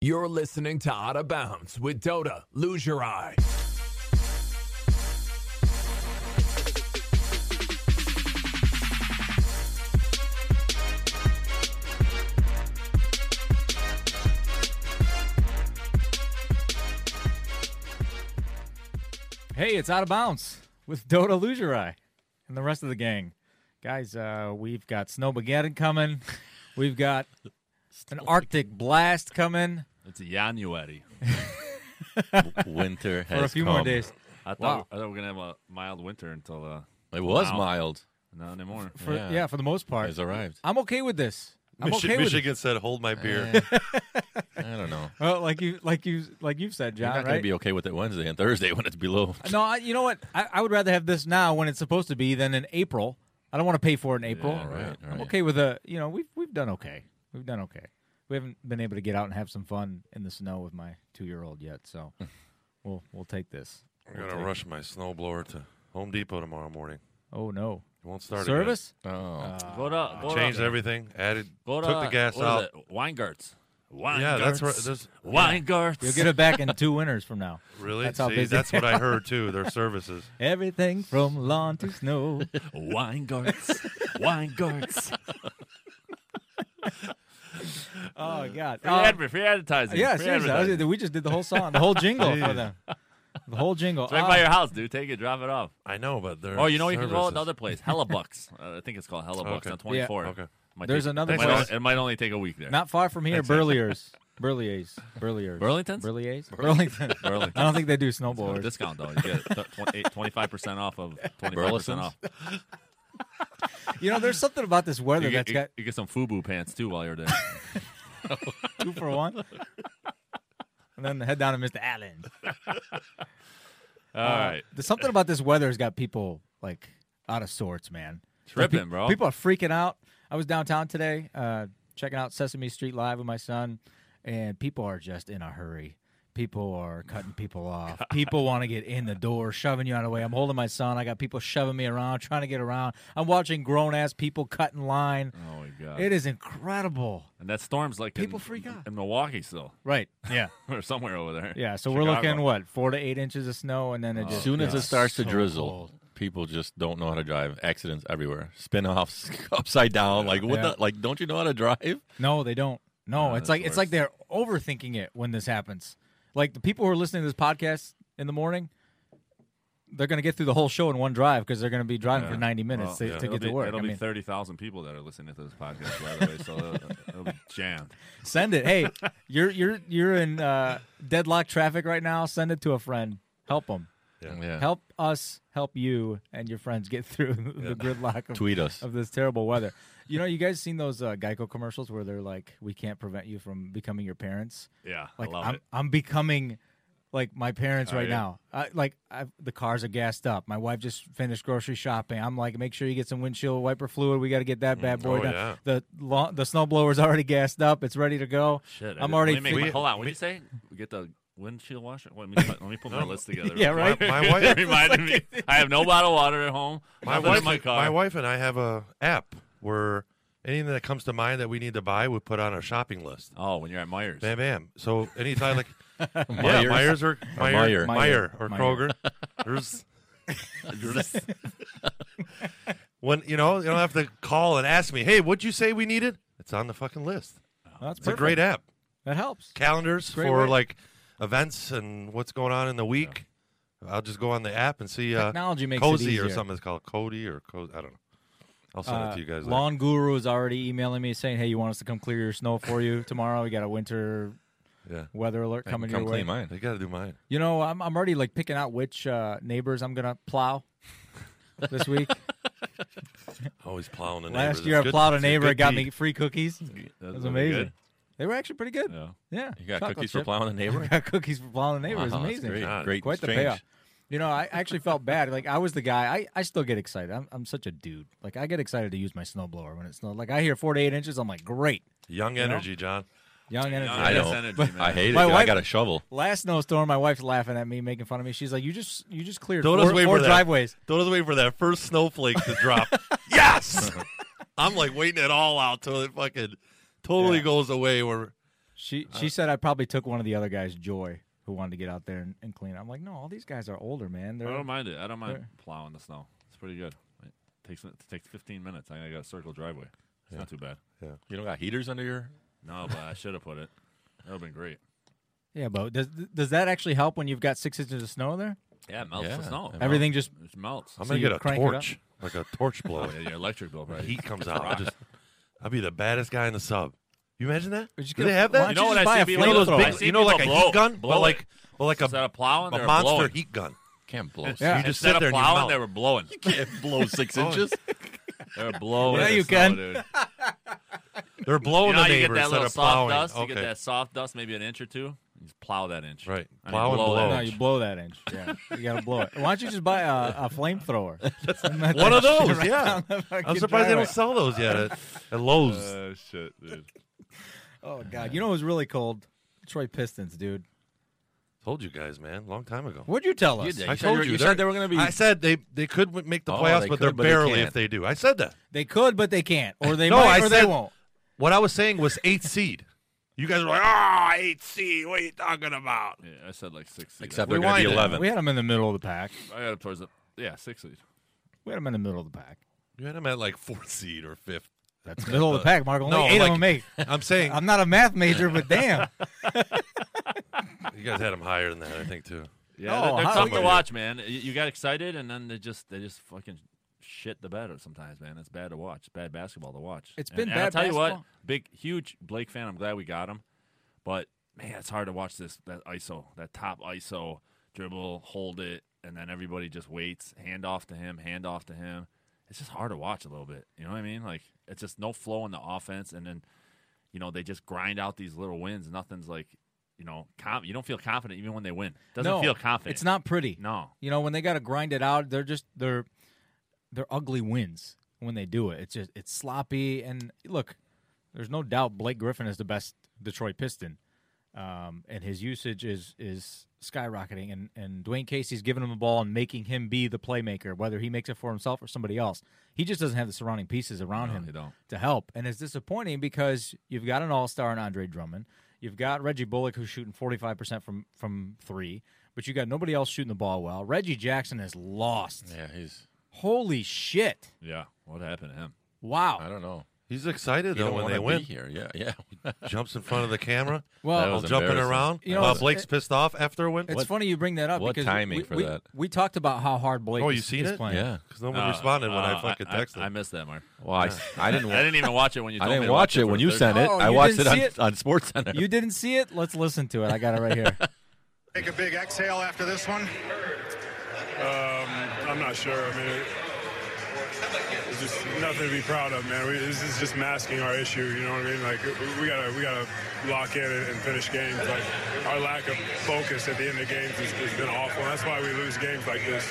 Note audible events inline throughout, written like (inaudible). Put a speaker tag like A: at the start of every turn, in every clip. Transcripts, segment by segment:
A: You're listening to Out of Bounds with Dota. Lose your eye.
B: Hey, it's out of bounds with Dota Lugerai and the rest of the gang. Guys, uh, we've got Snowmageddon coming. We've got an Arctic blast coming
C: It's January.
D: Winter
B: for
D: has
B: a few
D: come.
B: more days.
C: I thought
B: Wow.
C: I thought we were gonna have a mild winter until uh,
D: It was
C: Wow.
D: mild.
C: not anymore.
B: For, yeah.
D: Yeah.
B: for the most part.
D: It's arrived.
B: I'm okay with this. I'm
E: Michi-
B: okay with
E: Michigan said, "Hold my beer."
D: I don't know.
B: it. Well, Oh, like you, like you, like you've said,
D: You're
B: John.
D: not going
B: right?
D: to be okay with it Wednesday and Thursday when
C: (laughs)
D: it's below.
B: No, I, you know what? I, I would rather have this now when it's supposed to be than in April. I don't want to pay for it in April.
D: Yeah, right,
B: I'm
D: right.
B: okay with a. You know, we've we've done okay. We've done okay. We haven't been able to get out and have some fun in the snow with my two year old yet. So we'll we'll take this.
E: I'm gonna rush my snowblower to Home Depot tomorrow morning.
B: Oh no,
E: It won't start. again.
B: service.
D: Oh,
C: Go to go
E: Changed
C: to,
E: everything. Added.
C: go to
E: took the gas
C: what is
E: out.
C: it? Weingarts. Weingarts.
E: Yeah, that's right. There's-
C: Weingarts.
B: You'll get it back in two winters from now.
E: Really?
B: That's how
E: See,
B: busy-
E: that's what
D: (laughs)
E: I heard too. Their services.
B: (laughs) Everything from lawn to snow.
C: Weingarts.
B: (laughs)
C: Weingarts.
B: Um, oh God.
C: Free,
B: Um,
C: adver- free advertising.
B: yeah,
C: free
B: seriously. I was-
C: advertising.
B: we just did the whole song, the whole jingle for them. The whole jingle.
C: It's right
B: Uh,
C: by your house, dude. Take it, drop it off.
E: I know, but their
B: Oh,
C: Or Oh, you know you can call it
E: services.
C: another
E: (laughs)
C: place. Hellabucks. uh, I think it's called Hellabucks
E: Okay.
C: on 24.
E: Yeah. Okay.
C: Might
B: There's
C: take-
B: another
C: It might,
E: place.
C: only, it might only take a week there.
B: Not far from here, Burlier's. Burlier's. Burlier's.
C: Burlington's?
B: Burlier's? Burlington.
C: Burlington.
B: (laughs) I don't think they do
C: It's got a
B: snowboarders.
C: discount though. You
B: (laughs)
C: get th- 28 25% off of 25% off.
B: You know, there's something about this weather
C: You get,
B: that's
C: you,
B: got
C: you get some FUBU pants too while
B: (laughs)
C: you're there. (laughs)
B: two for one. (laughs) And then head down to Mr. Allen.
C: All right.
B: There's something about this weather has got people like out of sorts, man. Like,
C: Tripping, bro.
B: People are freaking out. I was downtown today, uh, checking out Sesame Street Live with my son, and people are just in a hurry. People are cutting
C: (laughs)
B: people off. People want to get in the door, shoving you out of the way. I'm holding my son. I got people shoving me around, trying to get around. I'm watching grown ass people cutting line.
C: Oh my god.
B: It is incredible.
C: And that storm's like
B: People
C: in,
B: freak out.
C: in Milwaukee still, (laughs)
B: Right. Yeah.
C: or somewhere over there.
B: Yeah.
C: (laughs)
B: So we're
C: Chicago. Oh,
B: looking, what, four to eight inches of snow, and then it
D: As
B: just.
D: soon as it
B: it's
D: starts to
B: so
D: drizzle,
B: cold.
D: people just don't know how to drive. Accidents everywhere. Spin (laughs) offs upside down. Like what?
B: Yeah.
D: The, like don't you know how to drive?
B: No, they don't. No, it's like it's like they're overthinking it when this happens. Like the people who are listening to this podcast in the morning, they're going to get through the whole show in one drive because they're going to be driving for 90 minutes
C: Well,
B: to, to
C: it'll
B: get
C: be,
B: to work.
C: It'll
B: I
C: be
B: mean,
C: thirty thousand people that are listening to this podcast, by the way. So it'll, it'll be jammed.
B: send it.
C: (laughs)
B: Hey, you're you're you're in uh, deadlock traffic right now. Send it to a friend. Help them.
D: Yeah.
B: Help us. Help you and your friends get (laughs) through the gridlock of,
D: Tweet us.
B: of this terrible weather. You know, you guys seen those uh, Geico commercials where they're like, "We can't prevent you from becoming your parents."
C: Yeah,
B: like
C: I love
B: I'm,
C: it.
B: I'm becoming like my parents
E: Oh,
B: right
C: yeah.
B: now. I, like i the cars are gassed up. My wife just finished grocery shopping. I'm like, make sure you get some windshield wiper fluid. We got to get that bad boy
E: oh,
B: done.
E: yeah.
B: The lo- the snowblower's already gassed up. It's ready to go.
C: Shit, I
B: I'm
C: did-
B: already.
C: Let me make
B: fi-
C: my, hold on. What do you say? We Get the windshield washer. Let me let me put my
B: (laughs)
C: list together.
B: Yeah,
C: real
B: right.
C: quick.
E: My wife-
C: It (laughs) reminded me. I have no bottle of water at home.
B: (laughs)
E: My
C: nothing
E: wife,
C: in my car.
E: wife and I have a app where anything that comes to mind that we need to buy, we put on a shopping list.
C: Oh, when you're at Myers. (laughs)
E: Bam, bam. So
B: (laughs)
E: anytime, like, yeah,
D: Myers.
E: Myers or Meyer,
D: Meyer.
E: Meyer, or
B: Meyer. (laughs)
E: Kroger. There's, there's- when you know you don't have to call and ask me, hey, what'd you say we needed? It's on the fucking list.
B: That's
E: It's a great e- app.
B: That helps.
E: Calendars
B: Great
E: for
B: way.
E: like events and what's going on in the week. I'll just go on the app and see. Uh,
B: Technology makes it
E: Cozy or
B: easier.
E: something. It's called Cody or Cozy. I don't know. I'll send it
B: Uh,
E: to you guys. later.
B: Lawn Guru is already emailing me saying, "Hey, you want us to come clear your snow for you tomorrow? We got a winter
E: Yeah.
B: weather alert
D: I can
B: coming
D: come
B: your way."
D: clean
E: They
D: mine.
E: got to do mine.
B: You know, I'm I'm already like picking out which uh, neighbors I'm gonna plow
D: (laughs)
B: this week.
E: Always plowing the neighbors.
B: Last
E: It's
B: year I
E: good-
B: plowed a
E: it's good
B: neighbor, got
E: deed.
B: me free cookies.
C: That
B: It was amazing. They were actually pretty good.
C: Yeah.
B: Yeah.
D: You got
B: Chocolate
D: cookies for
B: chip. (laughs)
D: plowing the neighbor.
B: got cookies for plowing the neighbor. It was
D: Wow, that's
B: amazing.
D: Great,
E: God,
D: great
B: Quite the
D: exchange.
B: payoff. You know, I actually felt bad. Like I was the guy. I, I still get excited. I'm, I'm such a dude. Like I get excited to use my snowblower when it snows. Like I hear 48 inches. I'm like, great,
E: Young energy, John.
B: young energy.
C: Young
D: I
C: That's
D: don't.
C: energy, man.
D: I hate it.
B: My
D: dude. I
B: wife-
D: got
E: (laughs)
D: a shovel.
B: Last snowstorm, my wife's laughing at me, making fun of me. She's like, "You just you just cleared
E: Don't us
B: four,
E: wait
B: four
E: for that.
B: driveways."
E: Don't just wait for that first snowflake to drop. yes, I'm like waiting it all out till it fucking totally
B: Yeah.
E: goes away. Where
B: She she said I probably took one of the other guys, Joy, who wanted to get out there and, and clean. I'm like, no, all these guys are older, man. They're
C: I don't mind it. I don't mind
B: Sure.
C: plowing the snow. It's pretty good. It takes it takes 15 minutes. I got a circle driveway. It's not too bad.
D: You don't got heaters under your.
C: No, but I should have put it. That would have been great.
B: yeah, but does does that actually help when you've got six inches of snow there?
C: Yeah, it melts
D: Yeah.
C: the snow.
D: It
B: Everything just
C: It melts.
E: I'm
B: So
E: gonna
B: you
E: get a
B: crank it up?
E: torch, like a torch blower.
C: Oh, yeah, your electric bill probably.
E: Heat comes out. I'll just, I'll be the baddest guy in the sub. You imagine that?
B: We just
E: Do
B: get
E: they
B: a-
E: have
B: why
E: that?
B: don't
C: You know
B: you
C: what
B: just
C: I
B: buy
C: see
B: a
C: people
E: you know
C: do?
E: those
C: I
E: big,
C: see
E: you know, like a
C: people
E: heat
C: blow-
E: gun,
C: blow
E: but
C: it.
E: like, well, like a,
C: Instead of plowing, they
E: a
C: were
E: monster
C: blowing.
E: heat gun.
D: Can't blow.
B: Yeah.
E: You just
C: Instead
E: sit
C: of
E: there and you
C: plowing,
E: melt.
C: they were
E: (laughs)
C: blowing.
D: Can't blow six
E: Oh.
D: inches.
C: They were blowing.
B: Yeah,
C: the
B: you
C: snow,
B: can.
C: Dude.
E: They're blowing
C: You know,
E: the
C: how you get
E: neighbor
C: that
E: instead
C: little
E: of
C: soft
E: plowing.
C: dust. You
E: Okay.
C: get that soft dust, maybe an inch or two. You just plow that inch.
E: Right.
C: I mean,
E: Plow and
C: that
E: blow.
B: no,
C: inch.
B: you blow that inch. Yeah, you gotta blow it. Why don't you just buy a, a flamethrower?
E: One of those, yeah. I'm
B: I'm
E: surprised they don't sell those yet at, at Lowe's.
C: Oh shit, dude.
B: Oh god, you know what was really cold? Detroit Pistons, dude.
E: Told you guys, man, long time ago.
B: What'd you tell us?
D: did.
E: I
D: You said
E: told
D: you were-
E: you.
D: you said
E: they're-
D: they were gonna be-
E: I said they they could w- make the
D: Oh,
E: playoffs,
D: they
E: but
D: could,
E: they're
D: but they
E: barely
D: can't.
E: if they do. I said that.
B: They could, but they can't, or they
E: No,
B: might,
E: I
B: or they
E: said-
B: won't.
E: What I was saying was eighth seed. You guys were like, ah, oh, eighth seed. What are you talking about?
C: Yeah, I said like six. Seed.
D: Except they're gonna be
E: Rewind it.
D: eleven.
B: We had them in the middle of the pack.
C: I got it towards the yeah six seed.
B: We had them in the middle of the pack.
E: You had them at like fourth seed or fifth.
B: That's middle of the pack, Mark. Only
E: No,
B: eight
E: like-
B: of them make.
E: (laughs) I'm saying
B: I'm not a math major, but damn.
E: you guys had them higher than that. I think too.
C: Yeah,
B: Oh,
C: they're,
B: how-
C: they're tough
E: Yeah.
C: to watch, man. You, you got excited, and then they just they just fucking shit the bed sometimes, man. It's bad to watch. It's bad basketball to watch.
B: It's
C: And-
B: been
C: and I'll
B: bad
C: tell you what,
B: basketball.
C: big huge Blake fan. I'm glad we got him, but man, it's hard to watch this that ISO, that top ISO dribble, hold it, and then everybody just waits, hand off to him, hand off to him. It's just hard to watch a little bit. You know what I mean? Like it's just no flow in the offense, and then you know they just grind out these little wins. Nothing's like. You know, com- you don't feel confident even when they win. Doesn't
B: no,
C: feel confident.
B: It's not pretty.
C: No.
B: You know, when they gotta grind it out, they're just they're they're ugly wins when they do it. It's just it's sloppy and look, there's no doubt Blake Griffin is the best Detroit Piston. Um, and his usage is is skyrocketing and, and Dwayne Casey's giving him the ball and making him be the playmaker, whether he makes it for himself or somebody else. He just doesn't have the surrounding pieces around him
C: they don't.
B: to help. And it's disappointing because you've got an all star in Andre Drummond. You've got Reggie Bullock who's shooting forty five percent from from three, but you got nobody else shooting the ball well. Reggie Jackson has lost.
D: Yeah, he's.
B: Holy shit.
C: Yeah. What happened to him?
D: I
B: Wow.
D: don't know.
E: He's excited
D: He
E: though
D: don't
E: when
D: wanna
E: they
D: be
E: win.
D: here. Yeah, yeah.
E: (laughs) Jumps in front of the camera.
D: That
B: (laughs) Well,
D: was
E: All jumping
D: embarrassing.
E: around.
B: You know,
E: while
B: it's-
E: Blake's pissed off after a win.
B: it's funny you bring that up
D: what
B: because
D: timing
B: we,
D: for
B: we,
D: that?
B: we talked about how hard Blake
E: Oh,
B: is,
E: you seen
B: is
E: it?
B: playing.
D: yeah.
E: Because no one responded when
D: uh,
E: I fucking texted.
C: Uh, I, missed that, Mark.
D: (laughs) Well, I, I didn't.
C: I didn't even watch it
E: (laughs)
C: when you.
D: I
C: told me
D: didn't
C: to
D: watch it
C: for
D: when
C: the
D: you
C: third
D: sent it.
B: Oh,
D: I
B: you
D: watched it
B: didn't
D: on,
B: see it?
D: on Sports Center.
B: You didn't see it? Let's listen to it. I got it right
D: (laughs)
B: here.
F: Take a big exhale after this one.
G: I'm not sure. I mean, it- it's just nothing to be proud of, man. We, this is just masking our issue. You know what I mean? Like we- we gotta we gotta lock in and, and finish games. Like our lack of focus at the end of games has, has been awful. That's why we lose games like this.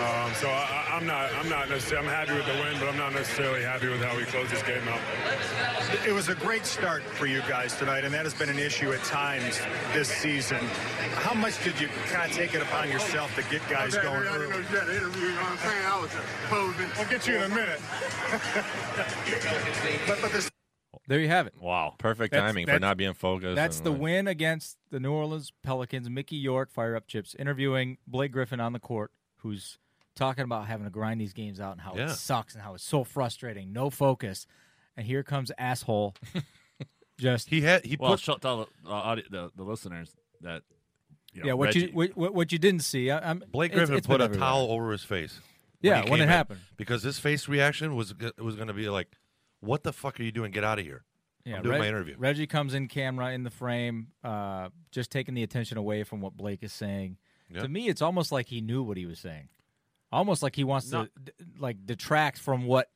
G: Um, so I, I- I'm not I'm not necessarily I'm happy with the win, but I'm not necessarily happy with how we closed this game out.
F: It was a great start for you guys tonight, and that has been an issue at times this season. How much did you kind of take it upon yourself to get guys going early?
G: I'll get you in a minute.
F: But, but this
B: There you have it.
C: Wow.
D: Perfect
B: That's-
D: timing
B: that's-
D: for not being focused.
B: That's
D: and
B: the
D: like-
B: win against the New Orleans Pelicans. Mickey York, Fire Up Chips, interviewing Blake Griffin on the court, who's talking about having to grind these games out and how
E: Yeah.
B: it sucks and how it's so frustrating, no focus. And here comes
D: (laughs)
B: asshole. Just
E: he had he
C: Well,
E: put
C: shut- tell the, uh, audi- the the listeners that. You know,
B: yeah, what
C: Reggie,
B: you what- what, what you didn't see. I, I'm
E: Blake
B: it's-
E: Griffin
B: it's been
E: put a
B: everywhere.
E: towel over his face.
B: Yeah,
E: he
B: when
E: came
B: it
E: in,
B: happened.
E: because his face reaction was g- was going to be like, "What the fuck are you doing? Get out of here!"
B: Yeah,
E: I'm doing my interview.
B: Reggie comes in camera in the frame, uh, just taking the attention away from what Blake is saying.
E: Yeah.
B: To me, it's almost like he knew what he was saying, almost like he wants
C: No.
B: to d- like detract from what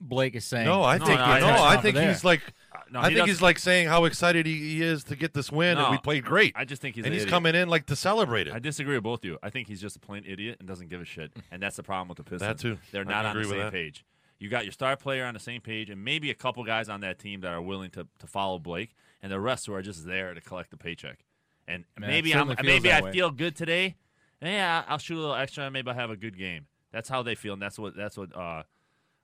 B: Blake is saying.
E: No, I
C: No,
E: think
C: no,
E: no,
C: I-
E: I
B: Over
E: think
B: there.
E: he's like
C: uh, no,
E: I
C: he
E: think
C: doesn't-
E: he's like saying how excited he, he is to get this win,
C: No,
E: and we played great.
C: I just think he's
E: and
C: an
E: he's
C: idiot.
E: coming in like to celebrate it.
C: I disagree with both of you. I think he's just a plain idiot and doesn't give a
E: (laughs)
C: shit. And that's the problem with the Pistons.
E: too.
C: They're
E: I
C: not on the
E: agree with
C: same
E: that.
C: page. You got your star player on the same page and maybe a couple guys on that team that are willing to, to follow Blake and the rest who are just there to collect the paycheck. And
B: Man, it
C: maybe I'm
B: certainly feels
C: maybe I
B: that way.
C: feel good today. Yeah, I'll shoot a little extra and maybe I'll have a good game. That's how they feel and that's what that's what uh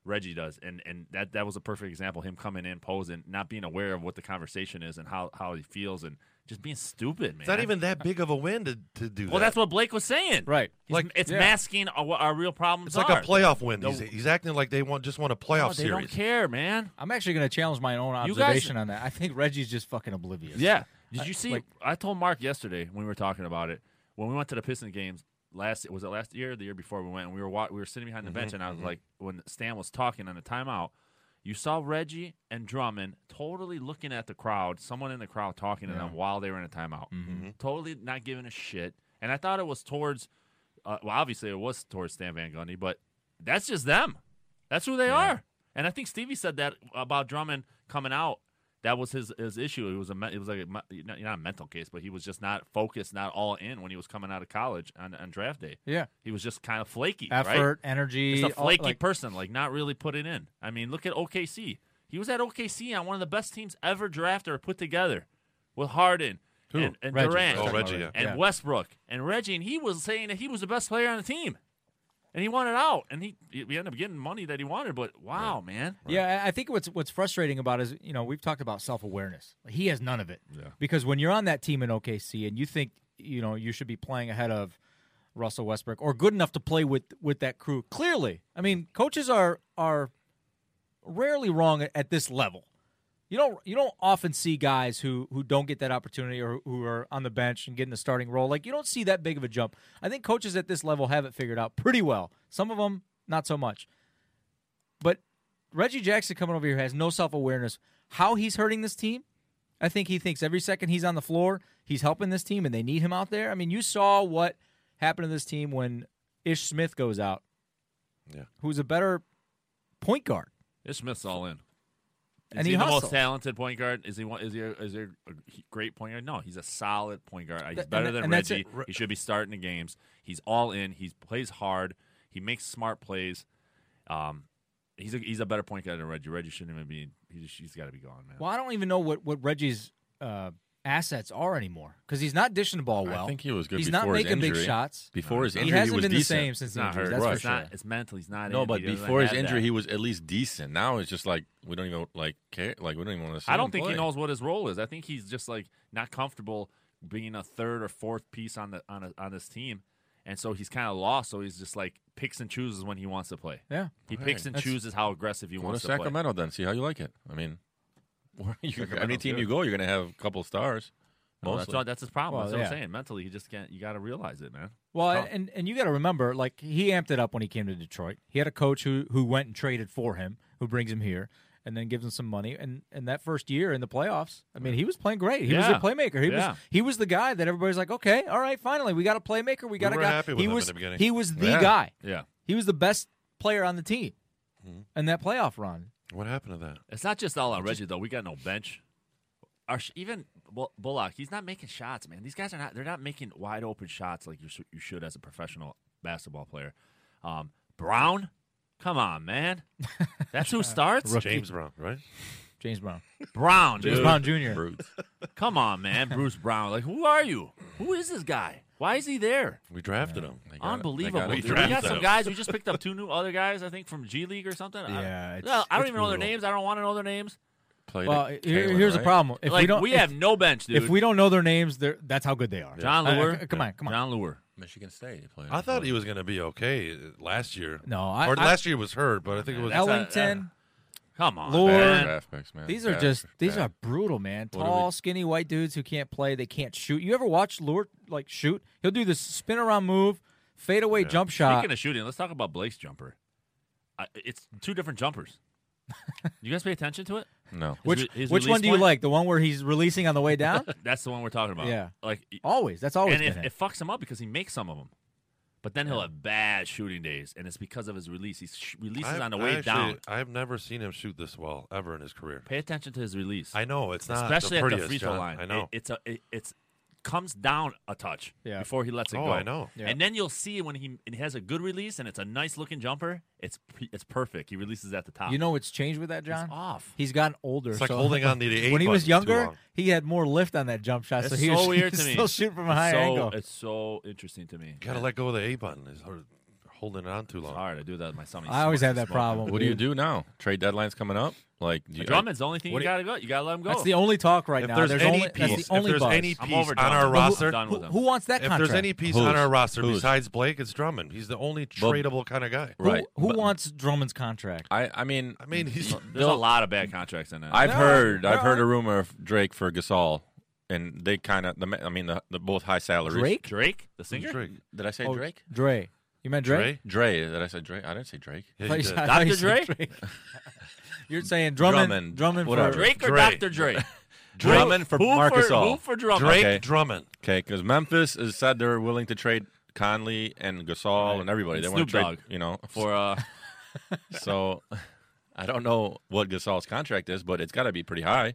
C: Reggie does, and and that that was a perfect example. Him coming in, posing, not being aware of what the conversation is and how how he feels, and just being stupid, man.
E: it's not even that big of a win to, to do
C: Well,
E: that.
C: that's what Blake was saying.
B: Right.
C: He's-
E: Like-
C: it's
B: Yeah.
C: masking our, what our real problems.
E: it's like
C: are.
E: a playoff win.
C: The-
E: he's, he's acting like they want just want a
C: No,
E: playoff
C: they
E: series.
C: don't care, man.
B: I'm actually going to challenge my own
C: You guys-
B: observation on that. I think Reggie's just fucking oblivious.
C: Yeah. Did you see?
B: like-
C: I told Mark yesterday when we were talking about it. When we went to the Piston games last, was it last year or the year before we went? And we were wa- we were sitting behind the bench, and I was like, when Stan was talking on the timeout, you saw Reggie and Drummond totally looking at the crowd, someone in the crowd talking to them while they were in a timeout, totally not giving a shit. And I thought it was towards, uh, well, obviously it was towards Stan Van Gundy, but that's just them. That's who they are. And I think Stevie said that about Drummond coming out. That was his, his issue. It was a me- it was like a, me- not not a mental case, but he was just not focused, not all in when he was coming out of college on, on draft day.
B: Yeah.
C: He was just kind of flaky. right?
B: Effort, energy.
C: It's a
B: all-
C: flaky
B: like-
C: person, like not really put it in. I mean, look at OKC. He was at OKC on one of the best teams ever drafted or put together with Harden and, and
B: Reggie.
C: Durant
E: Oh,
B: Talking about
E: Reggie, yeah.
C: and Westbrook and Reggie. And he was saying that he was the best player on the team. And he wanted out. And he, he ended up getting money that he wanted. But wow, man.
B: Yeah, I I think what's what's frustrating about is you know we've talked about self awareness. He has none of it because when you're on that team in OKC and you think you know you should be playing ahead of Russell Westbrook or good enough to play with with that crew. Clearly, I mean coaches are are rarely wrong at, at this level. You don't you don't often see guys who who don't get that opportunity or who are on the bench and getting the starting role. Like you don't see that big of a jump. I think coaches at this level have it figured out pretty well. Some of them not so much. But Reggie Jackson coming over here has no self awareness. How he's hurting this team, I think he thinks every second he's on the floor, he's helping this team, and they need him out there. I mean, you saw what happened to this team when Ish Smith goes out,
E: Yeah.
B: who's a better point guard,
C: This Smith's all in. Is
B: and
C: he,
B: he,
C: the
B: hustles.
C: most talented point guard? Is he one? Is he? A, is he a great point guard? No, he's a solid point guard. He's
B: Th-
C: better
B: and-
C: than
B: and that's
C: Reggie.
B: it.
C: He should be starting the games. He's all in. He plays hard. He makes smart plays. Um, he's a, he's a better point guard than Reggie. Reggie shouldn't even be. He's, he's got to be gone, man.
B: Well, I don't even know what what Reggie's uh, assets are anymore because he's not dishing the ball well.
D: I think he was good
B: He's
D: before
B: not making
D: his injury.
B: big shots.
D: Before his
B: He
D: injury,
B: hasn't
D: was
B: been
D: decent.
B: the same since
C: it's not
B: the
C: hurt.
B: injury. That's
C: it's
B: for
C: not.
B: sure.
C: It's mental. He's not.
D: No,
C: in.
D: but
C: He doesn't
D: before his
C: have
D: injury,
C: that.
D: he was at least decent. Now it's just like we don't even like care. Like we don't even want to. See
C: I
D: him
C: don't think
D: play.
C: he knows what his role is. I think he's just like not comfortable being a third or fourth piece on the on a, on this team, and so he's kind of lost. So he's just like picks and chooses when he wants to play.
B: Yeah.
C: He
D: Right.
C: picks and
B: That's-
C: chooses how aggressive he
D: Go to
C: wants to play.
D: Sacramento then. See how you like it. I mean, (laughs) where you, any
C: Sacramento's
D: team
C: good.
D: you go, you're gonna have a couple stars.
C: No, that's,
D: mostly.
C: all, that's his problem.
B: Well,
C: that's what
B: yeah.
C: I'm saying. Mentally, he just can't. You got to realize it, man.
B: Well,
C: Tough.
B: and and you got to remember, like he amped it up when he came to Detroit. He had a coach who who went and traded for him, who brings him here, and then gives him some money. And and that first year in the playoffs, I mean, he was playing great. He
C: Yeah.
B: was the playmaker. He
C: Yeah.
B: was he was the guy that everybody's like, okay, all right, finally, we got a playmaker. We got
E: were
B: a guy.
E: happy with
B: he
E: him in
B: was
E: the beginning.
B: he was the
D: Yeah.
B: guy.
C: Yeah,
B: He was the best player on the team in that playoff run.
E: What happened to that?
C: it's not just all on Reggie though. We got no bench. Our sh- even Bu- Bullock, he's not making shots, man. These guys are not. They're not making wide open shots like you sh- you should as a professional basketball player. Um, Brown, come
B: (laughs)
C: on, man. That's who starts.
E: James Brown, right?
B: James Brown,
C: Brown,
B: James
C: dude.
B: Brown Jr.
D: Brutes.
C: Come on, man. Bruce Brown. Like, who are you? Who is this guy? Why is he there?
E: We drafted him.
D: They got it. They
C: Unbelievable.
D: got
C: dude.
D: it.
C: We got some guys. We just picked up two new other guys. I think from G League or something. I-
B: Yeah, it's-
C: well, I don't
B: it's
C: even know their
B: brutal.
C: names. I don't want to know their names.
D: Played
B: Well,
D: at
B: here-
D: Kalen,
B: here's the
D: right?
B: problem. If
C: like
B: we don't,
C: we
B: if-
C: have no bench, dude.
B: if we don't know their names, they're, that's how good they are.
C: John
B: I- I-
C: Lure.
B: Uh, come on, come on.
C: John Lure.
D: Michigan State. he played
E: I
D: at.
E: thought he was going to be okay uh, last year.
B: No, I-
E: or
B: I-
E: last year was hurt, but I think it was.
C: That's-
B: Ellington.
C: Come on,
B: Lure.
D: Bad
C: man.
D: draft picks, man.
B: These are
D: Bad
B: just
D: draft-
B: these
D: bad.
B: are brutal, man.
D: What do we-
B: Tall, skinny white dudes who can't play, they can't shoot. You ever watch Lure like shoot? He'll do this spin around move, fade away jump shot.
C: Speaking of shooting, let's talk about Blake's jumper. I, it's two different jumpers. you guys pay attention to it?
D: no.
C: his
B: which
C: re- his
B: which
C: release
B: one do you
C: point? (laughs)
B: like? The one where he's releasing on the way down?
C: That's the one we're talking about.
B: Yeah.
C: Like
B: always. That's always
C: and
B: been
C: it,
B: it.
C: it fucks him up because he makes some of them. But then he'll have bad shooting days, and it's because of his release. He sh- releases
E: I've-
C: on the
E: I
C: way
E: actually-
C: down.
E: I've never seen him shoot this well ever in his career.
C: Pay attention to his release,
E: I know it's not
C: especially
E: the
C: at
E: prettiest,
C: the free throw
E: John.
C: line.
E: I know.
C: It- it's a it, it's comes down a touch
B: Yeah.
C: before he lets it
E: Oh,
C: go.
E: I know.
B: Yeah.
C: And then you'll see when he and he has a good release and it's a nice looking jumper. It's pre- it's perfect. He releases at the top.
B: You know what's changed with that,
C: ah. it's
B: John?
C: off.
B: He's gotten older.
E: It's like
B: so
E: holding on to the
B: (laughs)
E: eight
B: when he was
E: button too
B: younger,
E: long.
B: he had more lift on that jump shot,
C: It's
B: so he
C: so
B: was, (laughs) he
C: weird to
B: was
C: me.
B: still shooting from a higher
C: so,
B: angle.
C: It's so interesting to me.
E: Gotta let go of the A button. Is holding it on too
C: It's
E: long.
C: hard. I do that with my stomach.
B: I always had that problem.
D: What do you do now? Trade deadline's coming up. Like, do you,
C: Drummond's the only thing you
D: What do
C: gotta go. You gotta let him go.
B: That's the only talk right
E: If
B: now.
E: there's any
B: only,
E: piece,
B: that's the only
E: if there's
B: buzz.
E: any
C: I'm
E: piece
C: over
E: on our
C: Drummond. But
E: roster,
C: I'm done
B: who,
C: with him.
B: who wants that
E: if
B: contract?
E: there's any piece
D: Who's-
E: on our roster
D: who's-
E: besides Blake, it's Drummond. He's the only tradable kind of guy.
B: who,
D: right?
B: who
D: but-
B: wants Drummond's contract?
D: I, I mean,
E: I mean, he's
C: There's a lot of bad contracts in that.
D: I've
B: There are-
D: heard,
B: there
D: I've heard
B: are.
D: a rumor of Drake for Gasol, and they kind of, the, ma- I mean, the, the both high salaries.
B: Drake?
C: Drake, the singer.
E: Drake.
D: Did I say
B: Oh,
D: Drake?
B: Dre. You meant Dre?
E: Dre?
D: Dre? Did I say Drake? I didn't say Drake.
E: (laughs) Yeah, he
B: I
E: did.
B: thought you
C: Dr.
B: said
C: Dre?
B: Drake. You're saying Drummond.
D: Drummond,
B: Drummond
D: whatever.
B: for
C: Drake or
E: Dre.
C: Dr.
E: (laughs)
C: Drake?
D: Drummond for
C: who
D: Marcus
C: for, Who
D: All.
C: for Drummond?
E: Drake
D: Okay.
E: Drummond.
D: Okay, because Memphis has said they're willing to trade Conley and Gasol and everybody. They
C: And Snoop
D: want to trade,
C: Dogg.
D: you
C: (laughs)
D: know,
C: For uh,
D: So I don't know what Gasol's contract is, but it's got to be pretty high.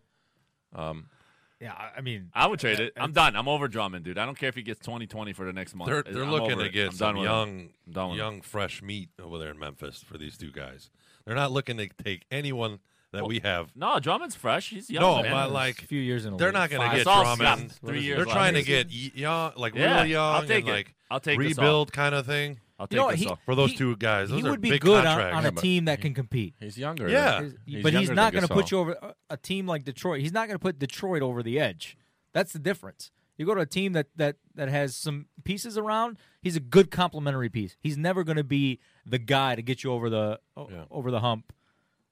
B: Yeah, I- I mean,
C: I would trade it. I'm done. I'm over Drummond, dude. I don't care if he gets 2020 for the next month.
E: They're they're
C: I'm
E: looking
C: over
E: to
C: it.
E: get
C: I'm done
E: some
C: with it.
E: young,
C: I'm done with it.
E: young, fresh meat over there in Memphis for these two guys. They're not looking to take anyone that we have.
C: No, Drummond's fresh. He's young.
E: No,
C: man.
E: but
B: a
E: like
B: few years in a
E: they're not going to
C: Five.
E: get
C: Gasol's got
E: Drummond.
C: three years
E: They're
C: left.
E: trying to get y- young, like
C: Yeah,
E: really young,
C: I'll take
E: and
C: it.
E: like
C: I'll take Gasol.
E: rebuild kind of thing
C: I'll take
B: You know what,
C: this
B: he-
C: off.
E: for those
B: He-
E: two guys. Those
B: he
E: are
B: would be
E: big
B: good on,
E: contracts.
B: on a
D: but-
B: team that can compete.
D: He's younger.
E: Yeah.
D: than-
B: but he's
D: younger
B: not
D: than
B: going to put
D: Gasol.
B: you over a- a team like Detroit. He's not going to put Detroit over the edge. That's the difference. You go to a team that that that has some pieces around. He's a good complementary piece. He's never going to be the guy to get you over the o- over the hump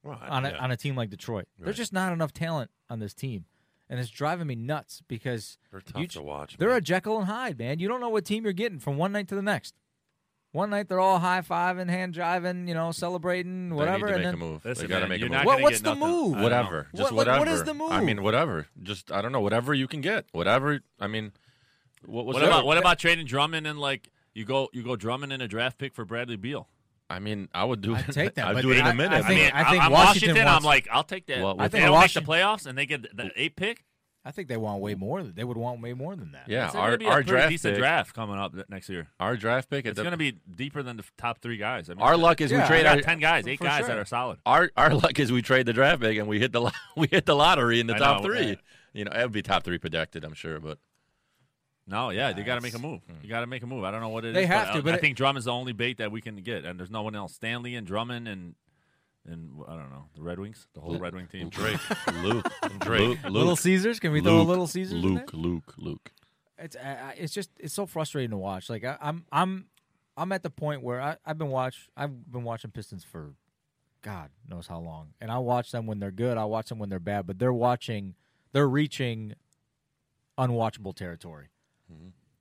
E: Right,
B: on a,
E: yeah.
B: on a team like Detroit. There's
E: Right.
B: just not enough talent on this team, and it's driving me nuts because
E: They're tough
B: you
E: to
B: j-
E: watch,
B: They're
E: man.
B: a Jekyll and Hyde, man. You don't know what team you're getting from one night to the next. One night they're all high fiving, hand jiving, you know, celebrating,
D: They
B: whatever.
D: need to
B: and
D: make
B: then,
D: a move.
C: Listen,
D: they got to
C: man,
D: make a
C: you're
D: move.
C: not
B: What-
C: gonna
B: what's
C: get
B: the move?
C: nothing. I don't know.
D: whatever. Just
B: What- like,
D: whatever.
B: what is the
D: I
B: move?
D: mean, whatever. Just I don't know. Whatever you can get. Whatever. I mean, what was
C: What
D: that?
C: about what about trading Drummond and like you go you go Drummond and a draft pick for Bradley Beal?
D: I mean, I would do.
B: I'd
D: it.
B: take that,
D: I'd
B: but
D: do it in
B: I-
D: a minute.
B: I
C: I
B: think-
C: mean,
B: I think Washington
C: am Washington.
B: wants-
C: I'm like, I'll take that.
D: Well,
C: I think
D: with
B: that-
C: they make the
B: Washington-
C: playoffs and they get the eight pick.
B: I think they want way more. They would want way more than that.
D: yeah,
C: It's
D: our
C: gonna be a
D: our
C: pretty
D: draft
C: decent
D: pick,
C: draft coming up th- next year.
D: our draft pick. at
C: It's
D: the-
C: going to be deeper than the f- top three guys. I mean,
D: our luck is
B: Yeah.
D: we
C: We
D: trade
C: got
D: our,
C: ten guys, eight
B: for
C: guys
B: sure.
C: that are solid.
D: our our luck is we trade the draft pick and we hit the lo- (laughs) we hit the lottery in the
C: I
D: top
C: know,
D: three.
C: uh,
D: You know, it would be top three projected, I'm sure, but
C: No, yeah, they got to make a move. You got to make a move. I don't know what it is.
B: hmm. They have
C: but
B: to,
C: I-
B: but
C: I
B: it-
C: think Drummond's the only bait that we can get, and there's no one else. Stanley and Drummond and and I don't know the Red Wings, the whole Red Wing team.
E: Drake.
D: (laughs) Luke,
E: Drake.
D: Luke, Luke,
B: Little Caesars? Can we throw a
D: Luke,
B: Little Caesars? in
D: Luke,
B: there?
D: Luke, Luke.
B: It's I, I- it's just it's so frustrating to watch. Like I, I'm I'm I'm at the point where I, I've been watch I've been watching Pistons for God knows how long, and I watch them when they're good. I watch them when they're bad, but they're watching they're reaching unwatchable territory.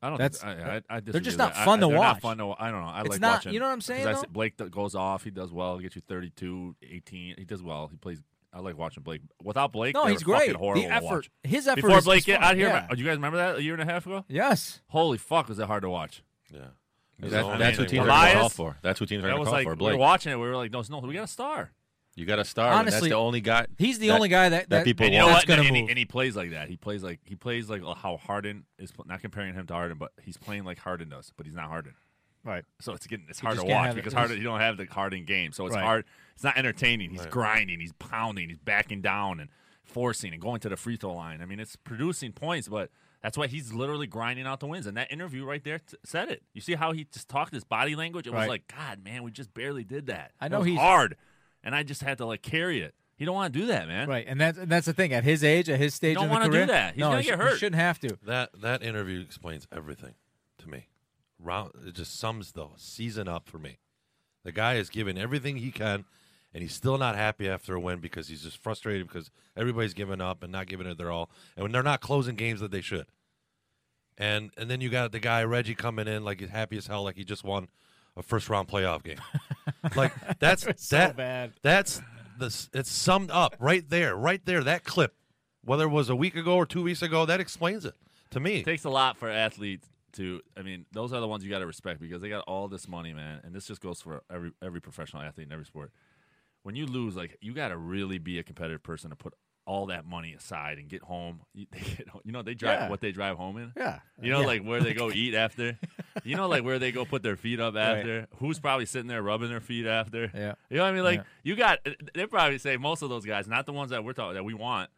C: I don't.
B: That's-
C: I, I, I disagree
B: they're just
C: with
B: not
C: that. I-
B: fun to
C: they're
B: watch.
C: Not fun to. wa- I don't know. I
B: It's
C: like
B: not-
C: watching.
B: you know what I'm saying,
C: 'cause I
B: though?
C: see Blake th- goes off. He does well. He gets you 32, 18. He does well. He plays. I like watching Blake. Without Blake,
B: No,
C: they
B: he's
C: were fucking
B: great.
C: Horrible
B: The
C: to
B: effort,
C: watch.
B: his effort
C: Before
B: is,
C: Blake
B: is
C: get
B: fun.
C: out here,
B: Yeah.
C: do you guys remember that a year and a half ago?
B: Yes,
C: Holy fuck, was that hard to watch?
E: Yeah. That's-
D: That,
E: I
D: that's who
E: mean,
D: teams are going to
C: Elias-
D: call for. That's who teams are
C: that
D: going to
C: was
D: call
C: like
D: for.
C: we were
D: Blake,
C: watching it. We were like, no, no, we got a star.
D: you got to start. and that's
B: Honestly,
D: the only guy.
B: he's the
D: that-
B: only guy that
D: that people
C: And
D: But
C: you know
D: Lawrence-
B: that's
C: what?
B: going to
C: And, he,
B: move.
C: and he plays like that. He plays like he plays like oh, how Harden is. pl- Not comparing him to Harden, but he's playing like Harden does, but he's not Harden.
B: Right.
C: So it's getting it's hard to
B: just can't
C: watch
B: have it.
C: because
B: It's-
C: Harden you don't have the Harden game, so it's
B: Right.
C: hard. It's not entertaining. He's grinding. He's pounding. He's backing down and forcing and going to the free throw line. I mean, it's producing points, but that's why he's literally grinding out the wins. And that interview right there t- said it. You see how he just talked his body language? It
B: Right.
C: was like, God, man, we just barely did that.
B: I
C: That
B: know
C: was
B: he's-
C: hard, and I just had to like carry it. You don't want to do that, man.
B: Right, and that's and that's the thing. At his age, at his stage
C: don't
B: in the
C: wanna do
B: career,
C: that. He's
B: no,
C: gonna
B: he
C: get
B: sh- he
C: hurt.
B: shouldn't have to.
E: That that interview explains everything to me. Round it just sums the season up for me. The guy is giving everything he can, and he's still not happy after a win because he's just frustrated because everybody's giving up and not giving it their all, and when they're not closing games that they should. And and then you got the guy Reggie coming in like he's happy as hell, like he just won a first round playoff
B: (laughs)
E: game. like that's
B: so
E: that
B: bad.
E: that's this. It's summed up right there, right there. That clip, whether it was a week ago or two weeks ago, that explains it to me.
C: It takes a lot for athletes to I mean, those are the ones you got to respect because they got all this money, man. And this just goes for every every professional athlete in every sport. When you lose, like you got to really be a competitive person to put all that money aside and get home. (laughs) You, they get home- you know, they drive
B: Yeah.
C: what they drive home in.
B: Yeah.
C: You know, like where
B: (laughs)
C: they go eat after. You know, like where they go put their feet up after. Who's probably sitting there rubbing their feet after.
B: Yeah.
C: You know what I mean? Like
B: Yeah.
C: you got. They probably say most of those guys, not the ones that we're talking that we want.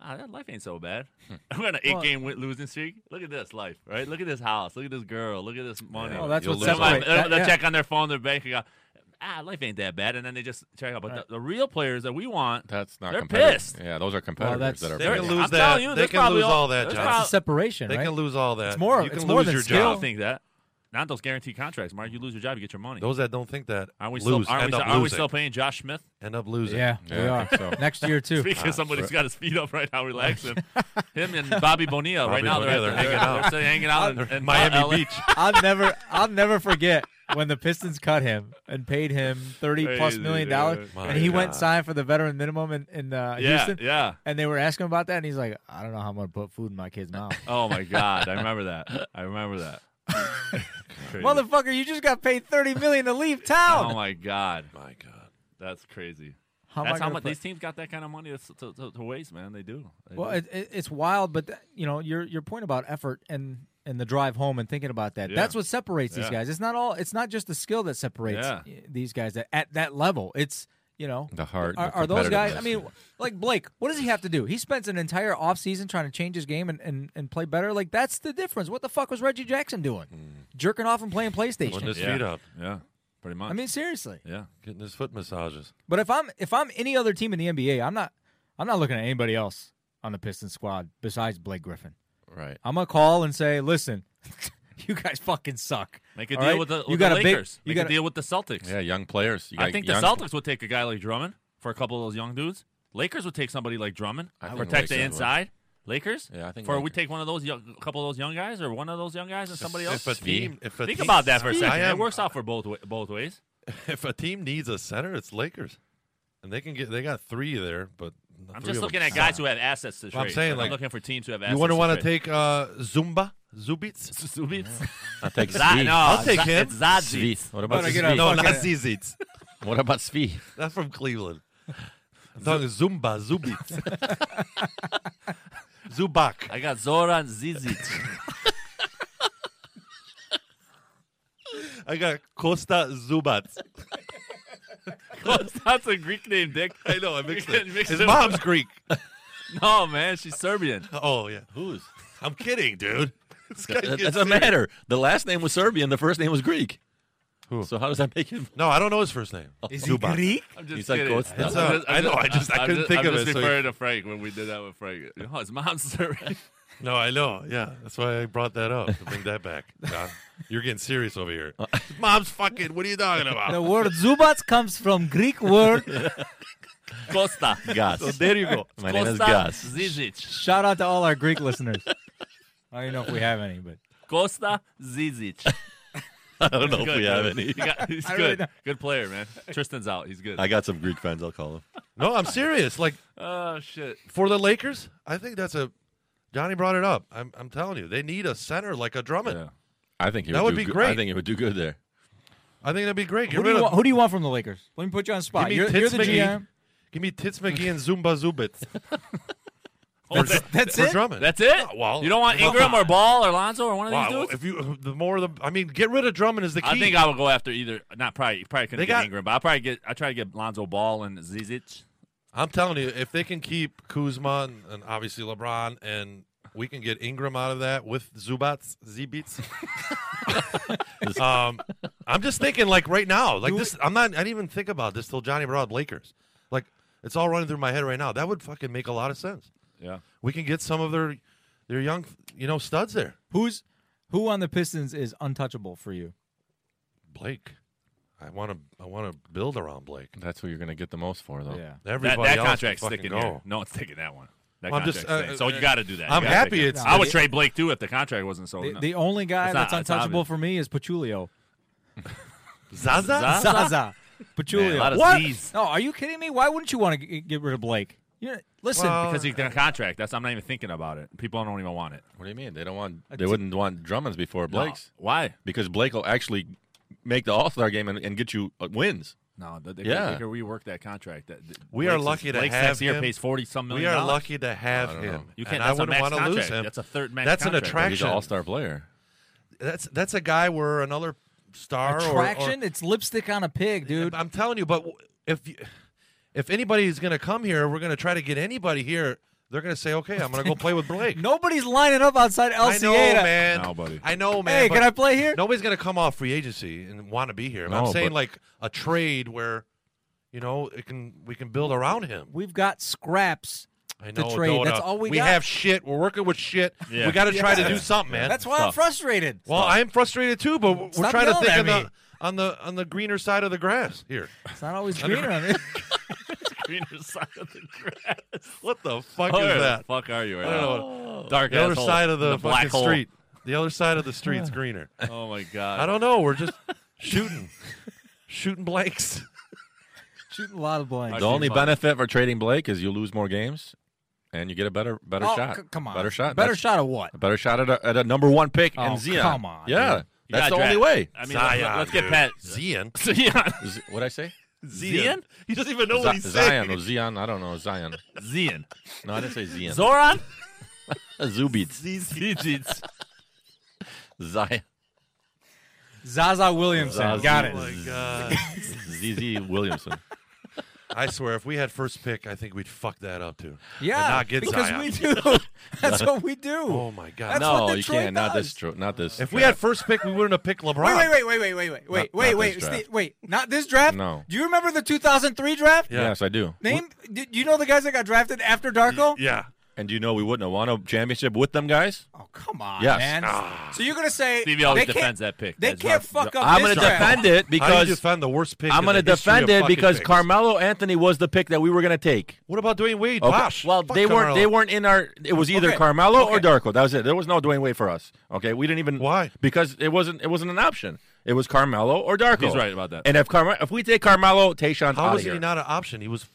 C: Ah, that life ain't so bad.
E: Hmm.
C: (laughs) I'm on an eight game win- losing streak. Look at this life, right? Look at this house. Look at this girl. Look at this money.
E: Yeah.
B: Oh, that's
E: You'll
B: what
E: lose
C: Somebody,
B: separates.
C: they'll,
B: that-
C: they'll
B: yeah.
C: check on their phone, their bank account. Ah, life ain't that bad. And then they just check out. But the, the real players that we want,
D: That's not
C: They're
D: competitive.
C: pissed.
D: Yeah, those are competitors
B: that's-
D: that are
E: They
C: They're-
E: can
D: pissed.
E: lose
C: I'm
E: that.
C: telling you,
E: they
C: there's
E: can lose
C: probably all-
E: all that,
C: there's
E: John.
C: probably-
B: It's a separation,
E: They
B: right?
E: can lose all that.
B: It's more-
E: You can
B: it's
E: lose
B: more than
E: your
C: I
B: skill.
E: job.
C: don't think that. Not those guaranteed contracts, Mark. You lose your job, you get your money.
E: Those that don't think that
C: Aren't we
E: lose
C: still? Aren't we,
E: end up
C: still-
E: losing.
C: aren't we still paying Josh Smith?
E: end up losing.
B: Yeah,
D: Yeah,
B: we
D: I
B: are.
D: think
B: (laughs)
D: so.
B: Next year too.
C: Speaking
E: Ah,
C: of somebody's got his feet up right now,
E: (laughs)
C: relaxing. Him and Bobby Bonilla right
E: Bobby
C: now they're,
E: Bonilla,
C: they're
E: they're
C: hanging
E: hanging
C: out. (laughs) They're hanging out in, in
E: Miami
C: LA.
E: Beach.
B: I'll never, I'll never forget when the Pistons cut him and paid him thirty plus
C: Crazy,
B: million
C: dude.
B: dollars,
E: My
B: and he went and
E: God.
B: signed for the veteran minimum in, in uh,
C: (laughs) Yeah,
B: Houston.
C: yeah.
B: And they were asking about that, and he's like, "I don't know how I'm gonna put food in my kid's
C: (laughs)
B: mouth."
C: Oh my God, I remember that. I
B: (laughs)
C: remember that. Crazy.
B: Motherfucker, you just got paid thirty million to leave town.
C: oh my God,
E: My God.
C: that's crazy.
B: How am I
C: that's how
B: gonna
C: much
B: put-
C: these teams got that kind of money to, to, to, to waste, man. They do. They
B: Well,
C: do.
B: it, it, it's wild, but that, you know your your point about effort and and the drive home and thinking about that.
C: Yeah.
B: That's what separates these
C: Yeah.
B: guys. It's not all. It's not just the skill that separates
C: Yeah.
B: y- these guys that, at that level. It's you know
D: The heart,
B: Are,
D: the
B: are those guys? I
D: competitiveness.
B: mean, like Blake, what does he have to do? He spends an entire offseason trying to change his game and, and, and play better. Like that's the difference. What the fuck was Reggie Jackson doing?
D: Mm.
B: Jerking off and playing PlayStation.
E: Putting his
C: Yeah.
E: feet up,
C: yeah, pretty much.
B: I mean, seriously.
C: yeah,
E: getting his foot massages.
B: But if I'm if I'm any other team in the NBA, I'm not I'm not looking at anybody else on the Pistons squad besides Blake Griffin.
D: Right.
B: I'm gonna call and say, listen, (laughs) you guys fucking suck.
C: make a
B: All
C: deal
B: right?
C: with the, with
B: you
C: the
B: got a big-
C: Lakers.
B: you
C: make
B: got
C: a deal with the Celtics.
D: Yeah, young players. You
C: I
D: got
C: think the
D: young-
C: Celtics would take a guy like Drummond for a couple of those young dudes. Lakers would take somebody like Drummond.
D: I think
C: protect the
D: Lakers would.
C: inside. Lakers.
D: Yeah, I think
C: For we
D: Lakers.
C: take one of those, young, a couple of those young guys, or one of those young guys, and somebody else.
E: If a team, if a
C: Think
E: team-
C: about that for a second.
E: I am-
C: it works out for both wa- both ways.
E: If a team needs a center, it's Lakers, and they can get. They got three there, but
C: I'm
E: three
C: just
E: of
C: looking
E: them
C: at guys who have assets to trade.
E: Well, I'm saying, like,
C: looking for teams who have
E: You
C: assets.
E: want to
C: to
E: want to
C: trade.
E: take uh, Zumba Zubits?
C: (laughs) Zubits?
D: I take
C: Za-
D: Zvi.
C: no,
E: I'll take
C: Za-
E: him.
C: It's Zadzic.
D: Zvi. What about
B: Better get a
D: Zvi?
E: No, Oh, not
B: fucking-
E: Zizits.
D: What about Zvi?
E: That's from Cleveland. I'm talking Zumba Zubits. (laughs) Zubak.
C: I got Zoran Zizic.
E: I got Costa Zubats.
C: That's a Greek name, Dick.
E: I know I mixed it.
C: Mixed
E: His
C: it
E: mom's Greek. (laughs)
C: No, man, she's Serbian.
E: Oh yeah, who's? I'm kidding, dude. This guy
D: It
E: gets
D: doesn't
E: serious.
D: matter. The last name was Serbian. The first name was Greek. So how does that make him?
E: No, I don't know his first name. Is
C: I'm just
D: He's like,
C: kidding.
D: "What's that?"
C: I'm
E: It's, uh, I know, I just- I
C: I'm
E: couldn't
C: just-
E: think
C: I'm
E: of
C: just
E: it, so you-
C: referring to Frank when we did that with Frank. You know, his mom's (laughs) Serbian.
E: No, I know. Yeah, that's why I brought that up to bring that back. John. You're getting serious over here. Mom's fucking. What are you talking
B: The
E: about?
B: word Zubats comes from Greek
C: (laughs)
B: word.
C: Costa.
D: Gas.
E: there you
D: (laughs)
E: go.
D: My name
C: Costa
D: is Gas.
C: Zizic.
B: Shout out to all our Greek listeners. I don't know if we have any, but
C: Costa Zizic.
D: I don't know if we have any.
C: He got- he's
B: I really
C: good.
B: don't-
C: good player, man. Tristan's out. He's good.
D: I got some Greek friends. I'll call them.
E: No, I'm serious. Like
C: oh, shit.
E: for the Lakers, I think that's a. Johnny brought it up. I'm, I'm telling you, they need a center like a Drummond.
C: Yeah.
D: I think he
E: That
D: would,
E: would
D: do
E: be
D: good- I
E: great.
D: think it would do good there.
E: I think that'd be great. Get
B: who do, you
E: rid of-
B: want, who do you want from the Lakers? Let me put you on the spot.
E: Give me
B: You're,
E: Tits
B: you're the
E: McGee.
B: GM.
E: Give me Tits McGee and Zumba Zubits
C: Oh, that-
B: (laughs) That's
E: for
B: it.
E: Drummond.
C: that's it?
E: well,
C: you don't want
E: come
C: Ingram
E: on.
C: or Ball or Lonzo or one of
E: wow.
C: these dudes?
E: If you the more the I mean, get rid of Drummond is the key.
C: I think I would go after either. Not probably. Probably couldn't
E: They
C: get
E: got-
C: Ingram, but I probably get. I try to get Lonzo Ball and Zizic.
E: I'm telling you, if they can keep Kuzma and, and obviously LeBron, and we can get Ingram out of that with Zubats, Zbeats. um, I'm just thinking, like right now, like this. I'm not. I didn't even think about this till Johnny brought up Lakers. Like it's all running through my head right now. That would fucking make a lot of sense.
C: Yeah.
E: We can get some of their their young, you know, studs there.
B: Who's who on the Pistons is untouchable for you?
E: Blake, I want to. I want to build around Blake.
D: That's who you're going to get the most for,
C: Oh.
D: though.
B: Yeah.
C: That,
E: Everybody
C: that
E: else can
C: contract's
E: fucking
C: sticking
E: go.
C: here. No one's taking that one. That
E: Well, I'm
C: contract's
E: just, uh,
C: staying. So you
E: uh,
C: got to do that. You
E: I'm
C: gotta
E: happy
C: take it.
E: it's-
C: I would trade Blake too if the contract wasn't sold.
B: The,
C: No.
B: the only guy
C: It's not-
B: that's
C: it's
B: untouchable
C: obvious.
B: for me is Pachulio.
E: Zaza,
C: Zaza?
B: (laughs) Zaza. Pachulio.
C: Man, a lot of
B: what?
C: Zs.
B: No, are you kidding me? Why wouldn't you want to g- get rid of Blake? You know, listen,
C: because he got a contract. That's I'm not even thinking about it. People don't even want it.
D: What do you mean? They don't want. They wouldn't want Drummonds before Blake's
C: No. Why?
D: because Blake will actually make the All Star game and, and get you uh, wins.
C: No, they, they,
D: Yeah.
C: yeah. they could rework that contract. That, that-
E: We are
C: Blake's is-
E: lucky to
C: Blake's
E: have
C: next year
E: him.
C: pays forty some
E: We
C: million.
E: are
C: dollars.
E: lucky to have
D: don't
E: him.
D: know.
C: You
E: and
C: can't-
E: I
C: that's a
E: wouldn't
C: max
E: want to lose
C: contract.
E: him.
C: That's a third max
E: That's an
C: contract, but
D: He's an
E: attraction.
D: All
C: (laughs)
D: Star player.
E: That's that's a guy where another star or- or,
B: attraction. it's lipstick on a pig, dude.
E: I'm telling you, but w- if you, if anybody is going to come here, we're going to try to get anybody here. They're going to say, "Okay, I'm going to go play with
B: (laughs)
E: Blake."
B: Nobody's lining up outside LCA.
E: I know,
B: to-
E: man.
C: No, buddy.
E: I know, man.
B: Hey,
E: but
B: can I play here?
E: Nobody's going to come off free agency and want to be here.
D: No,
E: I'm saying
D: but-
E: like a trade where, you know, it can we can build around him.
B: We've got scraps
E: I know.
B: to trade.
E: Dota,
B: That's all we, got.
E: have shit. We're working with shit.
C: Yeah.
E: We got to try to
C: Yeah.
E: do something, man.
B: That's why I'm
C: Stuff.
B: frustrated.
E: well, I'm frustrated too, but we're
B: Stop
E: trying to
B: yelling
E: think
B: at me.
E: on the, on the on the greener side of the grass here.
B: It's not always greener. I mean,
C: greener side of the grass.
E: (laughs) What the fuck
C: Where
E: is that?
C: the fuck are you right
E: I don't
C: now?
E: know.
C: Dark
E: the other
C: Oh, asshole
E: side of
C: in
E: the,
C: a black
E: fucking
C: hole.
E: street. The other side of the street's greener.
C: Oh my god.
E: I don't know. We're just shooting, shooting blanks.
B: (laughs) shooting a lot of blanks.
C: I
D: The
C: see
D: only
C: fine.
D: benefit for trading Blake is you lose more games, and you get a better better
B: Oh,
D: shot.
B: c- come on,
D: better shot,
B: better
D: That's-
B: shot of what?
D: a better shot at a, at a number one pick
B: Oh,
D: and Zion.
B: come on,
D: yeah,
B: dude.
C: You gotta
D: that's the only
C: draft-
B: (laughs)
D: way.
C: I mean, let's,
E: (laughs) Zion,
C: Ah, let's get
E: dude.
C: Pat.
E: Zion.
C: Zion.
D: What I say?
C: Zion.
E: He doesn't even know
D: Zi-
E: what he's
D: Zion
E: saying.
D: or Zion? I don't know. Zion.
C: Zion.
D: No, I didn't say Zion.
C: Zoran.
D: (laughs)
B: (laughs)
D: Zubits.
C: Zion.
D: Zion.
B: Zaza Williamson.
D: Zaza.
B: Got it.
E: Oh my god!
D: ZZ
C: (laughs)
D: Williamson.
E: I swear, if we had first pick, I think we'd fuck that up too.
B: Yeah,
E: and not get
B: because
E: Zion.
B: we do. (laughs) That's what we do.
E: (laughs) Oh my god!
B: That's
D: no,
B: what
D: you
B: Detroit
D: can't. Not this.
B: does.
D: Tro- not this.
E: If we had first pick, we wouldn't have picked LeBron.
B: Wait, wait, wait, wait, wait, wait, wait, wait,
D: Not-
B: wait,
D: not
B: wait,
D: this
B: Steve-
D: draft.
B: wait. Not this draft.
D: No.
B: Do you remember the 2003 draft?
E: Yeah.
D: Yes, I do.
B: Name. Do you know the guys that got drafted after Darko?
E: Yeah.
D: And do you know we wouldn't have won a championship with them guys?
B: Oh come on,
D: Yes.
B: man. So you're gonna say
C: Stevie always
B: they can't-
C: defends that pick.
B: They
C: That's
B: can't
C: rough.
B: fuck up.
D: I'm
B: this
D: going to
B: draft.
D: defend it
E: How do you
D: because
E: defend the worst pick?
D: I'm
E: going to
D: defend it because
E: picks?
D: Carmelo Anthony was the pick that we were going to take.
E: What about Dwayne Wade?
D: Okay.
E: Bosh.
D: Well,
E: Fuck
D: they weren't. They
E: Carmelo.
D: weren't in our. It was either
B: Okay.
D: Carmelo or
B: Okay.
D: Darko. That was it. There was no Dwayne Wade for us. Okay, we didn't even.
E: Why?
D: Because it wasn't. It wasn't an option. It was Carmelo or Darko.
C: He's right about that.
D: And if Carmelo, if we take Carmelo, Tayshawn,
E: How was he not an option? He was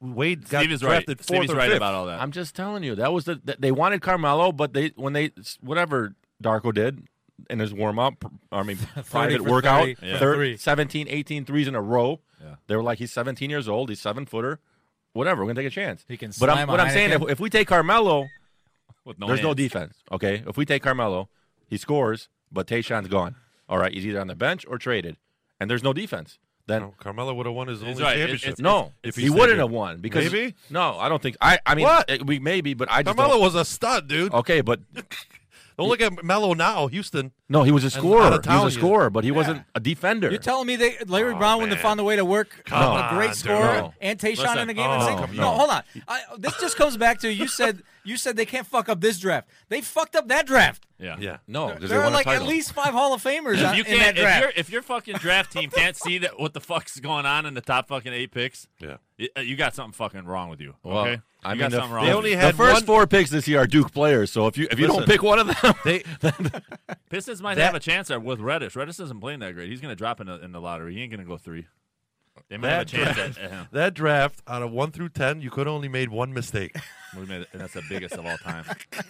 E: Wade got
C: Stevie's right.
E: drafted fourth
C: Stevie's
E: or
C: right
E: fifth.
C: about all that.
D: I'm just telling you that was the. th- They wanted Carmelo, but they when they whatever Darko did in his warm up, I mean private
B: for
D: workout,
B: 30 for
D: thir-
B: three.
D: 17, 18 threes in a row. They were like, he's 17 years old. He's seven footer. Whatever, we're gonna take a chance.
B: He can
D: but I'm,
B: slam a
D: what I'm saying, if,
B: Heineken.
D: if we take Carmelo,
C: With no
D: There's no
C: hands.
D: defense. Okay. If we take Carmelo, he scores, but Tayshawn's gone. All right. He's either on the bench or traded, and there's no defense. Then
E: No, Oh, Carmelo would have won his only
C: right. It-
E: championship.
C: it's-
D: no,
E: if
D: he
E: he
D: wouldn't
E: stayed
D: have
E: here.
D: won because
E: Maybe?
D: no, I don't think I. I mean,
E: What?
D: it- we maybe, but I just
E: Carmelo
D: don't-
E: was a stud, dude.
D: okay. But
E: Don't look at Melo now, Houston.
D: no, he was
E: out
D: a
E: of
D: scorer. He
E: town,
D: was
E: he's-
D: a scorer, but he wasn't a defender.
B: You're telling me they Larry Brown wouldn't have
E: man.
B: found a way to work
E: Come
B: a great
E: on,
B: scorer
D: dude. No.
B: and Tayshawn
C: Listen.
B: in a game?
E: Oh,
B: and sink?
E: no.
B: no, hold on. I, this just comes back to you said you said they can't fuck up this draft. They fucked up that draft.
C: Yeah.
E: Yeah. (laughs)
D: no, because they
B: there are
D: won
B: like
D: a title.
B: at least five Hall of Famers
C: If
B: on-
C: you
B: in that
C: can't, if, your
B: draft.
C: if your fucking draft team can't see that what the fuck's going on in the top fucking eight picks,
E: Yeah.
C: y- uh, you got something fucking wrong with you. Okay,
D: Well, I
C: you
D: mean,
C: got
D: the,
C: something wrong.
E: They
C: with
E: only
C: you.
D: the
E: had
D: first
E: one-
D: four picks this year are Duke players. So if you if you don't
E: Listen.
D: pick one of them,
E: They
C: Pistons might
E: That-
C: have a chance there with Reddish. Reddish isn't playing that great. He's going to drop in the, in the lottery. He ain't going to go three. They might have a
E: That
C: chance at, at him.
E: that draft out of one through ten, you could only made one mistake, (laughs)
C: We made it- and that's the biggest of all
D: (laughs)
C: time.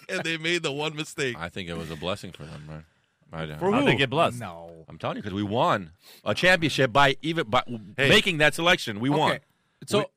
E: and they made the one mistake.
D: I think it was a blessing for them, man.
E: For
C: How'd they
E: who?
C: get blessed?
B: no.
D: I'm telling you because we won a championship by even by
E: Hey.
D: making that selection. We won.
B: Okay. So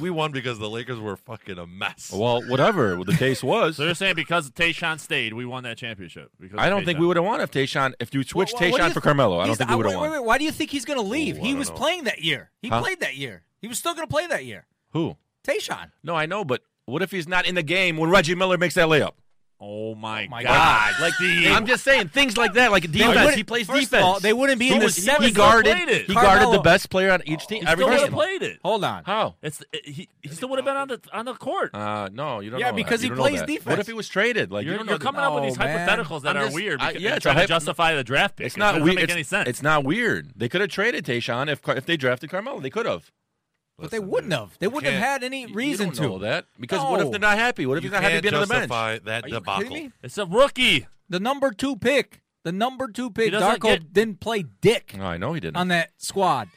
E: We won because the Lakers were fucking a mess.
D: Well, whatever the case was,
C: So they're saying because Tayshawn stayed, we won that championship. Because
D: I don't think we would have won if Tayshawn if you switched
B: Wha- wha- what do
D: Tayshawn
B: you
D: for
B: th-
D: Carmelo. I don't
B: he's-
D: think we would have
B: wait,
D: won.
B: Wait, wait, why do you think he's
C: Oh,
B: going to leave?
E: Ooh, I
B: he
E: don't
B: was
E: know.
B: playing that year. He
D: Huh?
B: played that year. He was still going to play that year.
D: Who?
B: Tayshawn.
D: No, I know, but what if he's not in the game when Reggie Miller makes that layup?
C: Oh my,
B: my
C: god!
B: God.
C: Like the
D: I'm just saying things like that, like defense.
B: wouldn't-
D: He plays
B: first of
D: defense.
B: all, they wouldn't be
D: he
B: in the
D: was- He
B: seventh.
D: guarded.
C: Played it.
D: He guarded
B: Carmelo-
D: the best player on each team.
C: he
D: Every
C: still would
D: team.
C: have played it.
B: Hold on.
D: How?
C: It's it, he, he still would have been on the on the court.
D: Uh, no, you don't.
B: Yeah,
D: know that.
B: because
D: You
B: he
D: don't know
B: plays
D: that.
B: defense.
D: What if he was traded? Like
C: You're,
D: you
C: you're
D: don't know that- Oh,
C: coming up with these
B: no, man.
C: hypotheticals that
D: I'm
C: are
D: just-
C: weird.
D: I-
C: Because,
D: yeah,
C: yeah,
D: it's
C: trying
D: a
C: to
D: hypo-
C: justify the draft pick.
D: It's
C: It
D: not
C: doesn't
D: weird.
C: Make
D: It's,
C: any sense?
D: it's not weird. They could have traded Tayshawn if if they drafted Carmelo. They could have.
B: But they wouldn't have. They wouldn't have had
E: can't-
B: any
D: You
B: reason
D: don't know
B: to.
D: that because what if
B: No.
D: they're not happy? What if
E: you
D: he's not happy
E: can't
D: being on the bench?
E: justify that
B: Are you
E: debacle.
B: kidding me?
C: It's a rookie.
B: The number two pick. The number two pick.
C: doesn't
B: Darko
C: get- Oh,
B: didn't play dick
D: No, I Oh, know he didn't.
B: on that squad.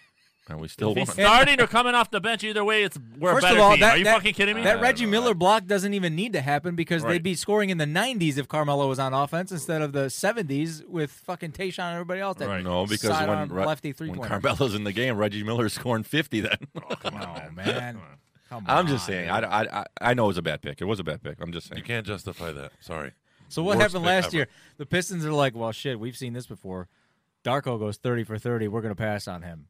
D: and we still won. (laughs)
C: He's starting or coming off the bench. Either way, it's we're a
B: First
C: better
B: of all,
C: team.
B: that,
C: Are you
B: that-
C: fucking kidding me?
B: That Reggie Miller block doesn't even need to happen because
C: Right.
B: they'd be scoring in the 90s if Carmelo was on offense instead of the 70s with fucking Tayshawn and everybody else. That
C: Right.
D: No, because when,
B: sidearm
D: Re-
B: lefty three
D: when
B: point.
D: Carmelo's in the game, Reggie Miller's scoring 50 then.
B: Come
C: (laughs)
B: on, man. Come
D: (laughs)
B: on,
D: I'm just saying.
B: dude.
D: I, I, I- I know it was a bad pick. It was a bad pick. I'm just
E: You
D: saying.
E: can't justify that. Sorry.
B: So what
E: Worst
B: happened
E: pick
B: last
E: ever.
B: year? The Pistons are like, well, shit, we've seen this before. Darko goes thirty for thirty. We're gonna pass on him.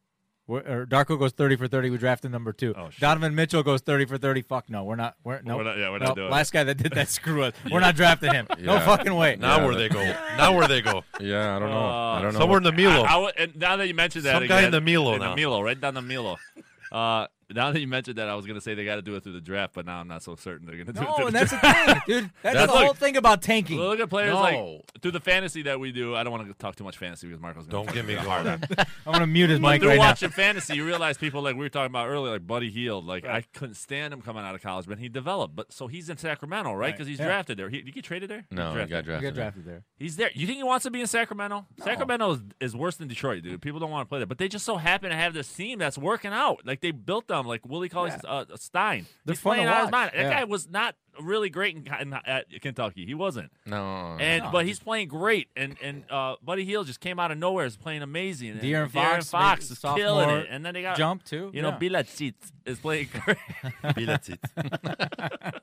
B: We're, or Darko goes thirty for thirty. We draft him number two.
C: Oh, shit.
B: Donovan Mitchell goes thirty for thirty. Fuck no, we're not. We're, no,
C: We're not- yeah, we're not
B: no,
C: doing it.
B: Last guy that did that,
C: (laughs)
B: screw us. We're not drafting him. No
D: Yeah.
B: fucking way.
E: Now
D: Yeah,
E: where
D: that-
E: they go. Now where they go.
D: Yeah, I don't know. I don't know.
E: Somewhere in the Milo.
C: I, I would- and now that you mentioned that,
E: Some guy in
C: again-
E: the Milo
C: in the
E: now.
C: Milo, right down the Milo. (laughs) Uh, now that you mentioned that, I was gonna say they got to do it through the draft, but now I'm not so certain they're gonna do it.
B: (laughs) No,
C: Through
B: and
C: the
B: that's the
C: (laughs)
B: thing, dude. That's,
C: That's
B: the whole
C: like-
B: thing about tanking.
C: Well, look at players
D: No.
C: like through the fantasy that we do. I don't want to talk too much fantasy because Marco's gonna
E: Don't
C: fuck
E: get me
C: hard.
E: going.
B: I'm gonna mute his mic
C: through
B: right now.
C: watching fantasy, you realize people like we were talking about earlier, like Buddy Heald. Like I couldn't stand him coming out of college, but he developed. But so he's in Sacramento, right? Because he's
B: Yeah.
C: drafted there. He, did he get traded there?
D: no,
C: He's
D: he
C: drafted.
D: got
B: You
D: drafted.
B: got drafted there.
C: He's there. You think he wants to be in Sacramento? Sacramento is, is worse than Detroit, dude. People don't want to play there, but they just so happen to have this team that's working out. Like they built them. Like Willie calls uh, Stein.
B: They're
C: He's
B: fun to
C: playing out of
B: watch.
C: his mind. That
B: Yeah.
C: guy was not really great in, in, at Kentucky. He wasn't.
D: No.
C: And but he's playing great, and and uh, Buddy Heal just came out of nowhere, is playing amazing. And
B: De'Aaron Fox,
C: Fox
B: big
C: is
B: sophomore
C: killing it, and then they got
B: jump, too.
C: You know,
B: Yeah.
C: Bilacic is playing (laughs) great.
B: I just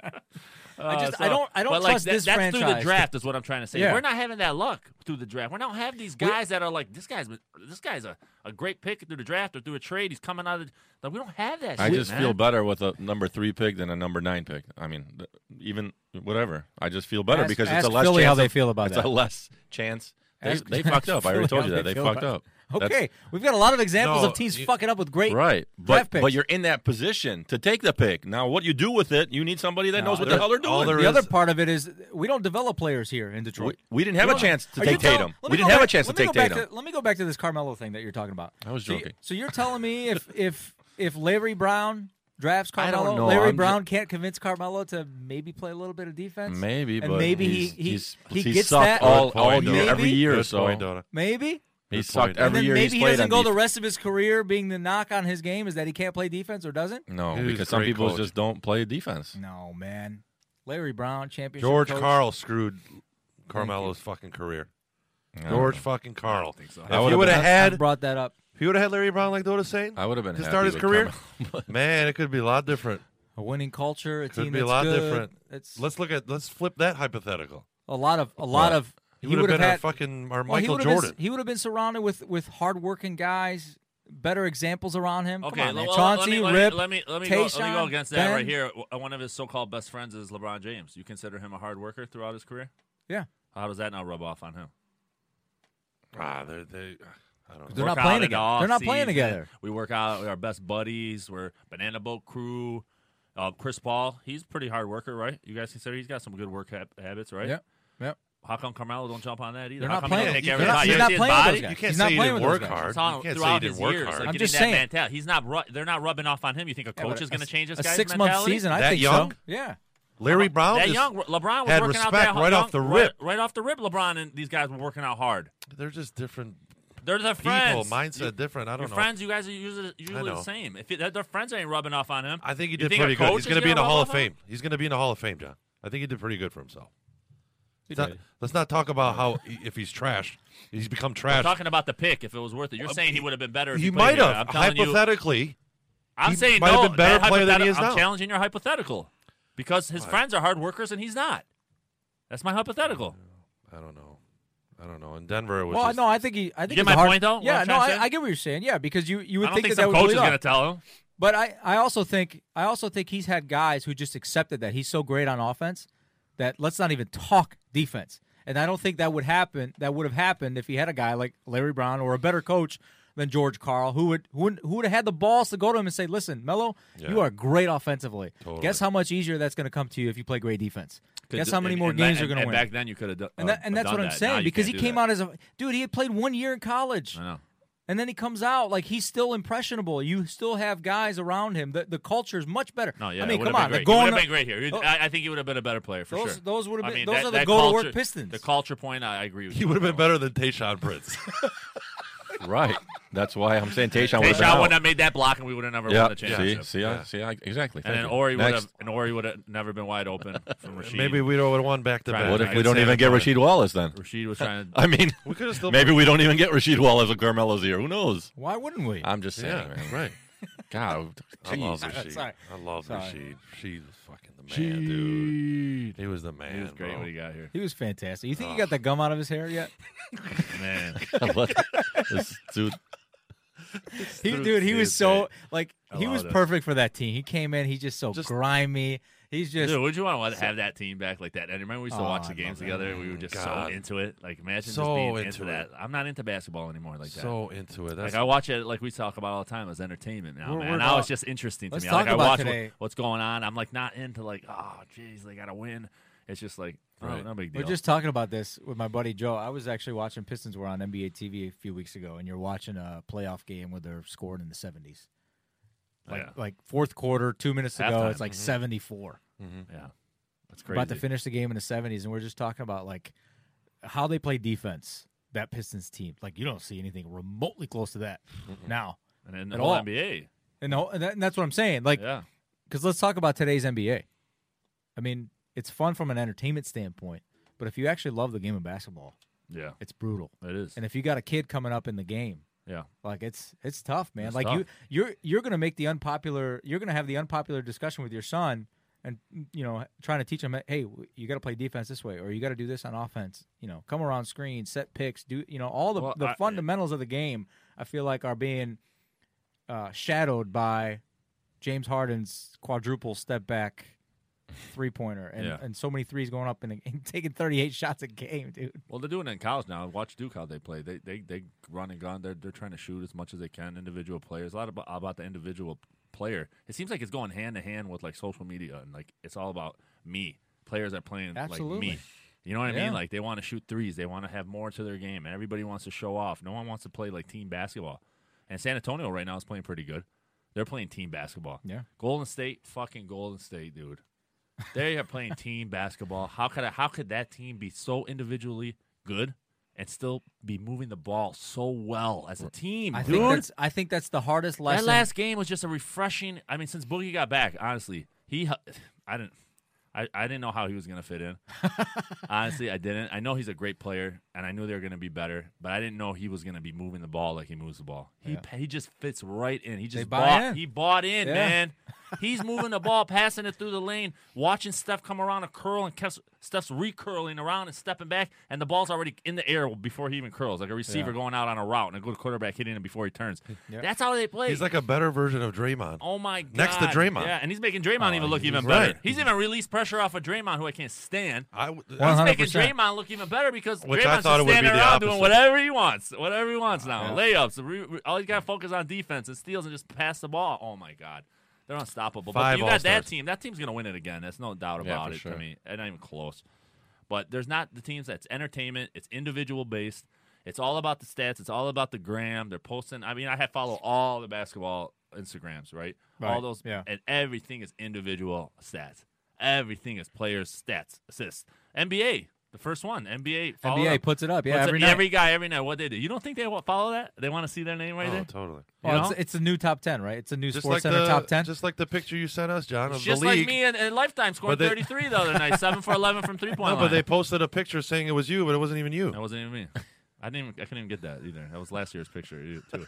B: I
C: Uh, So-
B: don't I don't
C: but, like,
B: trust
C: that-
B: this
C: that's
B: franchise.
C: through the draft is what I'm trying to say.
B: Yeah.
C: We're not having that luck through the draft. We don't have these guys that are like this guy's this guy's a, a great pick through the draft or through a trade. He's coming out of the, like we don't have that.
D: I
C: shit,
D: just
C: man.
D: feel better with a number three pick than a number nine pick. I mean, th- even whatever. I just feel better
B: Ask-
D: because it's
B: ask
D: a less
B: Philly
D: chance
B: how they
D: of-
B: feel about
D: it's
B: that.
D: a less chance. They,
B: Ask-
D: they fucked up. I
B: (laughs)
D: already
B: Philly
D: told
B: how
D: you that. They
B: feel
D: fucked
B: about
D: up.
B: it.
D: That's-
B: Okay, we've got a lot of examples
E: No,
B: of teams
E: you-
B: fucking up with great
D: Right, but
B: draft picks.
D: but you're in that position to take the pick. Now, what you do with it, you need somebody that knows what the
E: there-
D: hell they're doing.
E: all there
B: the other
E: is-
B: part of it is we don't develop players here in
D: we,
B: Detroit.
D: we didn't have a chance to
B: Are you
D: take
B: tell-
D: Tatum.
B: let me
D: We
B: go
D: didn't have a
B: back-
D: chance to
B: let me
D: take
B: go back
D: Tatum.
B: to- let me go back to this Carmelo thing that you're talking about.
D: I was
B: So you-
D: joking.
B: So, you're telling me if if if Larry Brown drafts
D: I don't
B: Carmelo,
D: know.
B: Larry
D: I'm ju-
B: Brown can't convince Carmelo to maybe play a little bit of defense.
D: Maybe,
B: and
D: but
B: maybe
D: he's,
B: he he,
D: he's,
B: he
D: he's
B: gets
D: sucked
B: that
D: all,
E: Good
D: all
E: point,
D: year,
B: Donna.
D: every year or
E: Good
D: so.
E: point, Donna.
B: maybe.
D: He
E: Good
D: sucked
E: point.
D: every
B: and then
D: year.
B: maybe
D: he's
B: he
D: played
B: doesn't
D: on
B: go the
D: defense.
B: rest of his career being the knock on his game is that he can't play defense or doesn't.
D: No,
E: He was
D: because
E: a
D: some
E: great
D: people
E: coach.
D: just don't play defense.
B: No, man. Larry Brown, championship
E: George
B: coach.
E: Carl screwed Carmelo's fucking career.
D: No.
E: George fucking Carl.
C: think so.
E: If you would have
B: I
E: had,
B: brought that up.
E: if you would have had Larry Brown like Dota's saying,
D: I would have been
E: to
D: happy
E: start his
D: with
E: career.
D: Carmelo.
E: (laughs) Man, it could be a lot different.
B: A winning culture, a
E: Could
B: team
E: be a
B: that's
E: lot
B: good.
E: different.
B: It's
E: Let's look at let's flip that hypothetical.
B: a lot of a lot
D: Well,
B: of.
E: He, would have been
B: had,
E: our fucking our
B: well, he
E: Michael
B: would've been-
E: Jordan.
B: he would have been surrounded with with hardworking guys, better examples around him.
C: Okay,
B: Come on, man.
C: well, let
B: Chauncey,
C: me- let me,
B: Rip,
C: Let me let me, go, let me go
B: Tayshaun,
C: against that
B: Ben.
C: right here. W- One of his so-called best friends is LeBron James. You consider him a hard worker throughout his career?
B: Yeah,
C: How does that now rub off on him?
E: ah, they're, they, I don't know.
B: They're
C: Work
B: not
C: out
B: playing
C: in the
B: together. They're not playing
C: offseason.
B: together.
C: We work out. We're our best buddies. We're banana boat crew. Uh, Chris Paul, he's a pretty hard worker, right? You guys consider he's got some good work hab- habits, right?
B: Yep, yep.
C: How come Carmelo don't jump on that either?
B: They're
C: How
B: not
C: come
B: playing.
C: He don't take
E: You
C: every
E: can't-
C: shot?
E: he's
C: You
B: not
C: see his
B: playing with
C: body?
B: those guys.
E: You can't
B: He's
E: say
B: not
E: he
B: playing
E: didn't
B: with
E: work
B: those guys.
E: hard.
C: It's on
E: You can't say he
C: throughout
E: didn't
C: his
E: work
C: years.
E: hard.
C: Like
B: I'm
C: getting
B: just
C: that
B: saying.
C: mentality. He's not ru- they're not rubbing off on him. You think a
B: Yeah, but
C: coach is going to
B: a-
C: change this
B: a
C: guy's
B: six month
C: mentality?
B: season. I
E: That
B: think
E: young?
B: so. Yeah,
E: Larry Brown
C: that
E: is,
C: young LeBron was working out
E: had respect
C: that
E: right
C: young-
E: off the
C: right-
E: rip.
C: Right, off the rip, LeBron and these guys were working out hard.
E: They're just different
C: They're their
E: people,
C: friends.
E: mindset
C: You-
E: different. I
C: Your
E: don't know.
C: friends, you guys are usually, usually the
E: know.
C: same. If it, their friends ain't rubbing off on him,
E: I think he
C: you
E: did
C: a
E: pretty good.
C: coach
E: He's
C: is
E: going to be
C: gonna
E: in the
C: rub
E: Hall
C: off
E: of
C: on him?
E: Fame. He's going to be in the Hall of Fame, John. I think he did pretty good for himself. Let's not,
B: did.
E: let's not talk about how i- if he's trash, he's become
C: I'm
E: trash.
C: talking about the pick. If it was worth it, you're saying he would have been better. If
E: Uh, he
C: played
E: might
C: here.
E: have
C: I'm telling you,
E: hypothetically.
C: I'm
E: he
C: saying
E: might have
C: no.
E: been better
C: that
E: player than he
C: hypothetical-
E: is
C: I'm
E: now.
C: challenging your hypothetical because his friends are hard workers and he's not. That's my hypothetical.
E: I don't know. I don't know. In Denver, it was
B: Well,
E: just,
B: no, I think he. I think
C: get
B: it's
C: my
B: a hard,
C: point, though, what
B: Yeah,
C: I'm
B: no,
C: trying to
B: I,
C: say?
B: I get what you're saying. Yeah, because you you
C: I
B: would
C: don't think,
B: that
C: some
B: would
C: coach
B: bleed
C: is going to
B: up.
C: tell him.
B: But I, I also think I also think he's had guys who just accepted that he's so great on offense that let's not even talk defense. And I don't think that would happen. That would have happened if he had a guy like Larry Brown or a better coach than George Carl, who would who would, who would have had the balls to go to him and say, "Listen, Mello, you are great offensively. Guess how much easier that's going to come to you if you play great defense. Guess how many
C: And-
B: more
C: and
B: games
C: that-
B: you're going to
C: and
B: win."
C: Back then, you could have Oh, done.
B: and, that, and that's what I'm saying because he came out as a dude. He had played one year in college.
C: I know.
B: And then he comes out like he's still impressionable. You still have guys around him. The the culture is much better.
C: No, yeah,
B: I mean,
C: it
B: come
C: would've
B: on,
C: been
B: they're
C: great. He
B: going.
C: would've been great here. He-
B: Oh.
C: I, I think he would have been a better player for
B: Those-
C: sure.
B: those would've
C: I
B: been-
C: mean,
B: those
C: that-
B: are the
C: that
B: go-to-work
C: culture-
B: Pistons.
C: The culture point, I, I agree with
E: he
C: you.
E: would have
C: on (laughs)
E: been better than Tayshawn Prince.
D: Right. That's why I'm saying Tayshawn would
C: They
D: have been out.
C: shot wouldn't have made that block, and we would have never won
D: yeah,
C: the
D: see,
C: championship.
D: see, I-
E: Yeah.
D: see, I, exactly.
C: And
D: Thank
C: then
D: you.
C: Ori would
D: Next.
C: have, and Ori would have never been wide open from Rashid.
E: Maybe we'd have won back to
C: Right.
E: back.
D: What if
C: I
D: we
C: could
D: don't
C: say
D: even
C: that
D: get
C: about it.
D: Rasheed Wallace then?
C: Rashid was trying to.
D: (laughs) I mean,
E: We could have still
D: maybe we don't even get Rasheed Wallace with Carmelo's ear. Who knows?
B: Why wouldn't we?
D: I'm just saying,
E: Yeah,
D: man.
E: right.
D: God,
C: (laughs)
E: I love
D: jeez.
E: Rasheed.
B: Sorry.
E: I love
B: Sorry.
E: Rasheed. She's fucking the man, dude. He was the man.
C: He was great
E: bro.
C: when he got
B: (laughs)
C: here.
B: He was fantastic. You think
C: Oh.
B: he got the gum out of his hair
C: (laughs)
B: yet?
C: Man,
D: What- this dude.
B: He,
C: Through-
B: dude, he
C: through
B: was
C: his
B: so like he
C: love
B: was
C: that.
B: perfect for that team. He came in, he's just so
E: Just-
B: grimy. He's just
C: dude, would you want to have that team back like that? And remember, we used to
B: Oh,
C: watch
B: I
C: the
B: love
C: games
B: that.
C: together. We were just
E: God.
C: so into it. Like, imagine
E: So
C: just being
E: into
C: into,
E: it.
C: that. I'm not into basketball anymore like that.
E: so into it. That's
C: like I watch it, like we talk about all the time, as entertainment now,
B: We're-
C: man.
B: we're
C: now
B: not-
C: it's just interesting to
B: Let's
C: me. Like
B: talk
C: I
B: about
C: watch
B: today.
C: what, what's going on. I'm like not into like, oh, jeez, they got to win. It's just like, oh,
E: Right.
C: no big deal.
B: We're just talking about this with my buddy Joe. I was actually watching Pistons were on NBA TV a few weeks ago, and you're watching a playoff game where they're scored in the 70s, like
C: Yeah.
B: like fourth quarter, two minutes ago,
C: Halftime.
B: it's like 74.
C: yeah, that's
B: We're
C: crazy.
B: About to finish the game in the 70s, and we're just talking about like how they play defense. That Pistons team, like you don't see anything remotely close to that now.
C: and then the
B: at
C: whole
B: all.
C: NBA,
B: And, the whole- and, that, and that's what I'm saying. Like
C: yeah,
B: because let's talk about today's NBA. I mean, it's fun from an entertainment standpoint, but if you actually love the game of basketball,
C: yeah,
B: it's brutal.
C: it is.
B: And if you got a kid coming up in the game,
C: yeah,
B: like it's it's tough, man.
C: It's
B: like you
C: tough.
B: you're you're gonna make the unpopular. You're gonna have the unpopular discussion with your son, and you know, trying to teach him, hey, w- you got to play defense this way, or you got to do this on offense. You know, come around screen, set picks, do you know all the
C: Well,
B: the
C: I-
B: fundamentals of the game? I feel like are being uh, shadowed by James Harden's quadruple step back three pointer, and,
C: Yeah.
B: and so many threes going up and, and (laughs) taking thirty eight shots a game, dude.
C: Well, they're doing it in college now. Watch Duke how they play. They they they run and gun. They're they're trying to shoot as much as they can. Individual players. A lot about, about the individual player. It seems like it's going hand to hand with like social media and like it's all about me. Players are playing
B: Absolutely.
C: like me. You know what I
B: Yeah.
C: mean? Like they want to shoot threes. They want to have more to their game, and everybody wants to show off. No one wants to play like team basketball. And San Antonio right now is playing pretty good. They're playing team basketball.
B: Yeah.
C: Golden State, fucking Golden State, dude. They
B: (laughs)
C: are playing team basketball. How could I, how could that team be so individually good and still be moving the ball so well as a team,
B: I think
C: dude?
B: that's I think that's the hardest
C: That
B: lesson.
C: last game was just a refreshing. I mean, since Boogie got back, honestly, he I didn't I, I didn't know how he was gonna
B: (laughs)
C: fit in. honestly, I didn't. I know he's a great player, and I knew they were gonna be better, but I didn't know he was gonna be moving the ball like he moves the ball. He
B: Yeah.
C: pa- he just fits right in. He just
B: They buy
C: bought
B: in.
C: he bought in,
B: Yeah.
C: man. He's moving the ball, passing it through the lane, watching Steph come around a curl, and Kes- Steph's recurling around and stepping back, and the ball's already in the air before he even curls, like a receiver going out on a route and a good quarterback hitting it before he turns. That's how they play.
E: he's like a better version of Draymond.
C: Oh my god!
E: Next to Draymond. Oh,
C: yeah, and he's making Draymond even look even
E: he's
C: better.
E: right.
C: He's even released pressure off of Draymond, who I can't stand.
E: I w-
B: One
C: He's
B: hundred-
E: I-
C: making
B: 100%.
C: Draymond look even better because
E: Which I
C: Draymond's
E: thought it
C: just
E: would be
C: standing
E: the
C: around
E: opposite.
C: doing whatever he wants, whatever he wants now. Layups, re- re- all he's got to focus on defense and steals and just pass the ball. Oh my god, they're unstoppable.
E: Five
C: but you got that
E: All-Stars.
C: team. That team's gonna win it again. That's no doubt
D: Yeah,
C: about
D: for
C: it
D: sure.
C: to me. And not even close. But there's not the teams that's entertainment. It's individual based. It's all about the stats. It's all about the gram. They're posting. I mean, I have follow all the basketball Instagrams, right?
B: Right,
C: All those,
B: yeah.
C: and everything is individual stats. Everything is players' stats, assists. NBA, the first one. NBA, follow
B: NBA
C: up.
B: puts it up, yeah,
C: Puts
B: every
C: it-
B: night.
C: guy, every night. What they do? You don't think they wa- follow that? They want to see their name right
E: oh,
C: there.
E: totally.
C: You
B: Well,
C: know?
B: it's, it's a new top ten, right? It's a new
E: Just
B: Sports
E: like
B: Center
E: the
B: top ten.
E: just like the picture you sent us, John, of
C: It's just
E: the
C: like
E: league.
C: me and, and Lifetime scored
E: But they-
C: 33 the other night, seven for 11 from three point
E: (laughs) no,
C: line.
E: but they posted a picture saying it was you, but it wasn't even you.
C: That wasn't even me. I didn't. Even, I couldn't even get that either. That was last year's picture you-
E: (laughs)
C: too.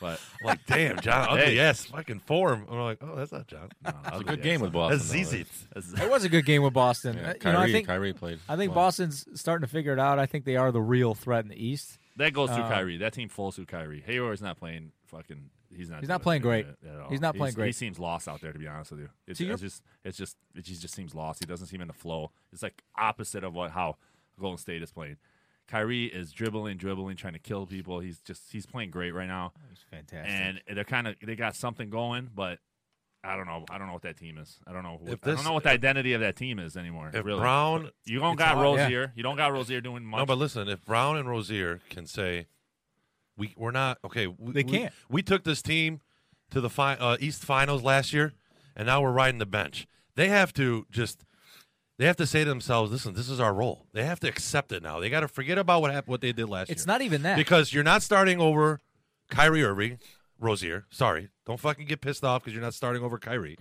C: But
E: Like,
C: (laughs)
E: damn, John, ugly
C: Hey.
E: ass fucking form. I'm like, oh, that's
C: (laughs)
E: not John.
C: no, that
D: It's
C: was
D: a good game with Boston.
E: That's
D: though.
E: ZZ.
B: It was a good game with Boston.
D: Yeah,
B: Uh,
D: Kyrie,
B: you know, I think
D: Kyrie played.
B: I think
D: well.
B: Boston's starting to figure it out. I think they are the real threat in the East.
C: That goes through
B: Uh,
C: Kyrie. That team falls through Kyrie. Hayward's not playing. Fucking, he's not.
B: He's not
C: doing
B: playing great.
C: it At all.
B: He's not playing
C: He
B: great.
C: seems lost out there. To be honest with you, it's,
B: To your-
C: it's just, it's just, it just just seems lost. He doesn't seem in the flow. It's like opposite of what how Golden State is playing. Kyrie is dribbling, dribbling, trying to kill people. He's just, he's playing great right now,
B: It's fantastic.
C: and they're kind of, they got something going, but. I don't know. I don't know what that team is. I don't know. What,
E: If
C: I
E: this-
C: don't know what the identity of that team is anymore.
E: If
C: really,
E: Brown,
C: you don't
E: it's
C: got
E: hard, yeah.
C: Rozier. You don't got Rozier doing much.
E: no, but listen, if Brown and Rozier can say, we we're not okay. We,
B: They
E: we-
B: can't.
E: We, took this team to the fi- uh, East Finals last year, and now we're riding the bench. They have to just. They have to say to themselves, "Listen, this is our role." They have to accept it now. They got to forget about what happened, what they did last
B: (laughs)
E: year.
B: it's not even that.
E: because you're not starting over Kyrie Irving, Rozier. Sorry, don't fucking get pissed off because you're not starting over Kyrie.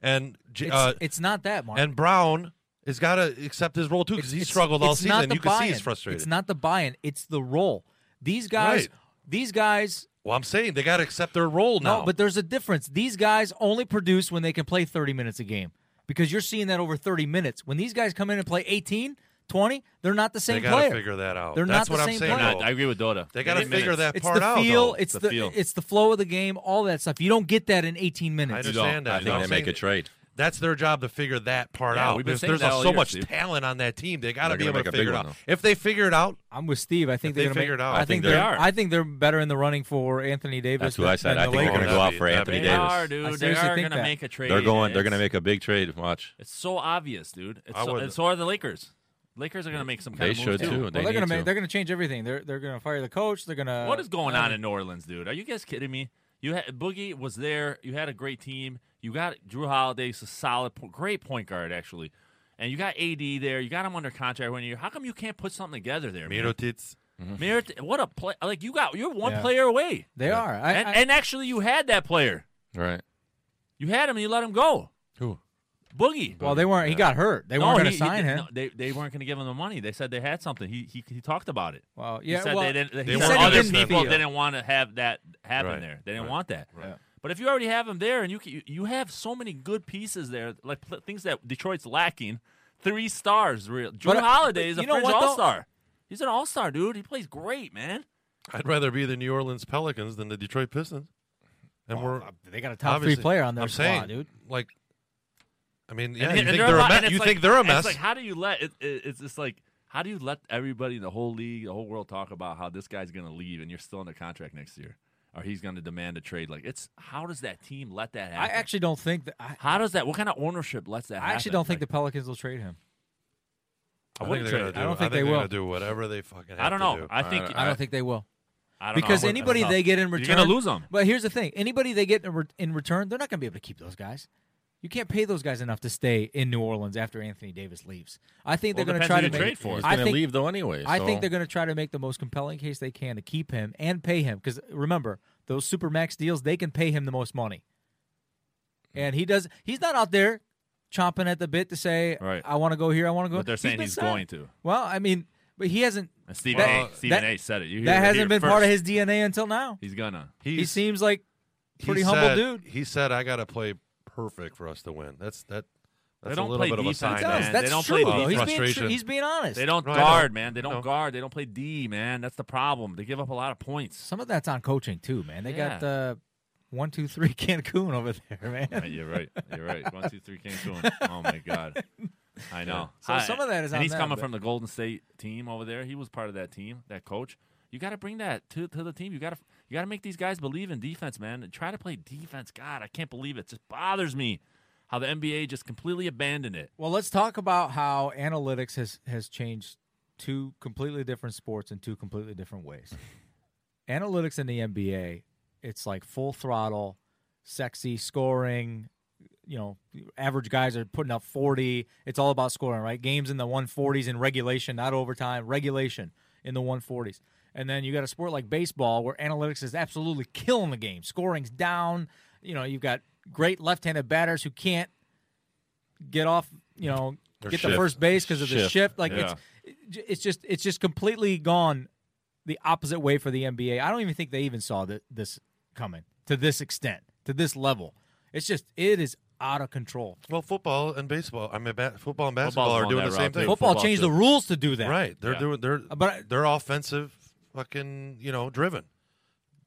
E: And J-
B: It's,
E: uh,
B: it's not that, Mark.
E: and Brown has got to accept his role too because he
B: It's-
E: struggled all
B: it's not
E: season.
B: the
E: You can see
B: buy-in.
E: he's frustrated.
B: It's not the buy-in. It's the role. These guys.
E: Right.
B: These guys.
E: well, I'm saying they got to accept their role now.
B: No, but there's a difference. These guys only produce when they can play 30 minutes a game because you're seeing that over 30 minutes. When these guys come in and play 18, 20, they're not the
E: they
B: same
E: got
B: player.
E: to figure that out.
B: They're
E: That's
B: not the
E: what I'm
B: same
E: saying.
B: player.
C: Nah,
E: though.
C: I agree with Dota.
E: They got to
C: Minutes.
E: figure that
B: it's
E: part
B: the
E: out.
B: feel.
E: though.
B: It's
C: It's
B: the,
C: the feel.
B: it's the flow of the game. All that stuff. You don't get that in 18
E: I
B: minutes.
E: understand that.
D: I think
E: No,
D: they
E: I'm
D: make a
E: saying
D: trade.
E: That's their job to figure that part
C: Yeah,
E: out.
C: we've been
E: There's-
C: saying
E: there's
C: that
E: a-
C: all
E: so
C: year,
E: much
C: Steve.
E: talent on that team. They got
D: They're
E: to be able
D: gonna make
E: to
D: a
E: figure
D: bigger
E: it
D: one,
E: out. If they figure it out,
B: I'm with Steve. I think
E: If they
B: are gonna
E: figure
B: make,
E: it
B: I,
E: out, I
B: think,
D: think
B: they're.
C: they are.
B: I think they're better in the running for Anthony Davis.
D: That's what
B: than-
D: I said.
B: than
D: I
B: the
D: think they're
E: Lakers.
D: going to go out for
E: That'd
D: Anthony
E: be-
C: They
E: Davis.
C: are,
B: I
C: dude. They
B: seriously
C: are
B: think
C: going to
B: that.
C: make a trade.
D: They're going. They're
C: It's-
D: going to make a big trade. Watch.
C: It's so obvious, dude. It's
E: I
C: so,
E: wouldn't-
C: and so are the Lakers. Lakers are going to make some kind
D: They
C: of move
D: should too.
C: too.
D: They
B: Well, they're
D: need
B: gonna
D: to.
B: make, they're gonna change everything. They're they're gonna fire the coach. They're gonna
C: What is going
B: Uh,
C: on in New Orleans, dude? Are you guys kidding me? You had Boogie was there. You had a great team. You got Drew Holiday, who's a solid, po- great point guard actually, and you got AD there. You got him under contract one year. How come you can't put something together there? man?
E: Mirotic.
C: Merit, what a play! Like you got, you're one
B: Yeah.
C: player away,
B: They are. I,
C: and,
B: I-
C: and actually you had that player.
D: Right.
C: You had him, and you let him go.
E: Who?
C: Boogie.
B: well, they weren't. He got hurt. They
C: No,
B: weren't gonna
C: he- he
B: sign
C: did-
B: him.
C: no, they they weren't going to give him the money. They said they had something. He he, he talked about it.
B: well, yeah.
C: he said
B: well,
C: they didn't. He
E: they
C: said
E: weren't
C: other
E: interested.
C: people
B: feel.
C: didn't want to have that happen
E: Right,
C: there. They didn't
E: right,
C: want that.
B: Yeah.
C: But if you already have him there, and you can, you- you have so many good pieces there, like pl- things that Detroit's lacking, three stars. Real Drew
B: But, uh,
C: Holiday is
B: but
C: a
B: you know
C: fringe
B: what, though?
C: all star. He's an all star, dude. He plays great, man.
E: I'd rather be the New Orleans Pelicans than the Detroit Pistons. And we're
C: uh,
B: They got a top three
E: obviously-
B: player on their
E: I'm
B: squad,
E: saying,
B: dude.
E: Like, I mean, yeah,
C: And- and
E: you think
C: they're
E: they're a
C: lot- and
E: mess.
C: it's
E: You
C: like-
E: think they're a
C: and
E: mess?
C: It's like how do you let it, it- It's just like how do you let everybody in the whole league, the whole world talk about how this guy's going to leave, and you're still under contract next year, or he's going to demand a trade? Like it's how does that team let that
B: I
C: happen?
B: actually don't think that. I,
C: how does that? What kind of ownership lets that?
B: I actually
C: happen?
B: don't think
C: Like,
B: the Pelicans will trade him.
E: I
C: wouldn't
E: think they're
C: trade.
E: gonna do.
B: I don't think they
E: they're
B: will.
E: gonna do whatever they fucking. Have
C: I don't
E: to
C: know.
E: do.
C: I think
B: I don't think they will
C: I don't know.
B: because
C: That's
B: anybody
C: tough.
B: they get in return,
C: you're going to lose them.
B: But here's the thing: anybody they get in, re- in return, they're not going to be able to keep those guys. You can't pay those guys enough to stay in New Orleans after Anthony Davis leaves. I think
C: Well,
B: they're going to
C: depends
B: try
C: who
B: to make,
C: you trade for.
D: He's
B: I
D: going to
B: think
D: leave though anyway.
B: I
D: so-
B: think they're going to try to make the most compelling case they can to keep him and pay him because remember those supermax deals they can pay him the most money,
C: Hmm.
B: and he does. He's not out there chomping at the bit to say,
C: Right.
B: "I want to go here, I want to go."
C: But they're saying
B: been
C: he's
B: signed.
C: going to.
B: Well, I mean, but he hasn't.
C: And Stephen
B: That-
C: A. Stephen
B: that-
C: A. said it. You hear
B: that
C: it
B: hasn't
C: here
B: been part of his
C: first.
B: DNA until now.
C: He's gonna.
B: He
E: He's
B: seems like
E: he
B: pretty humble
E: said-
B: dude.
E: He said, "I got to play perfect for us to win." That's that. That's
C: don't
E: a little
C: play
E: bit of a
C: defense,
E: sign.
C: man.
E: that-
C: They
B: That's
C: don't play
B: true. Though.
C: defense.
B: He's being tr-
E: Frustration.
B: he's being honest.
C: They don't
E: No, I know.
C: guard, man. They don't
E: No.
C: guard. They don't play D, man. That's the problem. They give up a lot of points.
B: Some of that's on coaching too, man. They got
C: Yeah.
B: uh, one, two, three (laughs) Cancun over there, man.
C: Yeah, you're (laughs) right. You're right. One, two, three, came to him. (laughs) Oh my god. I know.
B: So
C: I-
B: some of that is
C: and
B: on
C: he's
B: them,
C: coming
B: but-
C: from the Golden State team over there. He was part of that team, that coach. You got to bring that to, to the team. You got to you got to make these guys believe in defense, man. And try to play defense. God, I can't believe it. It just bothers me how the NBA just completely abandoned it.
B: Well, let's talk about how analytics has has changed two completely different sports in two completely different ways. analytics in the NBA, it's like full throttle, sexy scoring. You know, average guys are putting up 40. It's all about scoring, right? Games in the 140s in regulation, not overtime, regulation in the 140s. And then you got a sport like baseball where analytics is absolutely killing the game. Scoring's down. You know, you've got great left-handed batters who can't get off, you know,
D: Their
B: get
D: shift.
B: the first base because of the
D: Shift.
B: shift. Like it's it's just it's just completely gone the opposite way for the NBA. I don't even think they even saw th- this coming to this extent, to this level. It's just it is out of control.
E: Well, football and baseball. I mean, ba- football and basketball
C: Football's
E: are
C: on
E: doing
C: that
E: the same
C: route, too.
E: thing.
B: Football,
C: football
B: changed
C: too.
B: the rules to do that.
E: Right. They're
C: Yeah.
E: doing they're
B: But I-
E: they're offensive fucking, you know, driven.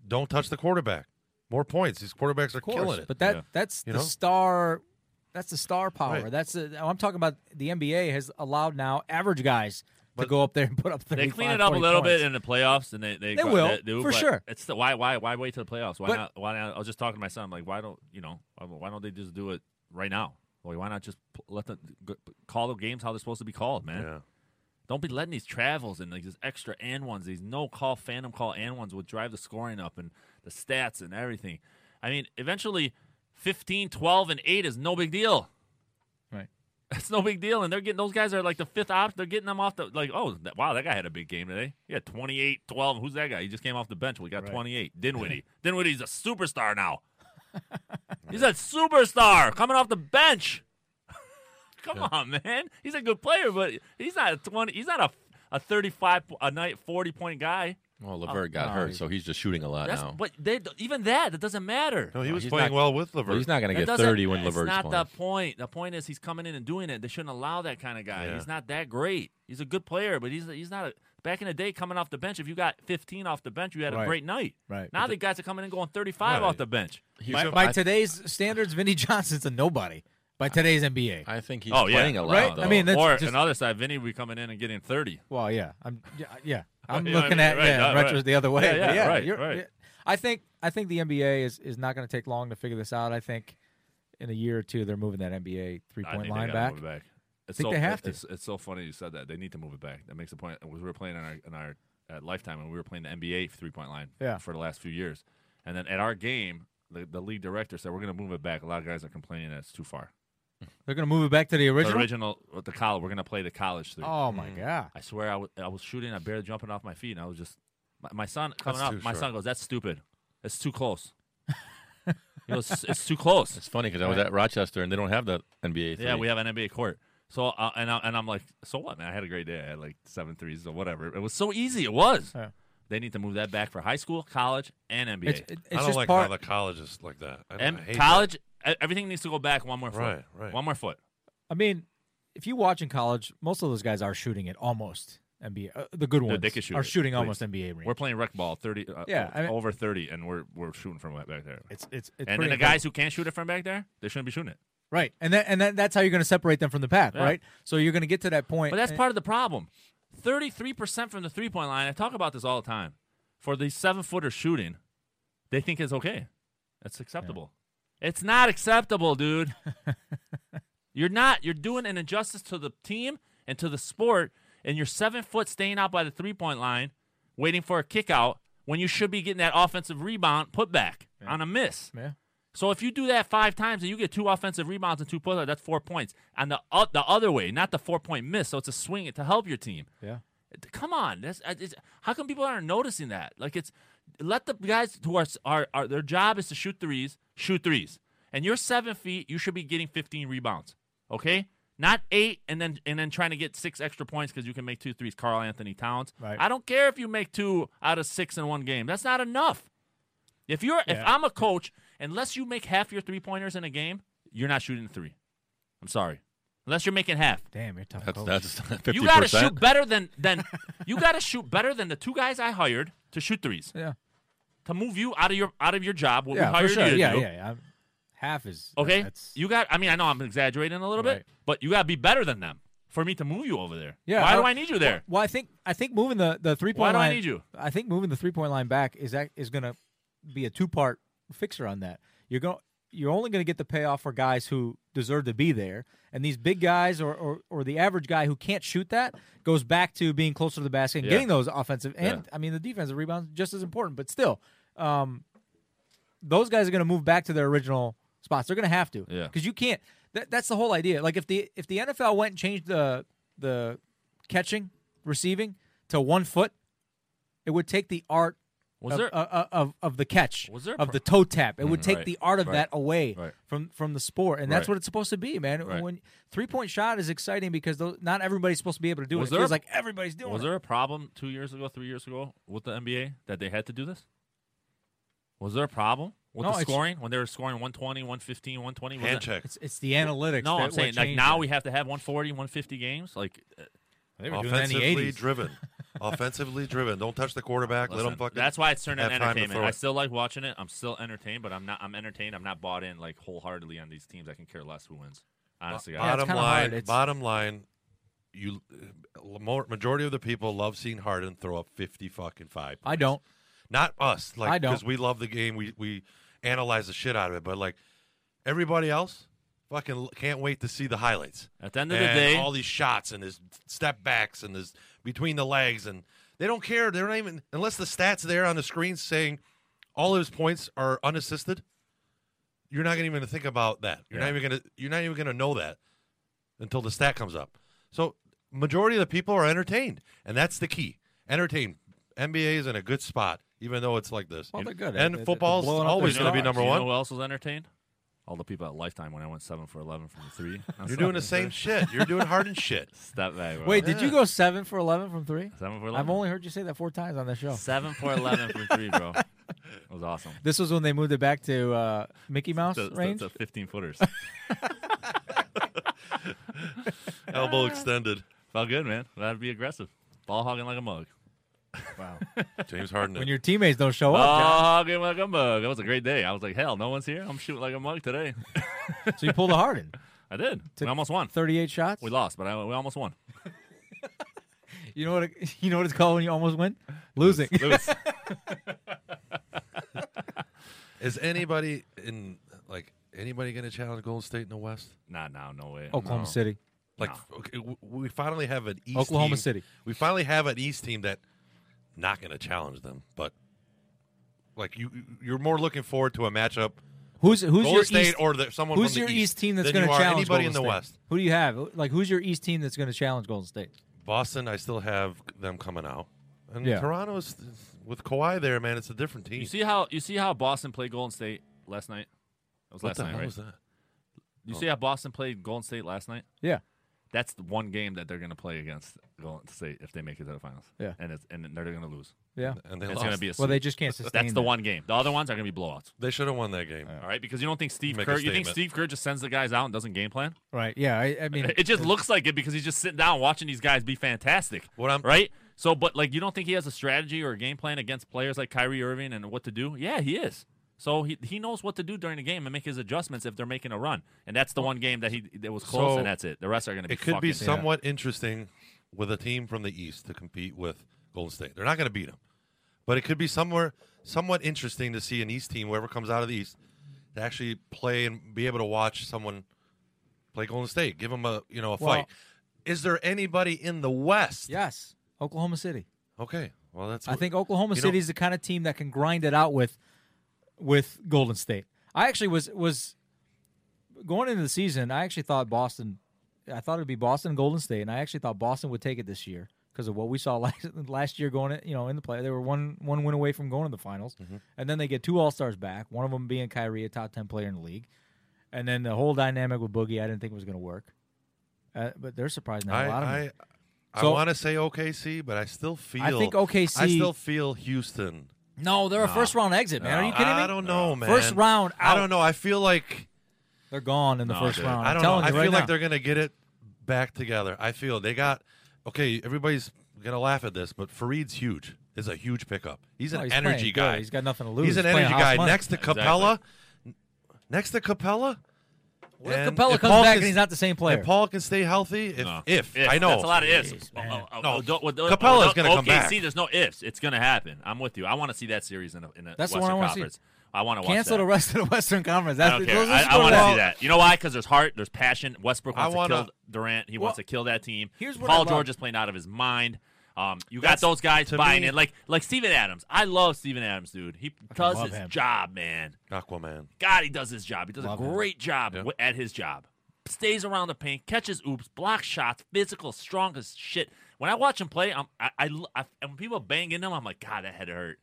E: Don't touch the quarterback. More points. These quarterbacks are
B: Of course.
E: killing it.
B: But that
C: Yeah.
B: that's
E: You
B: the
E: know?
B: star that's the star power.
E: Right.
B: That's the I'm talking about the NBA has allowed now average guys to go up there and put up 35
C: They clean it up a
B: 40
C: little
B: points.
C: bit in the playoffs, and they they,
B: They will,
C: do,
B: for
C: but
B: sure.
C: It's the, why why why wait to the playoffs? Why
B: But-
C: not? Why not? I was just talking to my son. Like, why don't you know? why- Why don't they just do it right now? Like, why not just p- let them g- p- call the games how they're supposed to be called, man?
E: yeah.
C: Don't be letting these travels and like these extra and ones, these no call phantom call and ones would drive the scoring up and the stats and everything. I mean, eventually 15, 12 and 8 is no big deal.
B: Right.
C: It's no big deal, and they're getting those guys are like the fifth option. They're getting them off the like. Oh, that, wow, that guy had a big game today. He had 28, 12. Who's that guy? He just came off the bench. We got 28. Dinwiddie. Dinwiddie's a superstar now. He's a superstar coming off the bench. (laughs) Come on, man. He's a good player, but he's not a 20. He's not a a 35 po- a night 40 point guy.
D: Well, Levert got hurt, so he's just shooting a lot
C: Oh, That's
D: now.
C: but they, even that that doesn't matter.
E: No, he
D: No,
E: was
D: he's
E: playing
D: not-
E: well with Levert.
D: Well, he's not going to
C: That
D: get
C: doesn't-
D: 30 when Levert's
C: That's not
D: playing.
C: the point. The point is he's coming in and doing it. They shouldn't allow that kind of guy.
E: Yeah.
C: He's not that great. He's a good player, but he's he's not a. Back in the day, coming off the bench, if you got 15 off the bench, you had a
B: Right.
C: great night.
B: Right.
C: Now
B: But
C: the guys are coming in going 35
E: Right.
C: off the bench.
B: By, by today's standards, Vinny Johnson's a nobody. By today's NBA.
D: I think he's
C: Oh, yeah.
D: playing a lot.
B: Right?
D: Though.
B: I mean, that's
C: or
B: just-
C: another side, Vinny would be coming in and getting 30.
B: Well, yeah, I'm yeah,
C: (laughs)
B: yeah. I'm
C: Yeah,
B: looking
C: I
B: at
C: mean, right,
B: yeah,
C: yeah,
B: retros
C: right.
B: the other way.
C: Yeah,
B: but
C: yeah, right,
B: you're-
C: right.
B: yeah. I think I think the NBA is is not going to take long to figure this out. I think in a year or two they're moving that NBA three
C: I
B: point
C: think
B: line
C: they gotta
B: back.
C: Move it back. It's
B: Think
C: so,
B: they have to.
C: It's, it's so funny you said that. They need to move it back. That makes a point. We were playing in our, in our at lifetime, and we were playing the NBA three point line
B: Yeah.
C: for the last few years. And then at our game, the, the league director said we're going to move it back. A lot of guys are complaining that it's too far.
B: They're going to move it back to the
C: The
B: original.
C: original, Mm-hmm. with the college. We're going to play the college three.
B: Oh my god!
C: I swear, I was, I was shooting. I barely jumping off my feet, and I was just my, my son coming
E: That's
C: up.
E: too
C: My
E: short.
C: son goes, "That's stupid. It's too close. (laughs) He goes, it's, it's too close."
D: It's funny because I was at Rochester and they don't have the NBA.
C: Yeah,
D: three.
C: we have an NBA court. So uh, and I, and I'm like, so what, man? I had a great day. I had like seven threes or whatever. It was so easy. It was.
B: Yeah.
C: They need to move that back for high school, college, and NBA.
B: It's, it-
E: I
B: it's
E: don't
B: just
E: like
B: part.
E: how the college is like that. I,
C: and
E: I hate
C: college, e- everything needs to go back one more foot.
E: Right, right.
C: One more foot.
B: I mean, if you watch in college, most of those guys are shooting it almost NBA. Uh, the good ones
C: they can shoot
B: are
C: it,
B: shooting
C: please.
B: almost NBA range.
C: We're playing rec ball, thirty. Uh,
B: Yeah, I mean-
C: over thirty, and we're we're shooting from back there.
B: it's it's it's pretty
C: and then the
B: incredible.
C: guys who can't shoot it from back there, they shouldn't be shooting it.
B: right, and that, and that, that's how you're going to separate them from the pack,
C: Yeah.
B: right? So you're going to get to that point. eh,
C: But that's
B: and-
C: part of the problem. Thirty-three percent from the three-point line. I talk about this all the time. For the seven-footer shooting, they think it's okay. It's acceptable. It's not acceptable, dude. (laughs) you're not. You're doing an injustice to the team and to the sport. And you're seven foot staying out by the three-point line, waiting for a kick out when you should be getting that offensive rebound put back on a miss.
B: Yeah.
C: So if you do that five times and you get two offensive rebounds and two putouts, that's four points. And the uh, the other way, not the four point miss. So it's a swing to help your team.
B: Yeah.
C: Come on, that's uh, it's, how come people aren't noticing that? Like it's let the guys who are, s- are are their job is to shoot threes, shoot threes. And you're seven feet, you should be getting 15 rebounds. Okay, not eight, and then and then trying to get six extra points because you can make two threes. Carl Anthony Towns.
B: Right.
C: I don't care if you make two out of six in one game. That's not enough. If you're if I'm a coach, unless you make half your three pointers in a game, you're not shooting three. I'm sorry. Unless you're making half.
B: Damn, you're tough.
D: That's
B: coach.
D: that's fifty
C: Oh, You gotta
D: percent.
C: shoot better than than (laughs) you gotta shoot better than the two guys I hired to shoot threes.
B: yeah.
C: To move you out of your out of your job, what
B: yeah,
C: we
B: for
C: hired
B: sure.
C: you to
B: yeah,
C: do.
B: yeah, yeah. I'm- half is uh,
C: Okay?
B: That's,
C: You got I mean, I know I'm exaggerating a little
B: Right.
C: bit, but you gotta be better than them for me to move you over there.
B: yeah.
C: Why do I need you there?
B: Well, I think I think moving the the three point.
C: Why do I
B: line,
C: need you?
B: I think moving the three point line back is act- is going to be a two part fixer on that. You're going. You're only going to get the payoff for guys who deserve to be there, and these big guys or, or, or the average guy who can't shoot that goes back to being closer to the basket and
C: Yeah.
B: getting those offensive and
C: Yeah.
B: I mean the defensive rebounds just as important, but still, um, those guys are going to move back to their original spots. They're going to have to,
C: Yeah.
B: because you can't. That, that's the whole idea. Like if the if the NFL went and changed the the catching receiving to one foot, it would take the art
C: Was
B: of,
C: there-
B: uh, of of the catch
C: Was there
B: of
C: a pro- Mm-hmm.
B: the toe tap. It would take
C: right,
B: the art of
C: right,
B: that away
C: right.
B: from from the sport, and that's
C: Right.
B: what it's supposed to be, man.
C: Right.
B: When three point shot is exciting because those, not everybody's supposed to be able to do it.
C: Was
B: It
C: there
B: feels
C: a-
B: like everybody's doing
C: Was
B: it.
C: there a problem two years ago, three years ago with the NBA that they had to do this? Was there a problem with
B: No,
C: the
B: it's-
C: scoring when they were scoring 120, 115, 120?
E: that.
C: Was
E: Hand
C: it-
E: check.
B: It's it's the analytics.
C: No,
B: that
C: I'm
B: would
C: saying like
B: change
C: now
B: it.
C: we have to have 140, 150 games. Like, uh,
B: They were doing that in the
E: Offensively
B: 80s.
E: driven.
B: (laughs)
E: Offensively driven. Don't touch the quarterback. Let
C: listen,
E: him fucking.
C: that's why it's turned
E: have
C: into
E: time to
C: entertainment.
E: throw
C: I
E: it.
C: still like watching it. I'm still entertained, but I'm not. I'm entertained. I'm not bought in like wholeheartedly on these teams. I can care less who wins. Honestly,
B: Yeah, it's
E: bottom
B: kinda hard.
E: line.
B: It's-
E: Bottom line. You, uh, more, majority of the people love seeing Harden throw up fifty fucking five.
B: I don't.
E: Not us, like
B: I don't.
E: because we love the game. We we analyze the shit out of it, but like everybody else, fucking l- can't wait to see the highlights.
C: At the end of the
E: And
C: day-
E: all these shots and his step backs and his between the legs, and they don't care. They're not even unless the stats there on the screen saying all of his points are unassisted. You're not gonna even think about that. You're not even gonna. You're not even gonna know that. until the stat comes up. So majority of the people are entertained, and that's the key. Entertained. NBA is in a good spot, even though it's like this.
B: Well, they're good.
E: And
B: They- they-
E: football's
B: they're blowing up
E: always
B: their
E: going to be
B: stars.
E: number
C: You
E: one.
C: know who else was entertained? All the people at Lifetime when I went seven for eleven from the three.
E: You're doing the same shit. You're doing
B: (laughs)
E: Harden shit.
C: Step back. Bro.
B: Wait, did you go seven for eleven from three?
C: Oh, seven for 11
B: I've only heard you say that four times on this show.
C: seven for eleven from three, (laughs) bro. That was awesome.
B: This was when they moved it back to uh, Mickey Mouse
C: The, the,
B: range.
C: the fifteen footers.
E: Elbow extended.
C: Felt good, man. That'd be aggressive. Ball hogging like a mug.
B: Wow.
E: James Harden.
B: when your teammates don't show
C: Ball
B: up, John.
C: hogging like a mug. That was a great day. I was like, hell, no one's here. I'm shooting like a mug today.
B: so you pulled a Harden,
C: I did.
B: Took-
C: we almost won.
B: thirty-eight shots.
C: We lost, but I, we almost won.
B: You know what? it- (laughs) You know what it's called when you almost win? Losing.
C: Lewis,
E: Is anybody in like anybody going to challenge Golden State in the West?
C: nah, nah, no way.
B: (laughs) Oklahoma City.
E: Like okay, w- we finally have an East
B: Oklahoma
E: team-
B: City.
E: We finally have an East team that not going to challenge them, but like you you're more looking forward to a matchup
B: Who's who's
E: Golden
B: your
E: State
B: East,
E: or the, someone
B: who's
E: from
B: your
E: the
B: East, team that's
E: than
B: going
E: you
B: to
E: are
B: challenge
E: anybody
B: Golden
E: in the
B: State?
E: West.
B: Who do you have? Like who's your East team that's going to challenge Golden State?
E: Boston, I still have them coming out. And
B: Yeah.
E: Toronto's with Kawhi there, man, it's a different team.
C: You see how you see how Boston played Golden State last night. That was
E: what
C: last
E: the
C: night,
E: hell
C: right?
E: was that?
C: You see how Boston played Golden State last night.
B: Yeah.
C: That's the one game that they're going to play against Golden State if they make it to the finals.
B: Yeah.
C: and it's, and they're going to lose.
B: Yeah.
E: And they
C: it's
E: lost.
C: going to be a
B: Well, they
C: sweep.
B: just can't sustain.
C: That's the
B: that.
C: one game. The other ones are going to be blowouts.
E: they should have won that game.
C: All right, because you don't think Steve
E: Make a
C: Kerr. You think
E: statement.
C: Steve Kerr just sends the guys out and doesn't game plan?
B: Right. Yeah. I, I mean,
C: It just looks like it because he's just sitting down watching these guys be fantastic.
E: What I'm-
C: right. So, but like, you don't think he has a strategy or a game plan against players like Kyrie Irving and what to do? Yeah, he is. So he he knows what to do during the game and make his adjustments if they're making a run. And that's the one game that he that was close,
E: So,
C: and that's it. The rest are going to be.
E: it could be
C: fucking-
E: somewhat interesting with a team from the East to compete with Golden State. They're not going to beat them, but it could be somewhere somewhat interesting to see an East team, whoever comes out of the East, to actually play and be able to watch someone play Golden State, give them a you know a
B: Well-
E: fight. Is there anybody in the West?
B: yes. Oklahoma City.
E: Okay. Well, that's.
B: I think Oklahoma
E: you know-
B: City is the kind of team that can grind it out with with Golden State. I actually was was going into the season. I actually thought Boston. I thought it'd be Boston and Golden State, and I actually thought Boston would take it this year because of what we saw (laughs) last last year going. in- You know, in the play, they were one one win away from going to the finals,
E: Mm-hmm.
B: and then they get two All Stars back. One of them being Kyrie, a top ten player in the league, and then the whole dynamic with Boogie, I didn't think was going to work. Uh, but they're surprised now.
E: I
B: a lot of them.
E: I, I
B: So-
E: want to say OKC, but I still feel.
B: think
E: I
B: OKC
E: still feel Houston.
B: no, they're a first round exit, man. Are you kidding me?
E: I don't know, man.
B: First round
E: I
B: out.
E: don't know. I feel like.
B: They're gone in the
C: No,
B: first
C: dude.
B: round.
E: I
B: I'm
E: don't know.
B: telling
E: I
B: you
E: feel
B: right now.
E: like they're gonna get it back together. I feel they got okay. Everybody's gonna laugh at this, but Fareed's huge. Is a huge pickup. He's an
B: No, Oh, he's
E: energy
B: playing good.
E: guy.
B: He's got nothing to lose.
E: He's an
B: He's playing
E: energy
B: house
E: guy.
B: money.
E: Next to
C: Exactly.
E: Capella. n- Next to Capella.
B: What if
E: And
B: Capella
E: if
B: comes
E: Paul
B: back
E: can-
B: and he's not the same player?
E: If Paul can stay healthy, if
C: No.
E: if,
C: Ifs.
E: I know
C: Uh, that's a lot of ifs.
B: man.
C: Oh, oh, oh,
E: No,
C: don't- with-
E: Capella's
C: with-
E: gonna come
C: OKC,
E: back.
C: There's no ifs. It's going to happen. I'm with you. I want to see that series in a, in a
B: That's the
C: Western
B: one I wanna see.
C: Conference. I want to watch
B: Cancel
C: that.
B: the rest of the Western Conference.
C: I
B: That's
C: don't
B: the,
C: care.
B: those-
C: I,
B: those
C: I
B: are
C: want to
B: the-
C: see that. You know why? Because there's heart, there's passion. Westbrook
E: I
C: wants
E: wanna-
C: to kill Durant. He wants to kill that team.
B: here's what I
C: Paul
B: love.
C: George is playing out of his mind. Um, you got
E: That's-
C: those guys
E: to
C: buying
E: me-
C: in, like like Steven Adams. I love Steven Adams, dude. He does
B: love
C: his
B: him.
C: job, man.
E: Aquaman.
C: God, he does his job. He does
B: Love
C: a
B: him.
C: great job
E: Yeah.
C: w- at his job. Stays around the paint, catches oops, blocks shots, physical, strong as shit. When I watch him play, I'm, I, I, l- I- and when people bang into him, I'm like, God, that head
E: (laughs)
C: hurt.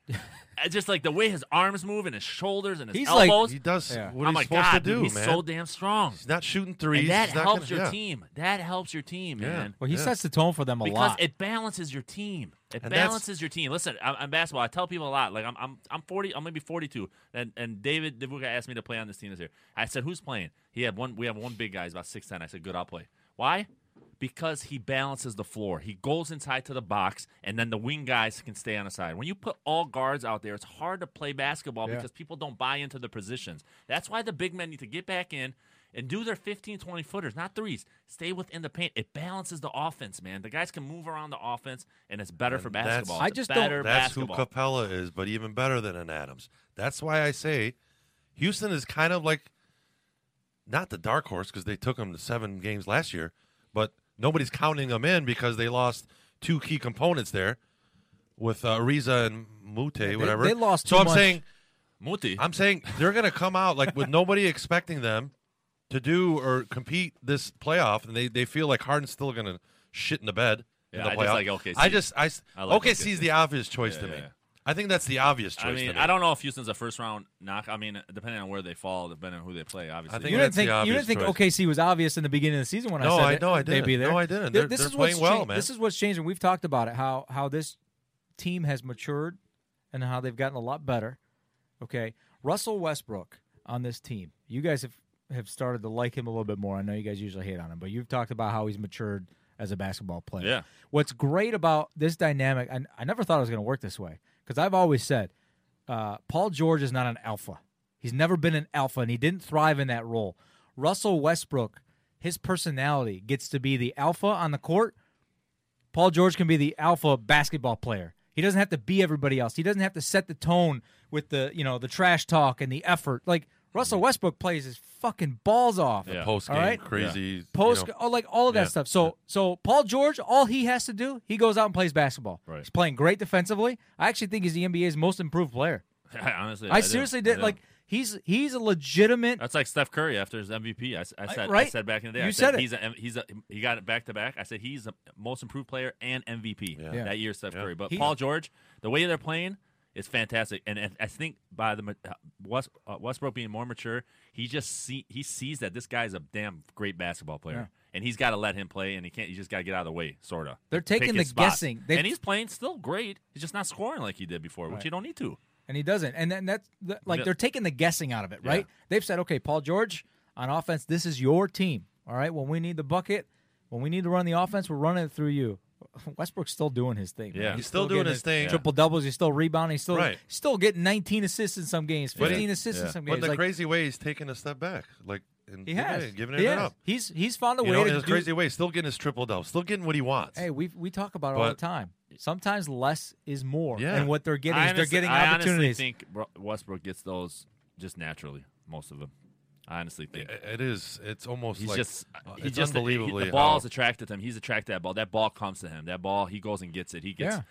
C: I just like the way his arms move and his shoulders and his
B: He's like-
C: elbows.
E: He does
B: Yeah.
E: what
C: I'm
E: he's
C: like,
E: supposed
C: Oh God,
E: to do,
C: dude, he's
E: man.
C: so damn strong.
E: he's not shooting threes.
C: And that
E: He's not
C: helps
E: gonna-
C: your
E: yeah.
C: team. That helps your team,
E: Yeah.
C: man.
B: Well, he
E: Yeah.
B: sets the tone for them a
C: Because
B: lot.
C: it balances your team. It
E: And that's-
C: balances your team. Listen, I'm, I'm basketball. I tell people a lot. Like I'm, I'm, I'm 40. I'm maybe 42. And and David Divuca asked me to play on this team this year. I said, who's playing? He had one. We have one big guy. He's about six ten. I said, good. I'll play. Why? Because he balances the floor. He goes inside to the box, and then the wing guys can stay on the side. When you put all guards out there, it's hard to play basketball
B: Yeah.
C: because people don't buy into the positions. That's why the big men need to get back in and do their 15, 20 footers, not threes. Stay within the paint. It balances the offense, man. The guys can move around the offense, and it's better for
E: that's-
C: basketball.
B: I
C: It's
B: just don't-
C: better
E: That's
C: basketball.
E: who Capella is, but even better than an Adams. That's why I say Houston is kind of like not the dark horse because they took them to seven games last year, but nobody's counting them in because they lost two key components there with uh, Ariza and Mute, whatever.
B: they lost
E: So
B: too
E: I'm
B: much.
E: saying
C: Muti.
E: I'm saying they're going to come out like with nobody (laughs) expecting them to do or compete this playoff, and they, they feel like Harden's still going to shit in the bed. in
C: Yeah,
E: the
C: I
E: playoff.
C: just like OKC.
E: I just I, s-
C: I like
E: OKC is
C: OKC.
E: the obvious choice to
C: Yeah,
E: me.
C: yeah.
E: I think that's the obvious choice.
C: I mean,
E: to me.
C: I don't know if Houston's a first round knock. I mean, depending on where they fall, depending on who they play, obviously.
E: think
B: You didn't
E: that's
B: think
E: the
B: you
E: obvious
B: didn't think
E: choice.
B: OKC was obvious in the beginning of the season when
E: No,
B: I
E: I-
B: said that
E: no, I didn't.
B: they'd be there.
E: No, I didn't.
B: Th-
E: They're-
B: this
E: they're
B: is what's
E: playing well,
B: changed-
E: man.
B: This is what's changed, and we've talked about it how how this team has matured and how they've gotten a lot better. Okay, Russell Westbrook on this team. You guys have have started to like him a little bit more. I know you guys usually hate on him, but you've talked about how he's matured as a basketball player.
C: Yeah.
B: What's great about this dynamic, and I never thought it was going to work this way because I've always said uh, Paul George is not an alpha. He's never been an alpha, and he didn't thrive in that role. Russell Westbrook, his personality gets to be the alpha on the court. Paul George can be the alpha basketball player. He doesn't have to be everybody else. He doesn't have to set the tone with the you know the trash talk and the effort. Like Russell Westbrook plays his fucking balls off.
C: Yeah.
E: post game
B: All right.
E: crazy you
B: Post
E: know.
B: oh, like all of that
E: Yeah.
B: stuff. So so Paul George, all he has to do, he goes out and plays basketball.
C: Right.
B: He's playing great defensively. I actually think he's the NBA's most improved player.
C: I (laughs) honestly,
B: I
C: do.
B: seriously
C: I
B: did
C: do.
B: like he's he's a legitimate
C: That's like Steph Curry after his MVP. I, s- I said, I
B: right?
C: said back in the day,
B: You
C: I
B: said it.
C: he's a, he's a, he got it back to back. I said he's the most improved player and MVP
B: Yeah.
C: that year, Steph Curry. But
B: He-
C: Paul George, the way they're playing is fantastic, and, and I think by the ma- uh, West, uh, Westbrook being more mature, he just see he sees that this guy's a damn great basketball player. And he's got to let him play, and he can't. You just got to get out of the way, sorta.
B: They're
C: Pick
B: taking
C: his
B: the
C: spots.
B: guessing. They-
C: and he's playing still great. He's just not scoring like he did before, which you don't need to.
B: and he doesn't. And then that's the, like
C: Yeah.
B: they're taking the guessing out of it,
C: Yeah.
B: right? They've said, okay, Paul George on offense, this is your team. All right, when we need the bucket, when we need to run the offense, we're running it through you. (laughs) Westbrook's still doing his thing. man.
C: Yeah.
E: He's still doing
B: getting
E: his thing.
B: Triple doubles. He's still rebounding. He's still
E: Right.
B: still getting 19 assists in some games,
E: But he-
B: 15 assists in
C: yeah.
B: some
E: But
B: games.
E: in the
B: like,
E: crazy way, he's taking a step back, like and
B: he
E: giving
B: has
E: it- giving
B: He
E: it
B: has.
E: up.
B: He's he's found a
E: You
B: way
E: know,
B: to
E: in a
B: do-
E: crazy way, still getting his triple double, still getting what he wants.
B: Hey, we we talk about it all the
E: But-
B: time. Sometimes less is more,
E: Yeah.
B: and what they're getting
C: I
B: is they're
C: honestly-
B: getting
C: I
B: opportunities.
C: honestly think Bro- Westbrook gets those just naturally, most of them. I honestly think
E: I- it is. It's almost
C: he's
E: like
C: just
E: uh,
C: he
E: it's
C: just
E: unbelievably
C: the ball's
E: how-
C: attracted to him. He's attracted to that ball. That ball comes to him. That ball he goes and gets it. He gets.
B: Yeah.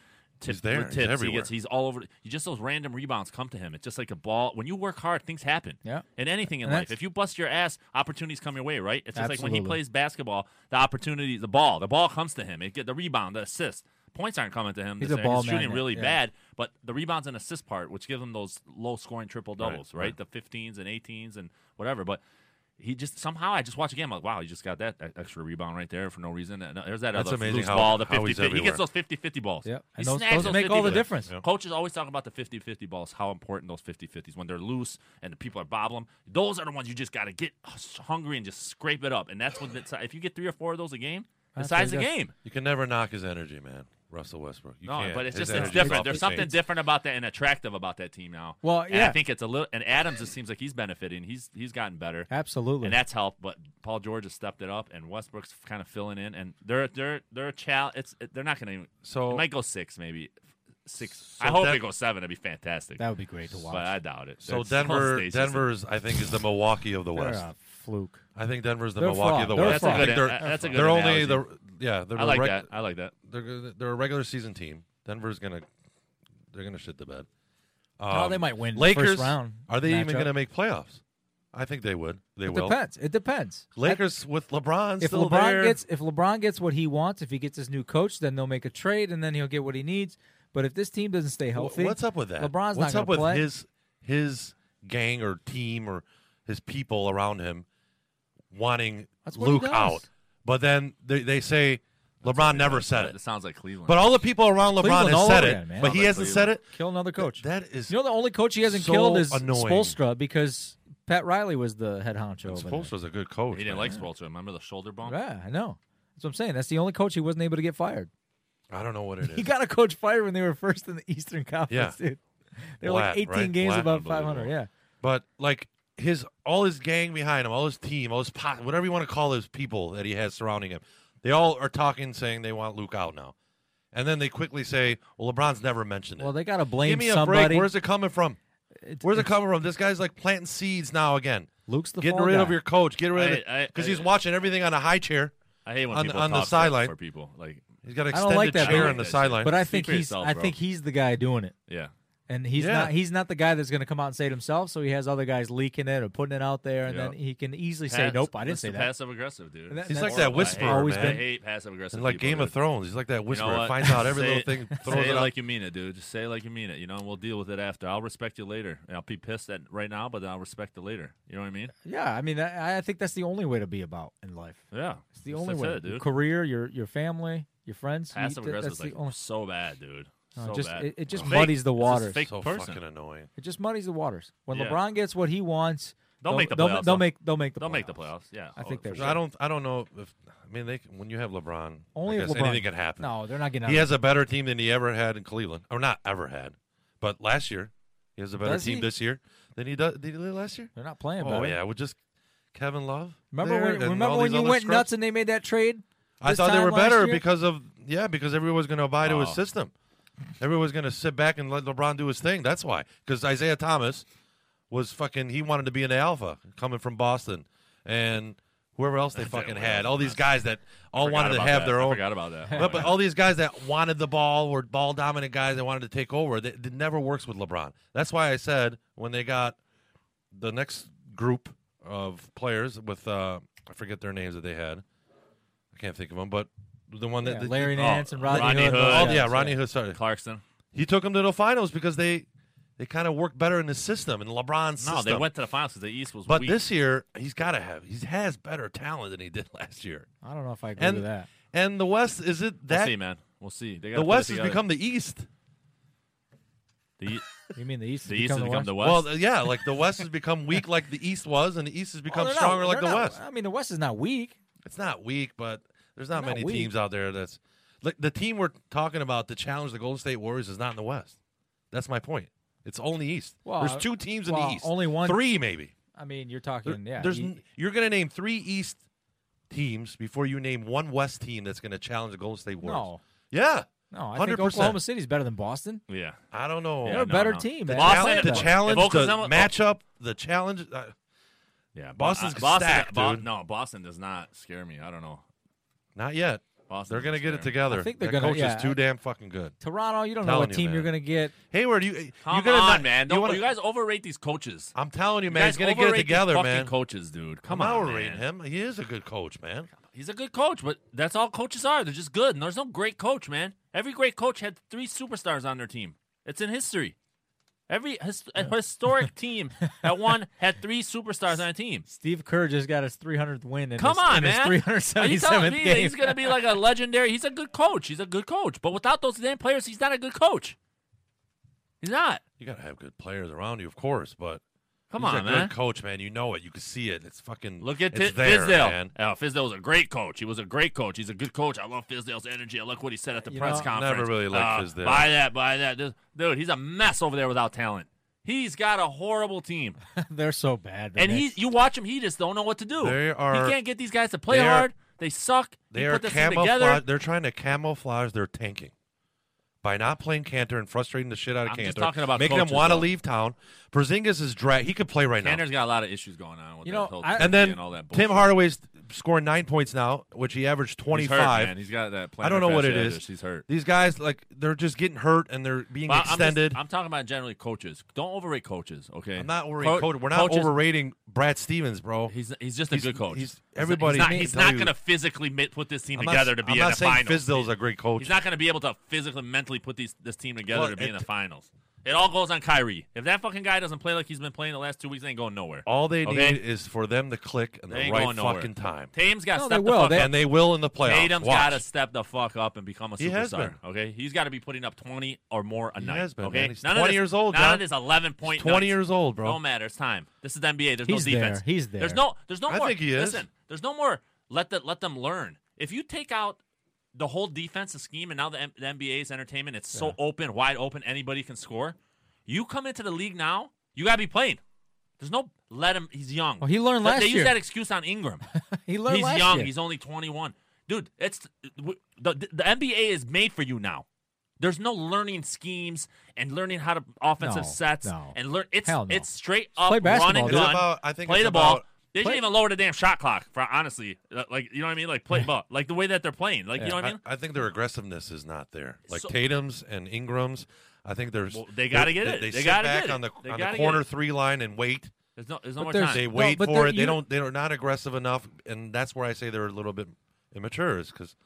C: Tips,
E: He's there.
C: with
E: He's
C: tips. he
E: everywhere.
C: gets, he's all over. You just those random rebounds come to him. It's just like a ball. When you work hard, things happen.
B: Yeah.
C: In anything in
B: And
C: life,
B: that's-
C: if you bust your ass, opportunities come your way, right? It's just like when he
B: Absolutely.
C: plays basketball, the opportunity, the ball, the ball comes to him. It get the rebound, the assist. Points aren't coming to him.
B: He's
C: this
B: a
C: year.
B: ball
C: He's shooting
B: magnet,
C: really
B: yeah.
C: bad bad, but the rebounds and assist part, which give him those low scoring triple doubles, right, The 15s and 18s and whatever. But he just somehow I just watch a game I'm like, wow, he just got that e- extra rebound right there for no reason. And uh, There's that
E: That's
C: other
E: amazing
C: loose
E: how-
C: ball, the
E: how
C: 50.
E: he's
C: He
E: everywhere.
C: gets those 50 50 balls.
B: Yep.
C: He
B: And those-
C: snags
B: those make all the
C: 50
B: difference.
C: Yeah. Coaches always talk about the 50 50 balls, how important those 50 50s when they're loose and the people are bobbling. Those are the ones you just got to get hungry and just scrape it up. And that's when it's, if you get three or four of those a game,
B: That's
C: decides the
B: what he does.
C: game.
E: You can never knock his energy, man. Russell Westbrook. You
C: No,
E: can't.
C: but it's
E: His
C: just it's
E: energy is
C: different.
E: off
C: There's
E: the
C: something
E: chain.
C: different about that and attractive about that team now.
B: Well,
C: and I
B: yeah.
C: think it's a little. And Adams, it seems like he's benefiting. He's he's gotten better,
B: Absolutely.
C: and that's helped. But Paul George has stepped it up, and Westbrook's kind of filling in. And they're they're they're a chal. It's they're not going to even.
E: So-
C: it might go six, maybe six.
E: So
C: I hope
E: that-
C: it goes seven. That'd be fantastic.
B: that would be great to watch.
C: but I doubt it.
E: So
C: It's still
E: Denver,
C: stages.
E: Denver's, I think, is the Milwaukee of the
B: They're
E: West.
B: a fluke.
E: I think Denver's the
B: They're
E: Milwaukee of the
B: fraud. They're
E: West.
B: fraud.
E: I think
C: That's a good-
E: they're,
C: that's a good
E: they're only the
C: analogy.
E: yeah. They're
C: I like
E: rec-
C: that. I like that.
E: They're they're a regular season team. Denver's gonna they're gonna shit the bed.
B: Oh,
E: Um,
B: they might win the
E: Lakers
B: first round
E: Are they even
B: matchup.
E: gonna make playoffs? I think they would. They
B: It
E: will.
B: depends. It depends.
E: Lakers with LeBron
B: if
E: still
B: LeBron
E: there.
B: gets if LeBron gets what he wants, if he gets his new coach, then they'll make a trade and then he'll get what he needs. But if this team doesn't stay
E: Wh-
B: healthy,
E: What's up with that?
B: LeBron's
E: What's
B: not going
E: up with
B: to play.
E: his his gang or team or his people around him wanting
B: That's what he
E: Luke
B: does.
E: out? But then they, they say LeBron never said
C: That
E: it.
C: sounds like Cleveland.
E: But all the people around LeBron
B: Cleveland all
E: has said
B: over
E: it,
B: again, man.
E: but
C: Sounds
E: he
C: like
E: hasn't said
C: Cleveland.
E: it.
B: kill another coach.
E: That is
B: you know the only coach he hasn't
E: so
B: killed is
E: annoying.
B: Spolstra because Pat Riley was the head honcho over there.
E: was a good coach.
C: he didn't
E: man.
C: like Spolster. Remember the shoulder bump?
B: Yeah, I know. That's what I'm saying. That's the only coach he wasn't able to get fired.
E: I don't know what it is.
B: He got a coach fired when they were first in the Eastern Conference, dude. They were
E: Blatt,
B: like 18
E: right?
B: games
E: Blatt,
B: above
E: unbelievable.
B: 500. Yeah.
E: but like his all his gang behind him, all his team, all his pot, whatever you want to call his people that he has surrounding him, they all are talking saying they want Luke out now, and then they quickly say, "Well, LeBron's never mentioned it."
B: Well, they got to blame
E: Give me
B: somebody.
E: a break. Where's it coming from?
B: It's-
E: Where's it
B: it's-
E: coming from? This guy's like planting seeds now again.
B: Luke's the
E: Getting
B: fall
E: rid
B: guy.
E: of your coach. Get rid of
C: I- I-
E: it because
C: I-
E: he's watching everything on a high chair.
C: I hate when
E: On-
C: people
E: on the
C: talk for-
E: sideline.
C: for people like
E: He's got an
B: I
E: extended
B: don't like that,
E: chair
B: though.
E: on the
C: Yeah,
E: sideline.
B: But I
C: Speak
B: think
C: for
B: he's
C: yourself,
B: I
C: bro.
B: think he's the guy doing it.
C: yeah.
B: And he's
E: Yeah.
B: not he's not the guy that's going to come out and say it himself. So he has other guys leaking it or putting it out there, and
C: Yeah.
B: then he can easily say, "Nope, I didn't say that."
C: Passive aggressive, dude.
B: And that-
E: He's
B: that's
E: like that
C: horrible. I hate-
E: whisperer,
B: always
E: man.
C: I
B: been-
C: hate passive aggressive.
E: It's like Game of Thrones. He's like that
C: You know
E: whisperer.
C: what?
E: Finds out
C: (laughs)
E: every
C: Say
E: little
C: it-
E: thing, throws
C: say
E: it
C: it
E: up.
C: like you mean it, dude. Just say it like you mean it, you know, and we'll deal with it after. I'll respect you later. And I'll be pissed at right now, but then I'll respect it later. You know what I mean?
B: yeah, I mean, I, I think that's the only way to be about in life.
C: Yeah.
B: It's the
C: That's-
B: only
C: that's
B: way.
C: it,
B: Your
C: dude.
B: career, your your family, your friends. you-
C: Passive
B: th-
C: aggressive
B: that's
C: is
B: the
C: like
B: only.
C: so bad, dude.
B: No, it
C: so
B: just-
C: bad.
B: it- it just
C: Fake.
B: muddies the
C: This is
B: waters.
C: Fake
E: so
C: person.
E: fucking annoying.
B: It just muddies the waters. When
C: Yeah.
B: LeBron gets what he wants,
C: They'll make the
B: they'll,
C: playoffs,
B: They'll
C: though.
B: make they'll make the
C: They'll
B: playoffs.
C: make the playoffs. Yeah.
B: I think
C: Oh,
B: they're
C: for
B: sure.
E: I don't. I don't know if. I mean, they can- when you have LeBron,
B: Only
E: I
B: if
E: guess
B: LeBron-
E: anything can happen.
B: No, they're not getting. Out
E: he
B: of-
E: has a better team than he ever had in Cleveland, or not ever had, but last year he has a better
B: Does
E: team
B: he?
E: this year than he does. Did he do last year?
B: they're not playing.
E: Oh
B: better.
E: yeah, with just Kevin Love.
B: Remember
E: there
B: when,
E: and
B: remember
E: all
B: when
E: these
B: you
E: other
B: went
E: scrubs?
B: nuts and they made that trade?
E: I
B: this
E: thought they
B: time
E: were
B: last
E: better
B: year?
E: because of yeah, because everyone was going to abide to his
C: Oh.
E: system. Everyone was going to sit back and let LeBron do his thing. That's why, because Isaiah Thomas was fucking. He wanted to be an alpha coming from Boston, and whoever else
C: (laughs)
E: they fucking had. All these guys that all
C: Forgot
E: wanted to
C: about
E: have
C: that.
E: their
C: I
E: own.
C: forgot about that.
E: But, but all these guys that wanted the ball were ball dominant guys that wanted to take over. That that never works with LeBron. That's why I said when they got the next group of players with uh, I forget their names that they had. I can't think of them, but the one that
B: Yeah,
E: that-
B: Larry
E: oh,
B: Nance and Rodney,
C: Rodney
B: Hood.
C: Hood.
E: all-
C: Hood.
E: yeah, Rodney Hood. Sorry,
C: Clarkson.
E: he took them to the finals because they they kind of worked better in the system in LeBron's
C: No,
E: system.
C: they went to the finals because the East was
E: but
C: weak.
E: this year he's got to have he has better talent than he did (laughs) last year.
B: I don't know if I agree
E: And
B: with that.
E: and the West is it
C: we'll
E: that
C: see, man. We'll see. They gotta
E: the
C: put it
E: West has
C: together.
E: become the East.
C: the, E-
B: You mean the East?
C: the East has become the West.
E: Well, th- yeah, like the West has become (laughs) weak like the East was, and the East has become
B: they're not-
E: stronger like the
B: Oh, they're not-
E: West.
B: I mean, the West is not weak.
E: It's not weak, but there's
B: They're
E: not
B: not
E: many
B: weak.
E: teams out there that's like the team we're talking about to challenge the Golden State Warriors is not in the West. That's my point. It's only East.
B: Well,
E: there's two teams in
B: well,
E: the East.
B: only one-
E: Three maybe.
B: I mean, you're
E: There-
B: talking. Yeah,
E: there's
B: you-
E: n- you're going to name three East teams before you name one West team that's going to challenge the Golden State Warriors.
B: no,
E: Yeah.
B: no. I think
E: 100%.
B: Oklahoma City's better than Boston.
C: yeah.
E: I don't know.
C: Yeah,
B: They're a
C: no,
B: better
C: no.
B: team.
C: The
B: man.
C: Boston-
B: I like
E: The
B: that.
E: challenge,
C: If
E: the
C: Oklahoma-
E: matchup, the challenge. Uh,
C: Yeah, Bo-
E: Boston's
C: uh, Boston,
E: stacked,
C: Bo-
E: dude.
C: No, Boston does not scare me. I don't know.
E: not yet.
C: Boston
E: They're going to
C: doesn't
E: get it
C: scare me.
E: together.
B: I think they're
E: that
B: gonna-
E: coach
B: yeah,
E: is too
B: I-
E: damn fucking good.
B: Toronto, you don't know
E: Telling
B: what
E: you,
B: team you're
E: man.
B: going to get.
E: Hayward, you you're
C: Come
E: gonna
C: on,
E: not,
C: man!
E: You,
C: Don't,
E: wanna-
C: you guys overrate these coaches.
E: I'm telling you,
C: You
E: man,
C: guys
E: he's gonna get it
C: overrate these
E: together,
C: fucking
E: man.
C: coaches, dude. Come
E: I'm
C: on,
E: overrating
C: man.
E: him. He is a good coach, man.
C: He's a good coach, but that's all coaches are. They're just good, and there's no great coach, man. Every great coach had three superstars on their team. It's in history. Every his, a historic team that won had three superstars on their team.
B: Steve Kerr just got his 300th win. In
C: Come
B: his,
C: on,
B: in
C: man!
B: His
C: Are you
B: 377th
C: telling me
B: game.
C: that he's going to be like a legendary? He's a good coach. He's a good coach, but without those damn players, he's not a good coach. He's not.
E: You gotta have good players around you, of course, but
C: Come
E: he's
C: on,
E: a
C: man.
E: good coach, man. You know it. You can see it. It's fucking.
C: Look at
E: it's
C: Ti-
E: there,
C: Fizdale.
E: man.
C: Oh, Fizdale was a great coach. He was a great coach. He's a good coach. I love Fizdale's energy. I like what he said at the
B: You
C: press
B: know,
C: conference.
E: Never really liked
C: Uh,
E: Fizdale.
C: Buy that, buy that. This- Dude, he's a mess over there without talent. He's got a horrible team.
B: They're so bad. the
C: and
B: Knicks.
C: he you watch him, he just don't know what to do.
E: They are-
C: he can't get these guys to play
E: they are-
C: hard. they suck.
E: They
C: he
E: are
C: put this thing together.
E: camouflage. They're trying to camouflage their tanking by not playing Cantor and frustrating the shit out of
C: I'm
E: Cantor.
C: just talking about
E: making
C: coaches,
E: him want to
C: though.
E: leave town. Porzingis is drag. He could play right now.
C: Tanner's got a lot of issues going on with
B: You
C: that
B: know,
C: whole
B: I-
E: And
C: Turkey
E: then
C: and all that bullshit.
E: Tim Hardaway's scoring nine points now, which he averaged
C: He's
E: 25.
C: hurt, man. He's got that
E: I don't know
C: plantar
E: what it
C: fasciitis.
E: is.
C: He's hurt.
E: These guys, like, they're just getting hurt and they're being
C: But I'm just-
E: extended.
C: I'm, talking about generally coaches. Don't overrate coaches, okay?
E: I'm not overrating.
C: Co-
E: Cody. We're not
C: coaches-
E: overrating Brad Stevens, bro.
C: He's he's just a
E: He's-
C: good coach.
E: he's-
C: He's not-
E: everybody
C: He's not,
E: can
C: he's
E: tell
C: not
E: you-
C: going to physically ma- put this team
E: I'm not-
C: together to be
E: I'm
C: in
E: not
C: the
E: saying
C: finals.
E: Fizdale's a great coach.
C: He's not going to be able to physically, mentally put these this team together
E: Well,
C: to be in
E: it-
C: the finals. It all goes on Kyrie. If that fucking guy doesn't play like he's been playing the last two weeks, they ain't going nowhere.
E: All they
C: Okay.
E: need is for them to click in
C: they
E: the
C: ain't
E: right
C: going nowhere.
E: fucking time.
C: Tatum's got to
B: No, they
C: step the
B: will.
C: fuck
B: They-
C: up.
E: And they will in the playoffs.
C: Tatum's
E: Watch.
C: got to step the fuck up and become a superstar.
E: He has been.
C: Okay, he's got to be putting up twenty or more a
E: He
C: night.
E: has been,
C: okay,
E: man. He's
C: none
E: 20
C: of this,
E: years old,
C: None
E: John.
C: of this eleven point.
E: He's 20
C: nuts.
E: years old, bro.
C: Don't matter. It's time. This is the NBA. There's
B: He's
C: no defense.
B: there. He's there.
C: There's no. There's no
E: I
C: more.
E: think he is.
C: Listen. There's no more. Let the let them learn. If you take out the whole defensive scheme and now the, M- the NBA is entertainment, it's so open, wide open. Anybody can score. You come into the league now. You gotta be playing. There's no let him. He's young.
B: Well, he learned
C: They-
B: last
C: They
B: year.
C: use that excuse on
E: (laughs)
C: Ingram.
B: he learned
C: He's
B: last
C: young.
B: year.
C: He's only 21. Dude, it's the, the NBA is made for you now. There's no learning schemes and learning how to offensive
B: No,
C: sets
B: no.
C: and learn. It's
B: Hell no.
C: it's straight up
B: play
C: run
B: basketball,
C: and
B: dude.
C: gun.
E: About- I think
C: play
E: it's
C: the ball.
E: about-
C: they didn't even lower the damn shot clock. For honestly, Uh, like you know what I mean. Like play ball. Like the way that they're playing. Like you know what I
E: I,
C: mean.
E: I think their aggressiveness is not there. Like
C: So-
E: Tatum's and Ingram's, I think there's
C: Well, they gotta get
E: they-
C: it.
E: They,
C: They
E: sit
C: gotta
E: back
C: get it.
E: on the
C: They
E: on
C: gotta
E: the
C: get
E: corner
C: it.
E: three line and wait.
C: There's no, there's no
B: But
C: more
B: there's-
C: time.
E: They
B: No,
E: wait
B: but
E: for
B: they're-
E: it. They
B: you-
E: don't. They are not aggressive enough, and that's where I say they're a little bit immature, is because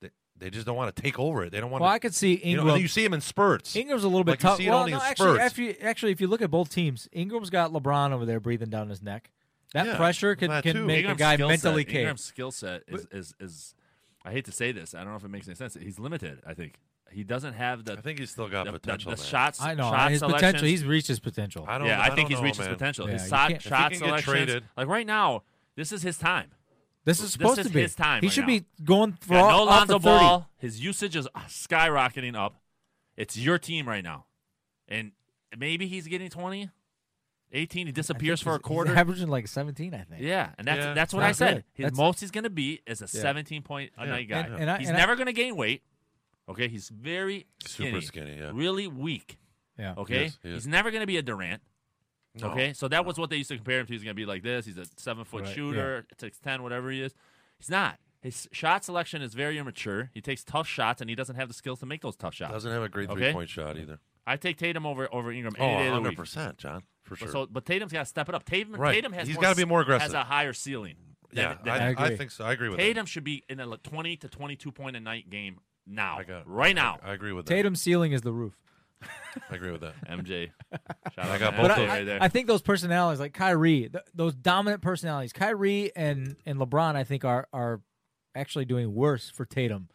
E: they, they just don't want to take over it. They don't want.
B: Well,
E: to,
B: I could see
E: you, know,
B: Ingram.
E: you see them in spurts.
B: Ingram's a little bit
E: Like, you
B: tough.
E: see it
B: well,
E: only
B: no,
E: in
B: actually,
E: spurts.
B: if you, actually, if you look at both teams, Ingram's got LeBron over there breathing down his neck. That
E: Yeah,
B: pressure can,
E: that
B: can
E: too.
B: make a
C: Ingram's
B: guy
C: skill
B: mentally
C: set,
B: cave.
C: Ingram's skill set is, is is I hate to say this. I don't know if it makes any sense. He's limited. I think he doesn't have the
E: I think he's still got
C: the, the-
E: potential.
C: The,
E: man.
C: shots,
B: I know
C: shot
B: his
C: selection. Uh,
B: potential. He's reached his potential.
E: I don't.
C: yeah, I, think
E: don't
C: he's
E: know,
C: reached
E: man.
C: his potential.
B: Yeah,
C: his
B: you
C: so-
B: can't- If he
C: shot
E: can get
C: selections,
E: traded-
C: like right now, this is his time.
B: This
C: This
B: is supposed
C: is
B: to be
C: his time
B: He
C: right
B: should
C: now.
B: be going for
C: Got
B: all,
C: no
B: all for
C: Lonzo
B: 30.
C: Ball. His usage is skyrocketing up. It's your team right now, and maybe he's getting 20, 18. He
B: I
C: disappears
B: think
C: for a
B: he's- he's (laughs)
C: quarter.
B: averaging like 17, I think.
C: Yeah, and that's
E: Yeah.
C: that's what
B: Not
C: I said.
B: good.
C: His
B: That's-
C: most he's going to be is a 17 point a night guy.
B: And- and I-
C: he's
B: and I-
C: never going to gain weight. Okay, he's very skinny,
E: Super skinny, yeah.
C: really weak.
B: Yeah.
C: Okay,
E: is, he is.
C: he's never going to be a Durant.
E: No.
C: Okay, so that was what they used to compare him to. He's going to be like this. He's a seven foot
B: Right,
C: shooter, six ten, whatever he is. He's not. His shot selection is very immature. He takes tough shots, and he doesn't have the skills to make those tough shots.
E: Doesn't have a great
C: Okay.
E: three point shot either.
C: I take Tatum over over Ingram
E: Oh,
C: any day of the
E: 100
C: week.
E: percent, John, for sure.
C: So, but Tatum's got to step it up. Tatum,
E: Right.
C: Tatum has
E: He's
C: got
E: gotta
C: to
E: be more aggressive.
C: Has a higher ceiling. than-
E: yeah,
C: than-
E: I,
B: I agree.
E: think so. I agree with that.
C: Tatum should be in a 20 to 22 point a night game now,
E: I got-
C: right now.
E: I agree with that.
B: Tatum's ceiling is the roof.
E: I agree with that. (laughs)
C: MJ, shout out
E: got
C: to
E: both
C: MJ
E: of-
C: right there.
B: I think those personalities, like Kyrie, th- those dominant personalities, Kyrie and, and LeBron, I think are are actually doing worse for Tatum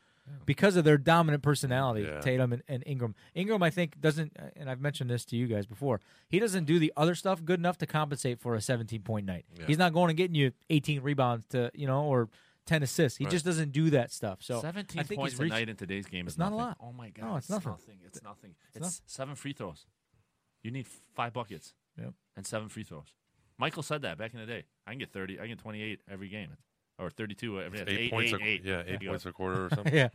B: because of their dominant personalities.
E: Yeah.
B: Tatum and, and Ingram. Ingram, I think, doesn't, uh, and I've mentioned this to you guys before. He doesn't do the other stuff good enough to compensate for a 17 point night. He's not going and getting you 18 rebounds to you know or 10 assists. He just doesn't do that stuff. So
C: 17
B: I think
C: points
B: he's reached,
C: a night in today's game
B: It's
C: is
B: not a
C: nothing.
B: lot.
C: Oh my god,
B: No, it's nothing.
C: It's nothing. It's,
B: nothing.
C: seven free throws. You need five buckets
B: Yep.
C: and seven free throws. Michael said that back in the day. I can get 30. I can get 28 every game, or 32 every.
E: It's
C: (laughs) Eight,
E: eight,
C: eight,
E: points.
C: eight,
E: a,
C: eight.
E: Yeah, eight
C: You go
E: points
C: (laughs)
E: a quarter or
B: (laughs)
E: something.
B: Yeah.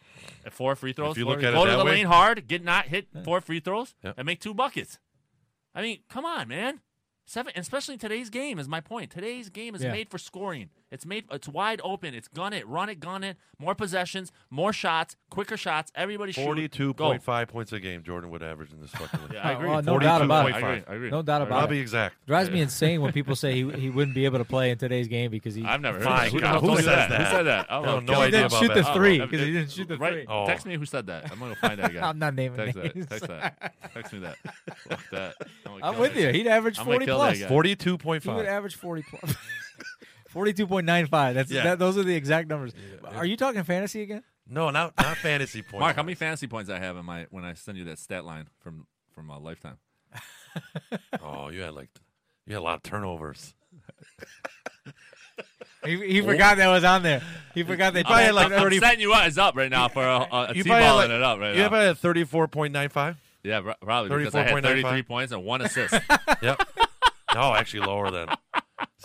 C: at four free throws.
E: If you
C: four-
E: look at it
C: go to
E: that
C: the
E: way-
C: lane hard, get not hit four free throws,
E: Yeah.
C: and make two buckets. I mean, come on, man. Seven, especially in today's game is my point. Today's game is
B: Yeah.
C: made for scoring. It's made. It's wide open. It's gun it, run it, gun it. More possessions, more shots, quicker shots. Everybody shoot.
E: Forty-two
C: Go.
E: point five points a game. Jordan would average in this fucking league.
C: Yeah, I agree.
B: Oh, no doubt about it.
C: I agree. I agree.
B: No doubt about
E: I'll
B: it.
E: be exact.
B: Drives me insane when people say he, he wouldn't be able to play in today's game because he
C: I've never heard
E: My
C: of that.
E: God,
C: Who,
E: who
C: told you
E: says
C: Who
E: that?
C: said that? I
E: No,
C: have
E: no
C: idea
E: idea
B: didn't
E: about
B: shoot the
E: that.
B: three
C: Oh,
B: because he didn't shoot the
C: right.
B: three.
E: Oh.
C: Text me who said that. I'm gonna go find that
B: (laughs)
C: guy.
B: I'm not naming
C: Text
B: names.
C: that. Text that. Text me that. Fuck that. gonna
B: I'm
C: kill
B: with
C: that
B: you.
C: guy.
B: He'd average
C: I'm gonna
B: 40
C: kill
B: plus.
C: that guy.
E: Forty-two point
B: He would
E: five.
B: average 40 plus. (laughs) 42.95. That's
E: Yeah.
B: that, those are the exact numbers. Are you talking fantasy again?
E: No, not not fantasy points.
C: Mark, how many fantasy points I have in my when I send you that stat line from from uh, Lifetime?
E: Oh, you had like you had a lot of turnovers.
B: He, he forgot that was on there. He forgot that.
E: probably had like
C: I'm
E: 30
C: setting you guys up right now for a, a, a
E: You probably had
C: T-balling
E: like-
C: it up right
E: You
C: now.
E: have a thirty-four point nine five.
C: yeah, pro- probably because I had
E: 34.95.
C: 33 points and one
E: (laughs)
C: assist.
E: Yep. no, actually lower than.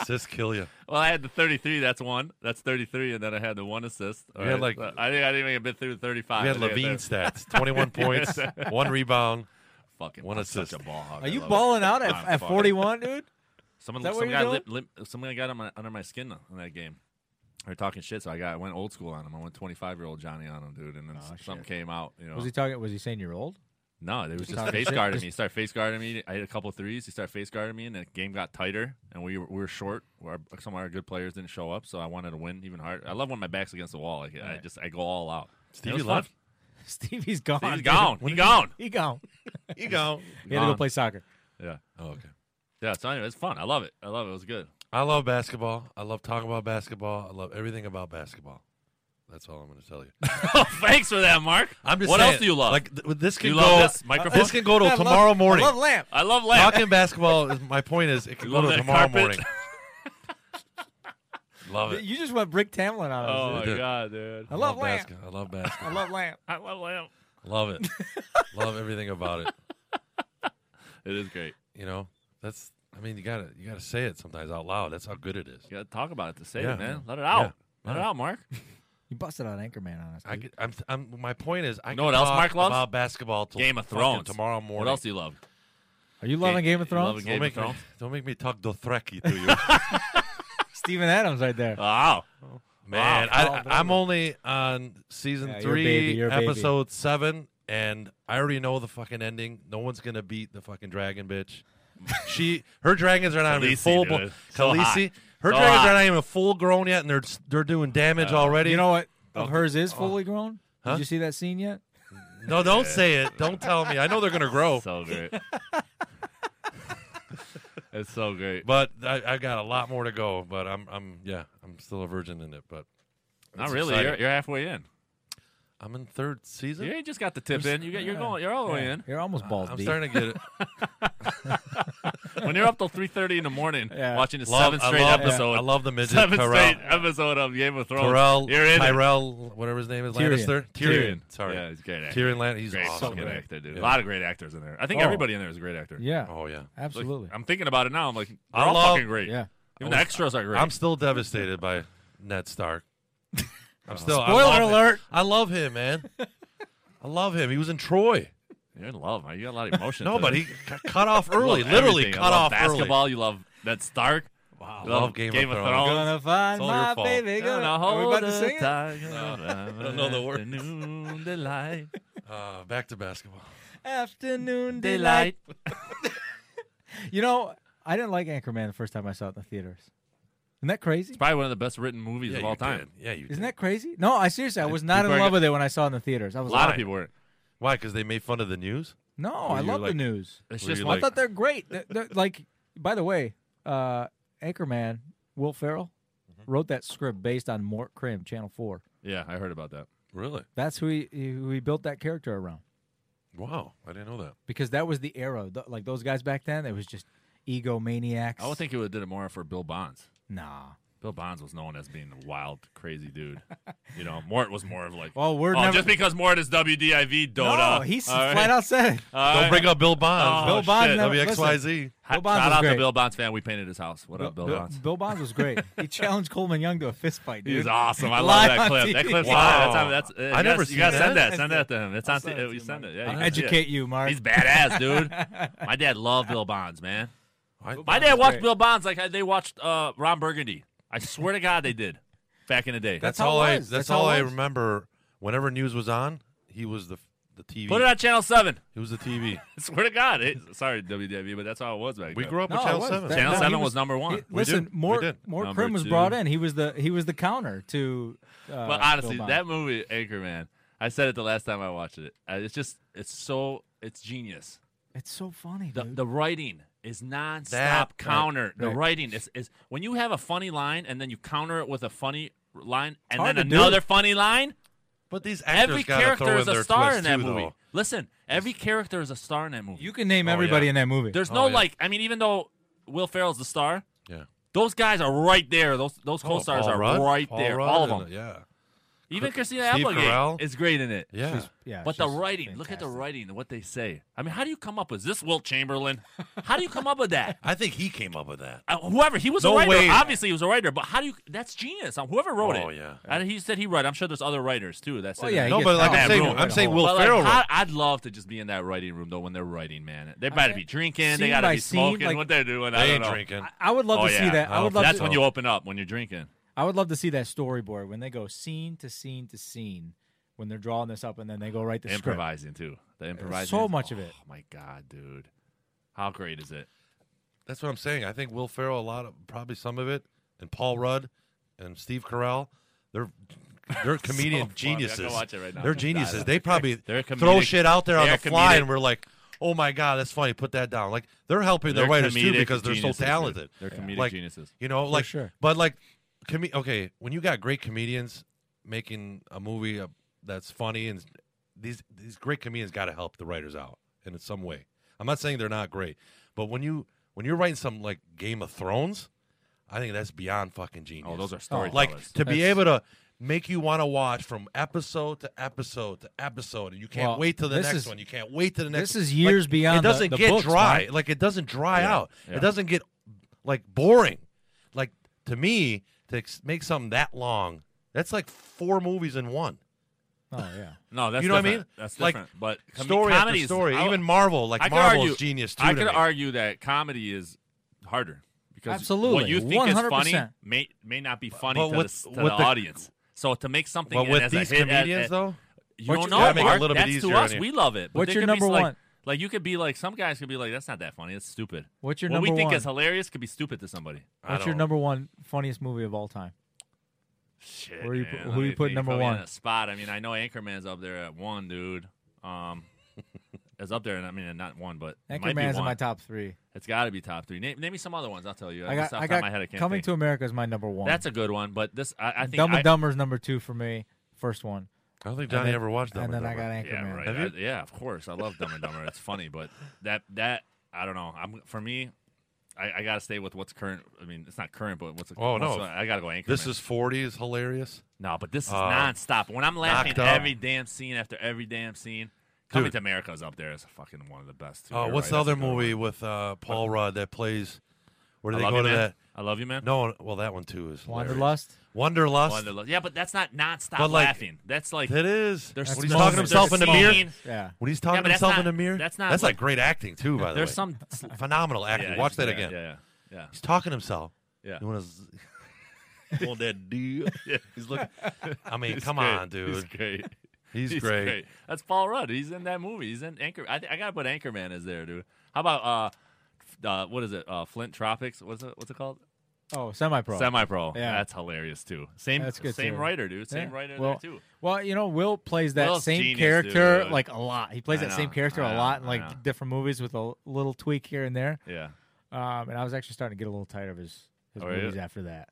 E: Sis kill you.
C: well, I had the 33. That's one. That's 33, and then I had the one assist. All
E: You had like-
C: So I think I didn't even get through the 35.
E: We had
C: I think I
E: Levine stats:
C: (laughs)
E: twenty-one points, one rebound.
C: fucking
E: one
C: I'm
E: assist.
C: Such a ball hog.
B: Are
C: I
B: you
C: love it.
B: balling out at,
C: I'm
B: at
C: fucking-
B: 41,
C: (laughs)
B: dude?
C: Someone,
B: Is that what
C: some
B: you're
C: guy,
B: doing?
C: lip, lip, some guy got on my, under my skin on that game. They're talking shit, so I got I went old school on him. I went 25 year old Johnny on him, dude, and then s- something came out. You know,
B: Was he talking? Was he saying you're old? (laughs)
C: No, they was just
B: talking
C: face
B: shit,
C: guarding
B: just-
C: me. He started face guarding me. I hit a couple threes. He started face guarding me, and the game got tighter. And we were, we were short. Our, some of our good players didn't show up, so I wanted to win even harder. I love when my back's against the wall. Like, I just I go all out.
E: Stevie
C: It was fun.
E: left?
B: Stevie's gone.
C: He's
B: dude.
C: gone. He gone.
B: (laughs) He gone.
E: You go.
B: He had to go
C: Gone.
B: play soccer.
C: Yeah,
E: Oh, okay.
C: yeah. So anyway, it's fun. I love it. I love it. It was
E: (laughs)
C: good. (laughs)
E: I love basketball. I love talking about basketball. I love everything about basketball. That's all I'm going to tell you.
C: oh, thanks for that, Mark.
E: I'm just
C: what
E: saying,
C: else do you love?
E: Like th- this
C: Do
E: can
C: you
E: go.
C: love this microphone?
E: This can go
B: I
E: to
B: love-
E: tomorrow morning.
B: I love lamp.
C: I love lamp.
E: Talking basketball. Is, my point is, it can
C: You
E: go
C: love
E: to
C: that
E: tomorrow
C: carpet? (laughs)
E: morning. love it.
B: You just went Brick Tamlin on us.
C: Oh
B: dude.
C: my god, dude.
B: I love lamp.
E: basket- I love basketball.
B: I love lamp.
C: I love lamp.
E: love it. (laughs) love everything about it.
C: It is great.
E: You know, that's. I mean, you gotta you gotta say it sometimes out loud. That's how good it is.
C: You gotta talk about it to say
E: Yeah.
C: it, man. Let it
E: Yeah.
C: out. Let it
E: Yeah.
C: out, Mark.
B: You busted out Anchorman on us.
E: I
B: dude.
E: get, I'm, I'm, my point is, I
C: You
E: can
C: know what else
E: talk
C: Mark loves?
E: about basketball till
C: Game of
E: fucking
C: Thrones.
E: tomorrow morning.
C: What else do you love?
B: Are you loving Game of
C: you love
B: Thrones?
C: a Game
E: don't,
C: of
E: make me,
C: Thrones?
E: don't make me talk Dothraki to you.
B: Steven Adams right there.
C: Wow.
E: Man,
C: Wow.
E: I, I'm only on
B: Oh,
E: season
B: Yeah, you're a
E: three,
B: baby, you're a baby.
E: episode seven, and I already know the fucking ending. No one's gonna beat the fucking
C: (laughs)
E: dragon bitch. she her dragons are not even
C: Khaleesi,
E: full.
C: dude.
E: blo-
C: So hot.
E: Khaleesi, her
C: So
E: dragons
C: hot. Uh,
E: are not even full grown yet, and they're they're doing damage already.
B: You know what? Of hers is fully grown.
E: Oh. Huh?
B: Did you see that scene yet?
E: No, don't say it. Don't tell me. I know they're gonna grow,
C: So (laughs) great. it's so great.
E: but I, I got a lot more to go. But I'm I'm yeah, I'm still a virgin in it. But
C: Not
E: it's
C: really.
E: exciting.
C: You're, you're halfway in.
E: I'm in third season.
C: You ain't just got the tip in. You got you're going. You're all the way in.
B: You're almost balls
E: Oh, Uh, I'm
B: deep.
E: starting to
C: (laughs)
E: get it.
C: When you're up till three thirty in the morning,
B: Yeah.
C: watching the
E: Love-
C: seventh
E: I
C: straight
E: love-
C: episode.
E: I
C: (laughs)
E: love the midget
C: seventh
E: Tyrell.
C: straight episode of Game of Thrones.
E: Tyrell,
C: you're in. it.
E: Tyrell, whatever his name is,
B: Tyrion.
E: Lannister.
C: Tyrion.
E: Sorry,
C: Yeah, he's a great actor.
E: Tyrion Lan- He's
C: Great,
E: awesome.
C: fucking good actor, dude.
E: Yeah.
C: A lot of great actors in there. I think
B: Oh.
C: everybody in there is a great actor.
B: Yeah,
E: Oh yeah.
C: Like,
B: absolutely.
C: I'm thinking about it now. I'm like, they're
E: I
C: all
E: love-
C: fucking great.
B: yeah.
C: Even the extras are great.
E: I'm still devastated by Ned Stark.
C: Oh.
E: I'm still. I
B: Spoiler
E: love him.
B: alert.
E: I love him, man. I love him. He was
C: (laughs)
E: in Troy.
C: You're in love, man. You got a lot of emotion.
E: No,
C: to
E: but
C: it.
E: he got cut off
C: You love
E: early. Literally
C: everything. I
E: cut
C: love
E: off
C: basketball. You love Ned Stark. Wow. You love,
E: Love Game of Thrones.
B: gonna find
E: Oh, all
B: my
E: your fault.
B: baby.
C: Gonna
B: Gonna, are we about
C: hold
B: to
C: a
B: sing it?
C: tiger (laughs)
E: I don't know the words.
C: afternoon (laughs) delight.
E: early. Uh, back to basketball.
B: Afternoon delight. (laughs) You know, I didn't like Anchorman the first time I saw it in the theaters. Isn't that crazy?
C: Probably one of the best written movies
E: Yeah,
C: of
E: you
C: all time.
E: did. Yeah, you.
B: Isn't
E: did.
B: that crazy? No, I seriously, I was not in
C: People are
B: love
C: go-
B: with it when I saw it in the theaters. I
C: A
B: was
C: lot
B: like,
C: of people were.
E: Why? Because they made fun of the news.
B: No, I
E: you
B: love
E: like-
B: the news.
C: It's
E: Were
C: just
E: you
C: one-
B: I thought they're great. They're, they're- like, by the way, uh, Anchorman, Will Ferrell
C: Mm-hmm.
B: wrote that script based on Mort Krim, Channel Four.
C: yeah, I heard about that.
E: Really?
B: That's who he, who he built that character around
E: Wow, I didn't know that.
B: because that was the era. Th- Like those guys back then, it was just egomaniacs.
C: I would think he would have did it more for Bill Bonds.
B: nah.
C: Bill Bonds was known as being a wild,
B: (laughs)
C: crazy dude. You know, Mort was more of like,
B: Well, we're
C: oh,
B: never-
C: just because Mort is WDIV Dota.
B: No, he's
C: All right.
B: flat out said.
C: (laughs)
B: it.
C: All
E: Don't
C: right.
E: bring up Bill Bonds.
C: Oh,
E: Bill
C: shit.
E: Bonds.
B: never-
E: WXYZ.
C: Hi-
B: Bill Bonds
C: Shout
B: was
C: out to
B: great.
C: Bill Bonds fan. We painted his house. What up, Bill, Bonds?
B: Bill Bonds was great.
C: (laughs)
B: he challenged Coleman Young to a fist fight, dude.
C: He's awesome.
B: (laughs)
C: I love
B: Live
C: that
B: on
C: clip. That
B: TV.
C: clip's
E: Wow.
C: live. That's on, that's, uh,
E: I
C: you
E: never
C: gotta-
E: seen
C: You gotta
E: that.
C: send that. Send that to him. It's on.
B: send
C: t- Oh,
B: it to you,
C: You send
B: Mike.
C: it. Yeah,
B: I'll
C: you can see it.
B: educate you, Mark.
C: He's badass,
B: (laughs)
C: dude. My dad loved Bill Bonds, man.
E: I-
C: My dad watched
B: great.
C: Bill Bonds like I- they watched uh, Ron Burgundy. I swear to God, they did back in the day.
E: That's,
B: how
E: all
B: it
E: I.
B: was. That's
E: That's,
B: how
E: all
B: it
E: I
B: was.
E: remember. Whenever news was on, he was the the TV.
C: Put it on Channel Seven. (laughs)
E: He was the TV.
C: I swear to God. It- sorry, WWE, but that's how it was back.
E: (laughs) We
C: then.
E: grew up
B: No, it
E: with Channel
B: was.
E: Seven.
B: That-
C: Channel
B: no, he
C: Seven was,
B: was-
C: number one.
B: He- listen,
E: did. We
B: Mort
E: did.
B: Mort
C: Number
B: Krim was
C: two.
B: brought in. He was the he was the counter to. Uh,
C: But honestly,
B: Bill Bonds.
C: that movie, Anchorman, I said it the last time I watched it. Uh, It's just, it's so, it's genius.
B: it's so funny.
C: The,
B: dude.
C: the writing is nonstop
E: That-
C: counter. The
B: right.
C: writing is, is when you have a funny line and then you counter it with a funny line and
B: hard
C: then
B: to do.
C: another funny line.
E: But these actors
C: every
E: gotta throw
C: character
E: in
C: is a
E: their
C: star
E: twist
C: in that
E: too,
C: movie.
E: though.
C: Listen, every character is a star in that movie.
B: you can name
E: Oh,
B: everybody
E: yeah.
B: in that movie.
C: There's
E: Oh,
C: no
E: yeah.
C: like, I mean, even though Will Ferrell's the star,
E: Yeah.
C: those guys are right there. Those those
E: Oh,
C: co-stars
E: Paul
C: are
E: Rudd?
C: right
E: Paul
C: there,
E: Rudd
C: all of
E: and-
C: them.
E: Yeah.
C: Even Christina
E: Steve
C: Applegate
E: Carell?
C: is great in it.
E: Yeah.
B: yeah,
C: But the
B: she's
C: writing, look at the
B: fantastic.
C: writing and what they say. I mean, how do you come up with this, Will Chamberlain? How do you come up
B: (laughs)
C: with that?
E: I think he came up with that.
C: Uh, whoever he was a
E: No
C: writer,
E: way.
C: obviously he was a writer. But how do you? That's genius. Uh, Whoever wrote it.
E: Oh, yeah.
C: And he said he wrote. I'm sure there's other writers too. That's
B: Oh, yeah,
E: No,
B: gets
E: but like
C: out.
E: I'm saying,
C: Room.
E: I'm saying Will
C: But like,
E: Ferrell.
C: how- I'd love to just be in that writing room though when they're writing, man. They better be drinking. They
B: Scene
C: gotta
B: by
C: be
B: scene,
C: smoking.
B: like-
C: what they're doing,
E: they
C: I don't
E: ain't
C: know.
E: drinking.
B: I I would love
C: oh
B: to
C: yeah.
B: see that. I would love
C: That's
B: to,
C: when you open up when you're drinking.
B: I would love to see that storyboard when they go scene to scene to scene when they're drawing this up and then they go write the script.
C: improvising too. The improvising.
B: so
C: is-
B: much of it.
C: Oh my god, dude. How great is it?
E: That's what I'm saying. I think Will Ferrell, a lot of probably some of it, and Paul Rudd, and Steve Carell, they're
C: (laughs)
E: they're comedian
C: funny. I can
E: geniuses.
C: watch it right now. (laughs)
E: They're geniuses. They probably
C: They're
E: throw
C: comedic-
E: shit out there on
C: they're
E: the fly,
C: comedic-
E: and we're like, "Oh my god, that's funny. Put that down." Like they're helping their
C: They're
E: writers too
C: comedic
E: because they're
C: geniuses,
E: so
C: dude.
E: talented.
C: They're comedic
E: Like,
C: geniuses.
E: You know, like
B: sure.
E: But like, com- okay, when you got great comedians making a movie uh, that's funny, and these these great comedians got to help the writers out in some way. I'm not saying they're not great, but when you when you're writing something like Game of Thrones, I think that's beyond fucking genius.
C: Oh, those are storytellers.
E: (laughs) like to be
B: That's-
E: able to make you want to watch from episode to episode to episode, and you can't
B: Well,
E: wait till the
B: this
E: next
B: is-
E: one. You can't wait till the next.
B: this is years
E: like,
B: beyond
E: It
B: the-
E: doesn't
B: the
E: get
B: books,
E: dry.
B: Mike.
E: Like it doesn't dry
C: Yeah,
E: out.
C: yeah.
E: It doesn't get like boring. Like to me, to ex- make something that long, that's like four movies in one.
B: Oh
C: (laughs)
B: yeah.
C: No, that's
E: You know what I
C: different.
E: mean?
C: That's
E: Like,
C: different. But com-
E: story after
C: comedies-
E: story,
C: I-
E: even Marvel, like
C: I could
E: Marvel's
C: argue-
E: genius too.
C: I
E: to
C: could
E: me.
C: argue that comedy is harder because
B: Absolutely.
C: what you think is funny
B: 100%.
C: may may not be funny
E: but
C: to,
E: with-
C: the, to
E: with
C: the
E: the-
C: audience. So to make something
E: But
C: and
E: with
C: as
E: these
C: a hit,
E: comedians
C: as,
E: though,
C: You
B: What's your-
C: don't know,
B: Yeah,
C: Mark.
E: make it a little bit
C: That's
E: easier
C: to
E: on
C: us.
E: you.
C: We love it. But
B: What's
C: there
B: your
C: could be
B: number
C: like,
B: one?
C: Like you could be like some guys could be like, that's not that funny. That's stupid.
B: What's your
C: what we
B: number
C: think
B: one?
C: is hilarious could be stupid to somebody.
E: I
B: What's your
E: don't-
B: number one funniest movie of all time?
C: Shit.
B: Where you
C: man.
B: put-
C: Let
B: who
C: me
B: you put
C: think.
B: number
C: Probably
B: one?
C: in a spot. I mean, I know Anchorman's up there at one, dude.
B: (laughs)
C: Um, is up there, and I mean, not one, but it might be
B: Anchorman's in
C: one.
B: my top three.
C: It's got to be top three. Name, name me some other ones. I'll tell you.
B: I got,
C: Just off
B: I
C: the top of
B: got
C: my head, I can't
B: Coming
C: think.
B: to America is my number one.
C: That's a good one, but this I, I think
B: Dumb
C: I,
B: and Dumber's number two for me. First one.
E: I don't think Johnny
B: then-
E: ever watched that.
B: and then I got
C: Yeah,
B: Anchorman.
C: right. I- yeah, of course. I love Dumb and Dumber. It's funny, but that that I don't know. I'm for me, I, I gotta stay with what's current. I mean, it's not current, but what's
E: Oh, no.
C: what's- I gotta go Anchorman.
E: This is 40 is hilarious.
C: no, but this is
E: Oh.
C: nonstop. When I'm laughing
E: Knocked
C: at
E: up.
C: every damn scene after every damn scene, Coming
E: Dude.
C: to America is up there. It's fucking one of the best. too.
E: Oh,
C: You're
E: what's
C: right.
E: the
C: That's a
E: other
C: good one.
E: movie with uh, Paul Rudd that plays? Where do
C: I
E: they
C: love
E: go
C: you,
E: to
C: man.
E: that?
C: I love you, man.
E: No, well, that one too is hilarious.
B: Wanderlust.
E: Wonderlust.
C: Wonderlust. Yeah, but that's not nonstop
E: But, like,
C: laughing. That's like
E: That is.
C: There's
E: when he's
C: smoke,
E: talking to
C: there's
E: himself in the mirror.
C: scene.
B: Yeah.
E: When he's
C: Yeah,
E: talking
C: but
E: to
C: that's
E: himself in
C: not-
E: the mirror.
C: that's not
E: That's
C: like-
E: like great acting too. By the
C: There's
E: way,
C: some.
E: phenomenal acting.
C: Yeah,
E: Watch that
C: yeah,
E: again.
C: Yeah, yeah.
E: He's talking to himself.
C: Yeah.
E: You want
C: (laughs)
E: to? Want that deal?
C: yeah.
E: He's looking. (laughs) I
C: (laughs)
E: mean,
C: He's
E: come
C: great.
E: on, dude.
C: He's great.
E: He's great.
C: That's Paul Rudd. He's in that movie. He's in Anchor. I, I gotta put Anchorman as there, dude. How about uh, f- uh what is it? Uh, Flint Tropics. What's it? What's it called?
B: Oh, semi pro.
C: Semi Pro.
B: Yeah.
C: That's hilarious too. Same.
B: That's good,
C: same
B: too.
C: writer, dude. Same
B: Yeah.
C: writer
B: well,
C: there too.
B: Well, you know, Will plays that
C: Will's
B: same
C: genius,
B: character
C: dude.
B: like a lot. He plays
C: I
B: that
C: know,
B: same character
C: I
B: a
C: know,
B: lot in
C: I
B: like
C: know.
B: different movies with a little tweak here and there.
C: Yeah.
B: Um, and I was actually starting to get a little tired of his, his
C: Oh, yeah?
B: movies after that.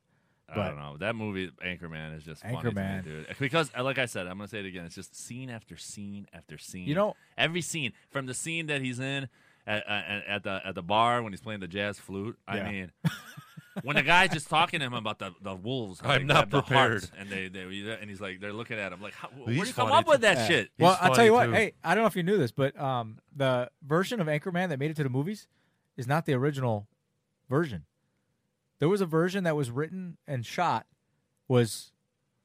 C: I
B: But-
C: don't know. That movie Anchorman is just funny to me,
B: Anchorman.
C: dude. Because uh, like I said, I'm gonna say it again. It's just scene after scene after scene.
B: You know-
C: every scene from the scene that he's in at, uh, at, at the at the bar when he's playing the jazz flute.
B: Yeah. (laughs)
C: I mean. When the guy's just talking to him about the, the wolves, how
E: I'm
C: they
E: not
C: grabbed the hearts,
E: prepared.
C: and they, they and he's like they're looking at him like how, where do
E: he's
C: you come
E: funny,
C: up with that
B: Yeah.
C: shit?
B: Well,
E: He's
B: I'll tell you what.
E: funny, too.
B: Hey, I don't know if you knew this, but um, the version of Anchorman that made it to the movies is not the original version. There was a version that was written and shot was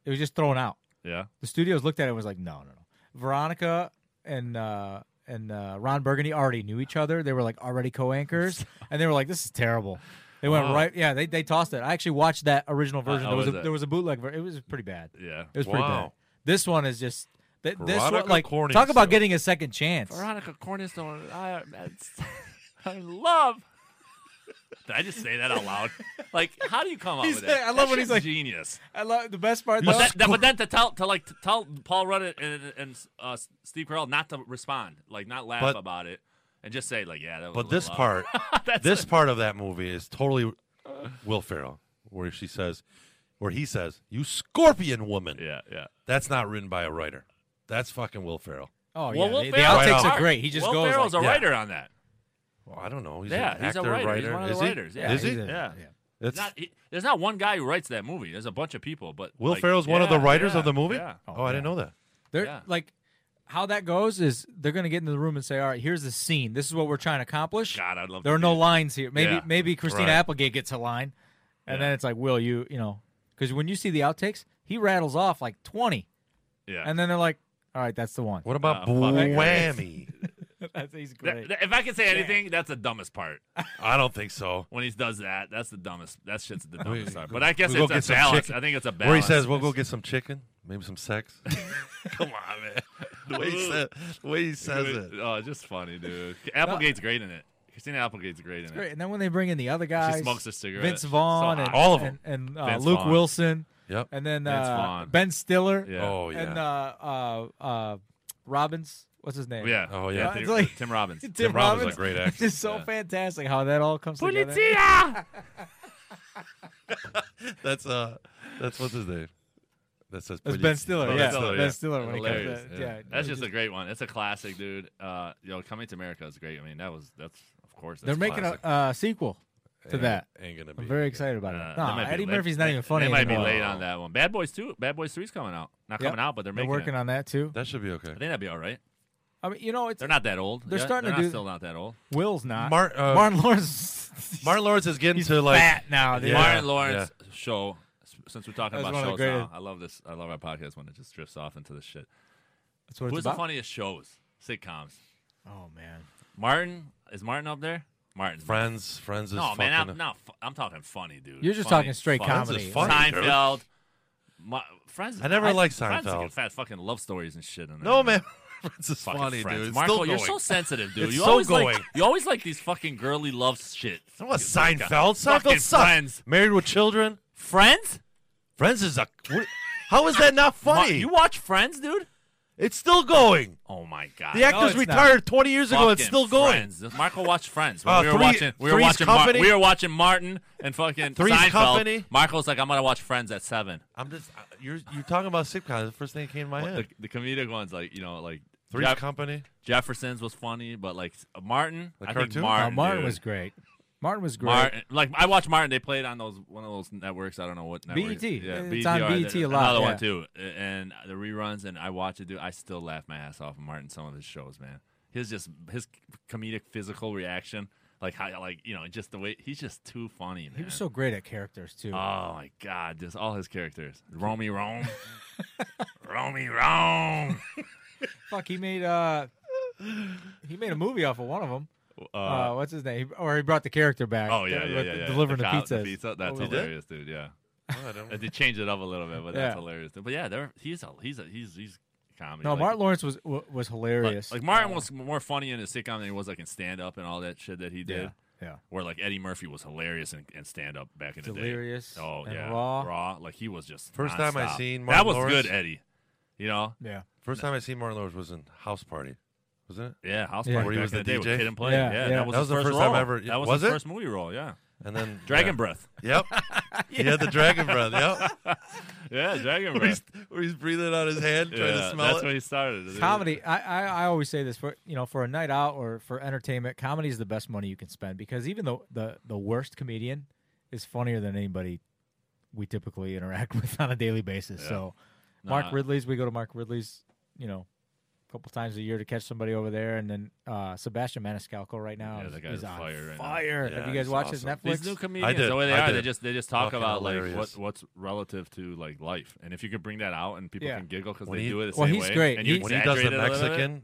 B: it was just thrown out.
C: Yeah,
B: The studios looked at it and was like, no, no, no. Veronica and uh, and uh, Ron Burgundy already knew each other. They were like already
C: (laughs)
B: co-anchors, and they were like, this is terrible. They went
C: Wow.
B: right. Yeah, they, they tossed it. I actually watched that original version.
C: how
B: there was,
C: was
B: a,
C: it?
B: there was a bootleg. Ver- it was pretty bad.
C: yeah.
B: It was pretty bad.
E: Wow.
B: This one is just th- this one
E: Veronica
B: like
E: Corning
B: talk about
E: still.
B: getting a second chance.
C: Veronica Cornerstone, I, I love. Did I just say that out loud? Like, how do you come up
B: He's-
C: with that?
B: I love
C: That
B: when he's
C: shit's
B: like-
C: genius.
B: I love the best part
C: But, that, that- but then to tell to like to tell Paul Rudd and, and, and uh, Steve Carell not to respond, like not laugh
E: But-
C: about it, and just say like, yeah, that was. a little
E: But this
C: loud. (laughs)
E: part, this part of that movie is totally Will Ferrell, where she says, where he says, "You scorpion woman."
C: yeah, yeah.
E: That's not written by a writer. That's fucking Will Ferrell.
B: oh
C: Well,
B: yeah,
C: Will
B: the, the
C: Ferrell's
B: outtakes
C: smart.
B: are great. He just
C: Will
B: goes
C: Ferrell's
B: like,
C: a
E: yeah.
C: writer on that.
E: Well, I don't know. He's
C: Yeah,
E: an
C: he's
E: actor,
C: a writer. He's one of the
E: Is he?
C: writers, yeah.
E: Is he?
B: he's a-
C: Yeah.
E: That's-
C: Not, he- there's not one guy who writes that movie. There's a bunch of people, but
E: Will
C: like,
E: Ferrell's one of the
C: yeah,
E: writers
C: yeah,
E: of the movie.
C: Yeah.
E: Oh, I didn't know that.
B: They're
C: Yeah.
B: like how that goes is they're gonna get into the room and say, all right, here's the scene. This is what we're trying to accomplish.
C: God, I'd love.
B: there
C: to
B: are
C: be
B: no
C: it.
B: lines here. Maybe
C: Yeah.
B: maybe Christina
E: Right.
B: Applegate gets a line, and then it's like, Will you you know? Because when you see the outtakes, he rattles off like twenty,
C: Yeah.
B: and then they're like, all right, that's the one.
E: What about
C: Uh, fuck.
E: Whammy?
B: (laughs) That's, he's
C: That-
B: great.
C: that- if I can say anything, that's the dumbest part.
E: I don't think so.
C: When he does that, that's the dumbest. That shit's the
E: (laughs) We-
C: dumbest part. But I guess
E: we go get
C: it's a
E: some
C: balance.
E: chicken.
C: I think it's a balance.
E: Where he says, "We'll go get some chicken, maybe
C: (laughs)
E: some sex." Come on, man. The way he says, the way he says it.
C: Oh, it's just
B: (laughs)
C: funny, dude. Applegate's great in it. Christina Applegate's great in
B: Great.
C: it.
B: And then when they bring in the other guys,
C: smokes a cigarette.
B: Vince
C: So
B: Vaughn and
C: hot.
E: All of 'em.
B: and, and, uh,
C: Vince
B: Luke
C: Vaughn.
B: Wilson,
E: Yep.
B: and then
C: Vince
B: uh,
C: Vaughn.
B: Ben Stiller,
C: Yeah.
E: Oh yeah.
B: and uh, uh, uh, Robbins. What's his name?
C: Yeah.
E: Oh, yeah.
C: Tim,
B: It's like-
C: Tim
B: (laughs)
C: Robbins.
B: Tim,
E: Tim
B: Robbins (laughs)
E: Robbins is a great actor.
B: It's just so fantastic how that all comes together.
C: Polizia!
E: that's uh, that's what's his name. That says
B: That's Ben Stiller.
C: Ben
B: yeah,
C: Stiller,
B: Ben
C: yeah.
B: Stiller. When it comes
C: Hilarious.
B: to, yeah.
C: That's just a great one. It's a classic, dude. Uh, yo, coming to America is great. I mean, that was that's of course. That's
B: They're making
C: classic.
B: a uh, sequel to that.
E: Ain't gonna be.
B: I'm very excited about
C: Uh,
B: it.
C: they
B: Nah,
C: might be
B: Eddie
C: late.
B: Murphy's not
C: They-
B: even funny
C: They might
B: anymore.
C: be late on that one. Bad Boys Two. Bad Boys Three's coming out. Not
B: Yep.
C: coming out, but they're making
B: working
C: it.
B: on that too.
E: That should be okay.
C: I think that'd be all right.
B: I mean, you know, it's
C: They're not that old.
B: They're
C: Yeah,
B: starting
C: they're
B: to
C: not
B: do-
C: still not that old.
B: Will's not.
E: Mar- uh,
B: Martin Lawrence.
C: (laughs)
E: Martin Lawrence is getting to like
B: fat now, dude.
E: Yeah.
C: Martin Lawrence show. s- Since we're talking
B: That's
C: about
B: one of
C: shows
B: the
C: now,
B: greatest-
C: I love this. I love our podcast when it just drifts off into this shit.
B: That's what it's
C: Who's
B: about.
C: the funniest shows? Sitcoms.
B: Oh man.
C: Martin is Martin up there? Martin's
E: friends. Friends is
C: No
E: fucking.
C: man, I'm not. fu- I'm talking funny, dude.
B: You're just
C: Funny.
B: talking straight
E: Funny. This
B: comedy.
E: is funny.
C: Seinfeld, my friends.
E: I never liked
C: Friends is
E: Seinfeld.
C: good fat fucking love stories and shit. In there.
E: No, man. (laughs) Friends is
C: Fucking
E: funny,
C: friends.
E: dude. It's
C: Marco,
E: still
C: you're
E: going.
C: so sensitive, dude.
E: It's
C: you
E: so
C: always
E: going.
C: like you always like these fucking girly love shit.
E: That was
C: Fucking-
E: Seinfeld.
C: Fucking
E: Seinfeld sucks.
C: friends.
E: Married with Children.
C: Friends?
E: Friends is a. What, how is that not
C: Ma-
E: funny?
C: You watch Friends, dude?
E: it's still going.
C: Oh my god.
E: The actors
B: it's not.
E: retired 20 years ago. It's
C: Fucking
E: still going.
C: Friends. Marco watched Friends. When
E: Uh,
C: we were
E: Three-
C: watching. We were
E: Three's
C: watching. Mar-
E: Company?
C: we were watching Martin and fucking
E: Three's
C: Seinfeld.
E: Company?
C: Marco's like, I'm gonna watch Friends at seven.
E: I'm just. I- You're you're talking about sitcoms. The first thing that came to my
C: The,
E: head.
C: the comedic ones, like you know, like
E: Three's
C: Jeff-
E: Company.
C: (laughs) Jefferson's was funny, but like Martin,
E: The
C: I
E: cartoon?
C: think
E: Oh,
C: Martin,
B: Oh, Martin
C: dude.
B: was great. Martin was great.
C: Martin, like I watched Martin. They played on those one of those networks. I don't know what network.
B: BET. E
C: Yeah,
B: It's
C: BET
B: on
C: or
B: BET
C: the-
B: a lot,
C: Another
B: yeah.
C: one too, Uh, and the reruns. And I watch it. Dude, I still laugh my ass off at Martin. Some of his shows, man. His just his comedic physical reaction, like how like you know just the way he's just too funny. Man.
B: He was so great at characters too.
C: Oh my god, just all his characters.
B: (laughs)
C: Romy Rome, Romy Rome.
B: Fuck, he made uh, he made a movie off of one of them. Uh, what's his name? He- Or he brought the character back.
C: Oh yeah,
B: with
C: yeah, yeah, yeah.
B: Delivering the,
C: cow-
B: pizzas.
C: pizza. That's
B: What was it?
C: hilarious, dude. Yeah.
E: Oh, I don't-
C: Uh, (laughs) They changed it up a little bit, but that's
B: Yeah.
C: hilarious. But yeah, they're, he's a he's a he's he's comedy.
B: No,
C: like,
B: Martin Lawrence was wa- was
C: like-
B: hilarious.
C: Like, Martin
B: Uh,
C: was more funny in his sitcom than he was like in stand up and all that shit that he did.
B: Yeah, yeah.
C: Where like Eddie Murphy was hilarious in, in stand up back in
B: Delirious
C: the day. Oh
B: and
C: yeah,
B: Raw.
C: Like he was just
E: First time I
C: nonstop.
E: seen
C: that
E: Martin
C: was
E: Lawrence-
C: good, Eddie. You know,
B: Yeah,
E: First time I seen Martin Lawrence was in House Party, wasn't it?
C: yeah, House
B: Yeah.
C: Party
B: Where
E: he
C: back
E: was
C: in
E: the
C: the day with
E: DJ?
C: Kid and Play.
B: Yeah,
C: Yeah,
B: yeah.
C: that was,
E: That
C: his
E: was the first
C: role.
E: time I ever-
C: That was,
E: was
C: his
E: it?
C: first movie role. Yeah,
E: And then
C: (laughs) Dragon Breath.
E: Yep.
C: (laughs)
E: He had the Dragon Breath. Yep.
C: Yeah, Dragon
E: Where (laughs) he's,
C: Breath.
E: where he's breathing out his hand,
C: yeah,
E: trying to smell
C: that's
E: it.
C: where he started.
B: comedy. I, I I always say this for you know for a night out or for entertainment, comedy is the best money you can spend because even though the the worst comedian is funnier than anybody we typically interact (laughs) with on a daily basis. So Mark
C: Nah.
B: Ridley's, we go to Mark Ridley's, you know, a couple times a year to catch somebody over there, and then uh, Sebastian Maniscalco right now
C: Yeah,
B: is,
C: that guy
B: is
C: is
B: on
C: fire right now.
B: fire.
E: Yeah,
B: Have you guys
E: he's
B: watched
E: awesome.
B: his Netflix?
C: These new comedians,
E: did.
C: the way they
E: I
C: are, they
E: did.
C: just they just talk
E: Fucking
C: about like
E: hilarious.
C: what, what's relative to like life, and if you could bring that out and people
B: Yeah.
C: can giggle because
E: When
C: they
E: he-
C: do it the
B: Well,
C: same
B: he's
C: way,
B: great.
C: and you
B: He-
E: when he does the
C: exaggerate it a little bit,
E: Mexican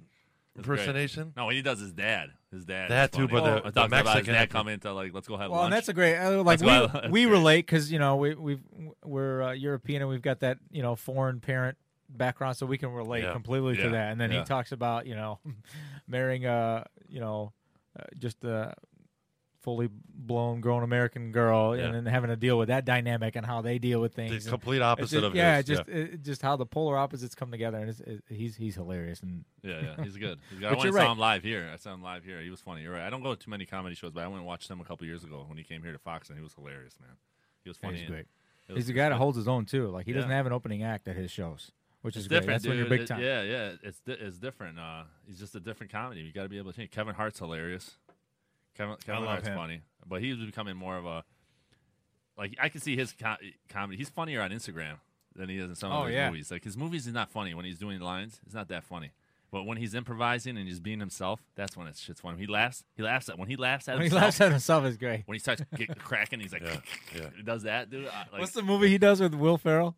C: it's great.
E: impersonation.
C: No, when he does his dad, his dad. is
E: That too,
C: funny.
E: but the-
C: Oh,
E: the
C: talks about his
E: Mexican-
C: dad coming to like let's go have
B: Well,
C: lunch.
B: and that's a great uh, like
C: That's why I love-
B: we, we
C: that's great.
B: relate because you know we we we're uh, European and we've got that you know foreign parent background, so we can relate
E: Yeah.
B: completely
C: Yeah.
B: to that. And then
C: Yeah.
B: he talks about you know (laughs) marrying a you know uh, just a fully blown grown American girl,
E: Yeah.
B: and then having to deal with that dynamic and how they deal with
E: The
B: things. and
E: complete
B: it's
E: opposite
B: just-
E: of
B: yeah,
E: his.
B: just It, just how the polar opposites come together, and it's, it, he's he's hilarious and
C: yeah, yeah, he's good.
B: (laughs)
C: He's good.
B: But
C: I went
B: you're
C: and saw
B: right.
C: him live here. I saw him live here. He was funny. You're right. I don't go to too many comedy shows, but I went and watched him a couple years ago when he came here to Fox, and he was hilarious, man. He was funny.
B: he's
C: and
B: great.
C: it was-
B: He's the
C: it
B: guy
C: was
B: that
C: fun.
B: holds his own too. Like he doesn't
C: Yeah.
B: have an opening act at his shows, which is
C: It's
B: great.
C: different,
B: That's when
C: dude.
B: you're big
C: It-
B: time.
C: yeah, yeah. It's di- it's different. Uh, it's just a different comedy. You got to be able to change. Kevin Hart's hilarious. Kevin Kevin
B: love
C: Hart's
B: him.
C: funny, but he's becoming more of a like I can see his co- comedy. He's funnier on Instagram than he is in some
B: Oh,
C: of his
B: yeah.
C: movies. Like his movies is not funny when he's doing lines. It's not that funny. But when he's improvising and he's being himself, that's when it's shit's funny. He laughs. He laughs at when he laughs at
B: When he
C: himself.
B: laughs (laughs) at himself is great.
C: when he starts get, cracking, he's like, (laughs)
E: Yeah, yeah.
C: he does that, dude. I, like,
B: What's the movie he does with Will Ferrell?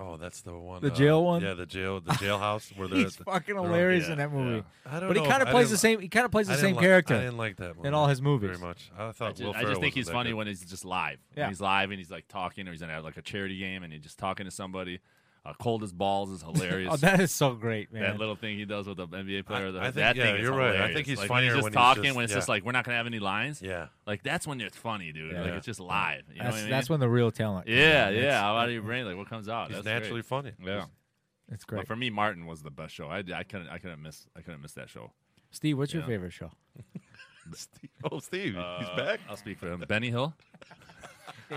E: Oh, that's the one.
B: The jail one?
E: Yeah, the
B: (laughs)
E: jail, the jailhouse where they're.
B: He's
E: at the-
B: fucking
E: they're all-
B: hilarious
C: yeah,
B: in that movie.
E: I don't
B: But he
E: know
B: kind of
E: if- I
B: plays
E: didn't
B: the
E: li-
B: same. He kind of plays
E: I
B: the
E: didn't
B: same
E: like- I
B: character.
E: didn't like that movie
B: all his movies.
E: very much. I thought
C: I ju-
E: Will
C: I just
E: Ferrell
C: think he's
E: wasn't that
C: funny
E: good.
C: when he's just live.
B: Yeah.
C: When he's live and he's like talking, or he's at like a charity game and he's just talking to somebody. Uh, Cold as balls
B: (laughs)
C: is hilarious.
B: Oh,
C: that,
B: that is so great, man.
C: little thing he does with the NBA player. the,
E: I think-
C: that
E: yeah,
C: thing is
E: you're right. I
C: hilarious.
E: think he's
C: like,
E: funnier
C: when he's just
E: when he's
C: talking
E: just-
C: when it's
E: yeah.
C: just like we're not gonna have any lines.
E: Yeah.
C: (laughs) like that's when it's funny, dude.
B: Yeah.
C: Like it's just live. You know
B: that's
C: what I mean?
B: that's when the real talent. comes
C: yeah,
B: in.
C: yeah.
B: It's-
C: Out of your brain, like what comes out?
E: He's
C: That's great.
E: naturally funny. (laughs)
C: Yeah,
B: it's
C: but
B: great.
C: for me, Martin was the best show. I, I couldn't, I couldn't miss, I couldn't miss that show.
B: Steve, what's your
C: Yeah.
B: favorite show?
E: Steve. Oh, Steve, he's
C: Uh,
E: back.
C: I'll speak for him. Benny
E: (laughs)
C: Hill. (laughs)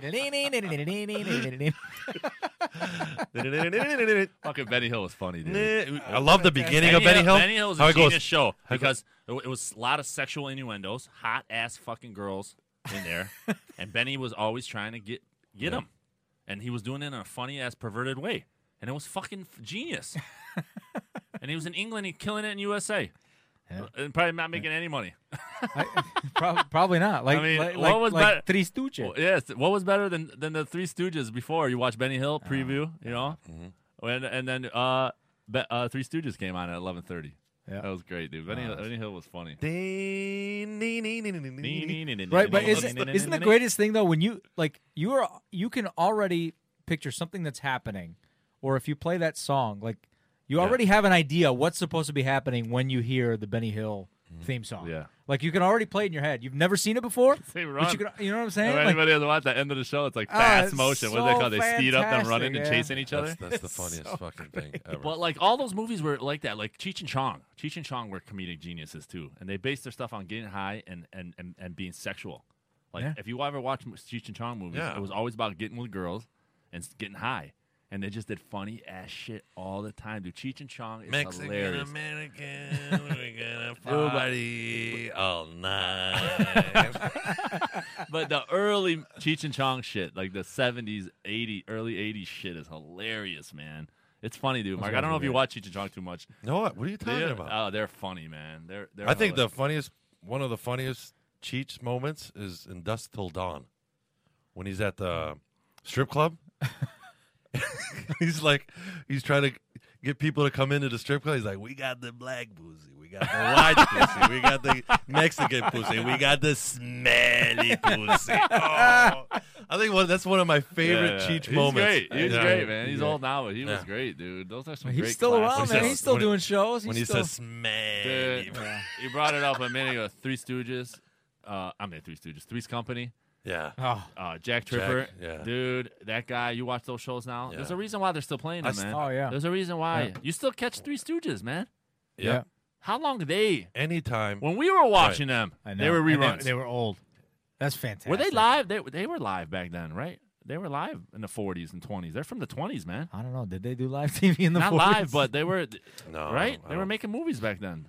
C: Fucking Benny Hill was funny, dude.
E: (laughs) I love the beginning of Benny Hill.
C: Benny Hill is
E: How
C: a
E: it goes-
C: genius show
E: it
C: because it wa- it was a lot of sexual innuendos, hot ass fucking girls in
E: (laughs)
C: there, and Benny was always trying to get get them, and he was doing it in a funny ass perverted way, and it was fucking f-
E: (laughs)
C: genius. and he was in England, he killing it in USA,
B: Yeah.
C: and probably not making any money.
B: I, prob- (laughs) probably not. Like,
C: I mean,
B: like,
C: what
B: like,
C: was
B: like
C: better-
B: Three Stooges.
C: Well, yes, what was better than than the Three Stooges before? You watch Benny
B: Oh,
C: Hill preview, you know,
B: Mm-hmm.
C: and and then uh, Be- uh, Three Stooges came on at eleven thirty.
B: Yeah.
C: That was great, dude. Benny, Benny Hill was funny.
E: Ding.
B: Right, but isn't, isn't the greatest thing though when you like you are you can already picture something that's happening, or if you play that song, like you already have an idea what's supposed to be happening when you hear the Benny Hill theme song.
C: Mm-hmm. Yeah.
B: like you can already play it in your head. You've never seen it before,
C: (laughs) They
B: but
C: run.
B: you can. You know what I'm
C: If
B: saying? Like,
C: anybody doesn't watch that end of the show, it's like
B: Ah,
C: fast
B: it's
C: motion. what do they
B: so
C: call? it? They speed up them
B: fantastic,
C: running and
B: yeah.
C: chasing each other.
E: That's, that's
C: (laughs)
E: the funniest fucking thing ever.
C: But like all those movies were like that, like Cheech and Chong. Cheech and Chong were comedic geniuses too, and they based their stuff on getting high and and and, and being sexual. Like
B: Yeah.
C: if you ever watch mo- Cheech and Chong movies,
E: Yeah.
C: it was always about getting with girls and s- getting high, and they just did funny ass shit all the time. Dude, Cheech and Chong is
E: Mexican
C: hilarious.
E: American, we're gonna party all night.
C: But the early Cheech and Chong shit, like the seventies, eighty, early eighties shit, is hilarious, man. It's funny, dude. Mark, I don't know if you watch Cheech and Chong too much.
E: no, what? What are you talking
C: They're-
E: about?
C: Oh, they're funny, man. They're. they're
E: I think the
C: hilarious.
E: funniest, one of the funniest Cheech moments is in Dust Till Dawn, when he's at the strip club. (laughs) he's like, he's trying to get people to come into the strip club. He's like, we got the black pussy, we got the white pussy, we got the Mexican pussy, we got
C: (laughs)
E: the smelly pussy. Oh. I think one, that's one of my
C: Yeah,
E: favorite
C: yeah.
E: Cheech
C: he's
E: moments.
C: Great. He's
E: Yeah.
C: great, man. He's
E: Yeah.
C: old now, but he was
E: Yeah.
C: great, dude. Those are some.
B: he's
C: great
B: still
C: classics.
B: around,
E: When
B: man.
E: he (laughs)
B: he's
E: says-
B: still
E: when-
B: doing shows. He's
E: when he
B: still,
E: says smelly,
C: Dude, you brought it up a minute ago. Three Stooges. Uh, I mean, Three Stooges. Three's Company.
E: yeah.
B: oh,
C: Uh, Jack Tripper.
E: yeah.
C: Dude, that guy. You watch those shows now. There's
E: Yeah.
C: a reason why they're still playing
E: I
C: them,
E: s-
C: man.
B: oh, yeah.
C: There's a reason why
B: Yeah.
C: you still catch Three Stooges, man.
B: yeah.
C: How long they?
E: Anytime.
C: When we were watching them,
B: I know.
C: they were
B: And
C: reruns.
B: They, were old. That's fantastic.
C: Were they live? They they were live back then, right? They were live in the 40s and 20s. They're from the 20s, man.
B: I don't know. Did they do live (laughs) TV in the
C: Not
B: 40s?
C: live, but they were
E: (laughs) No,
C: right?
E: I
C: They were
E: don't-
C: making movies back then.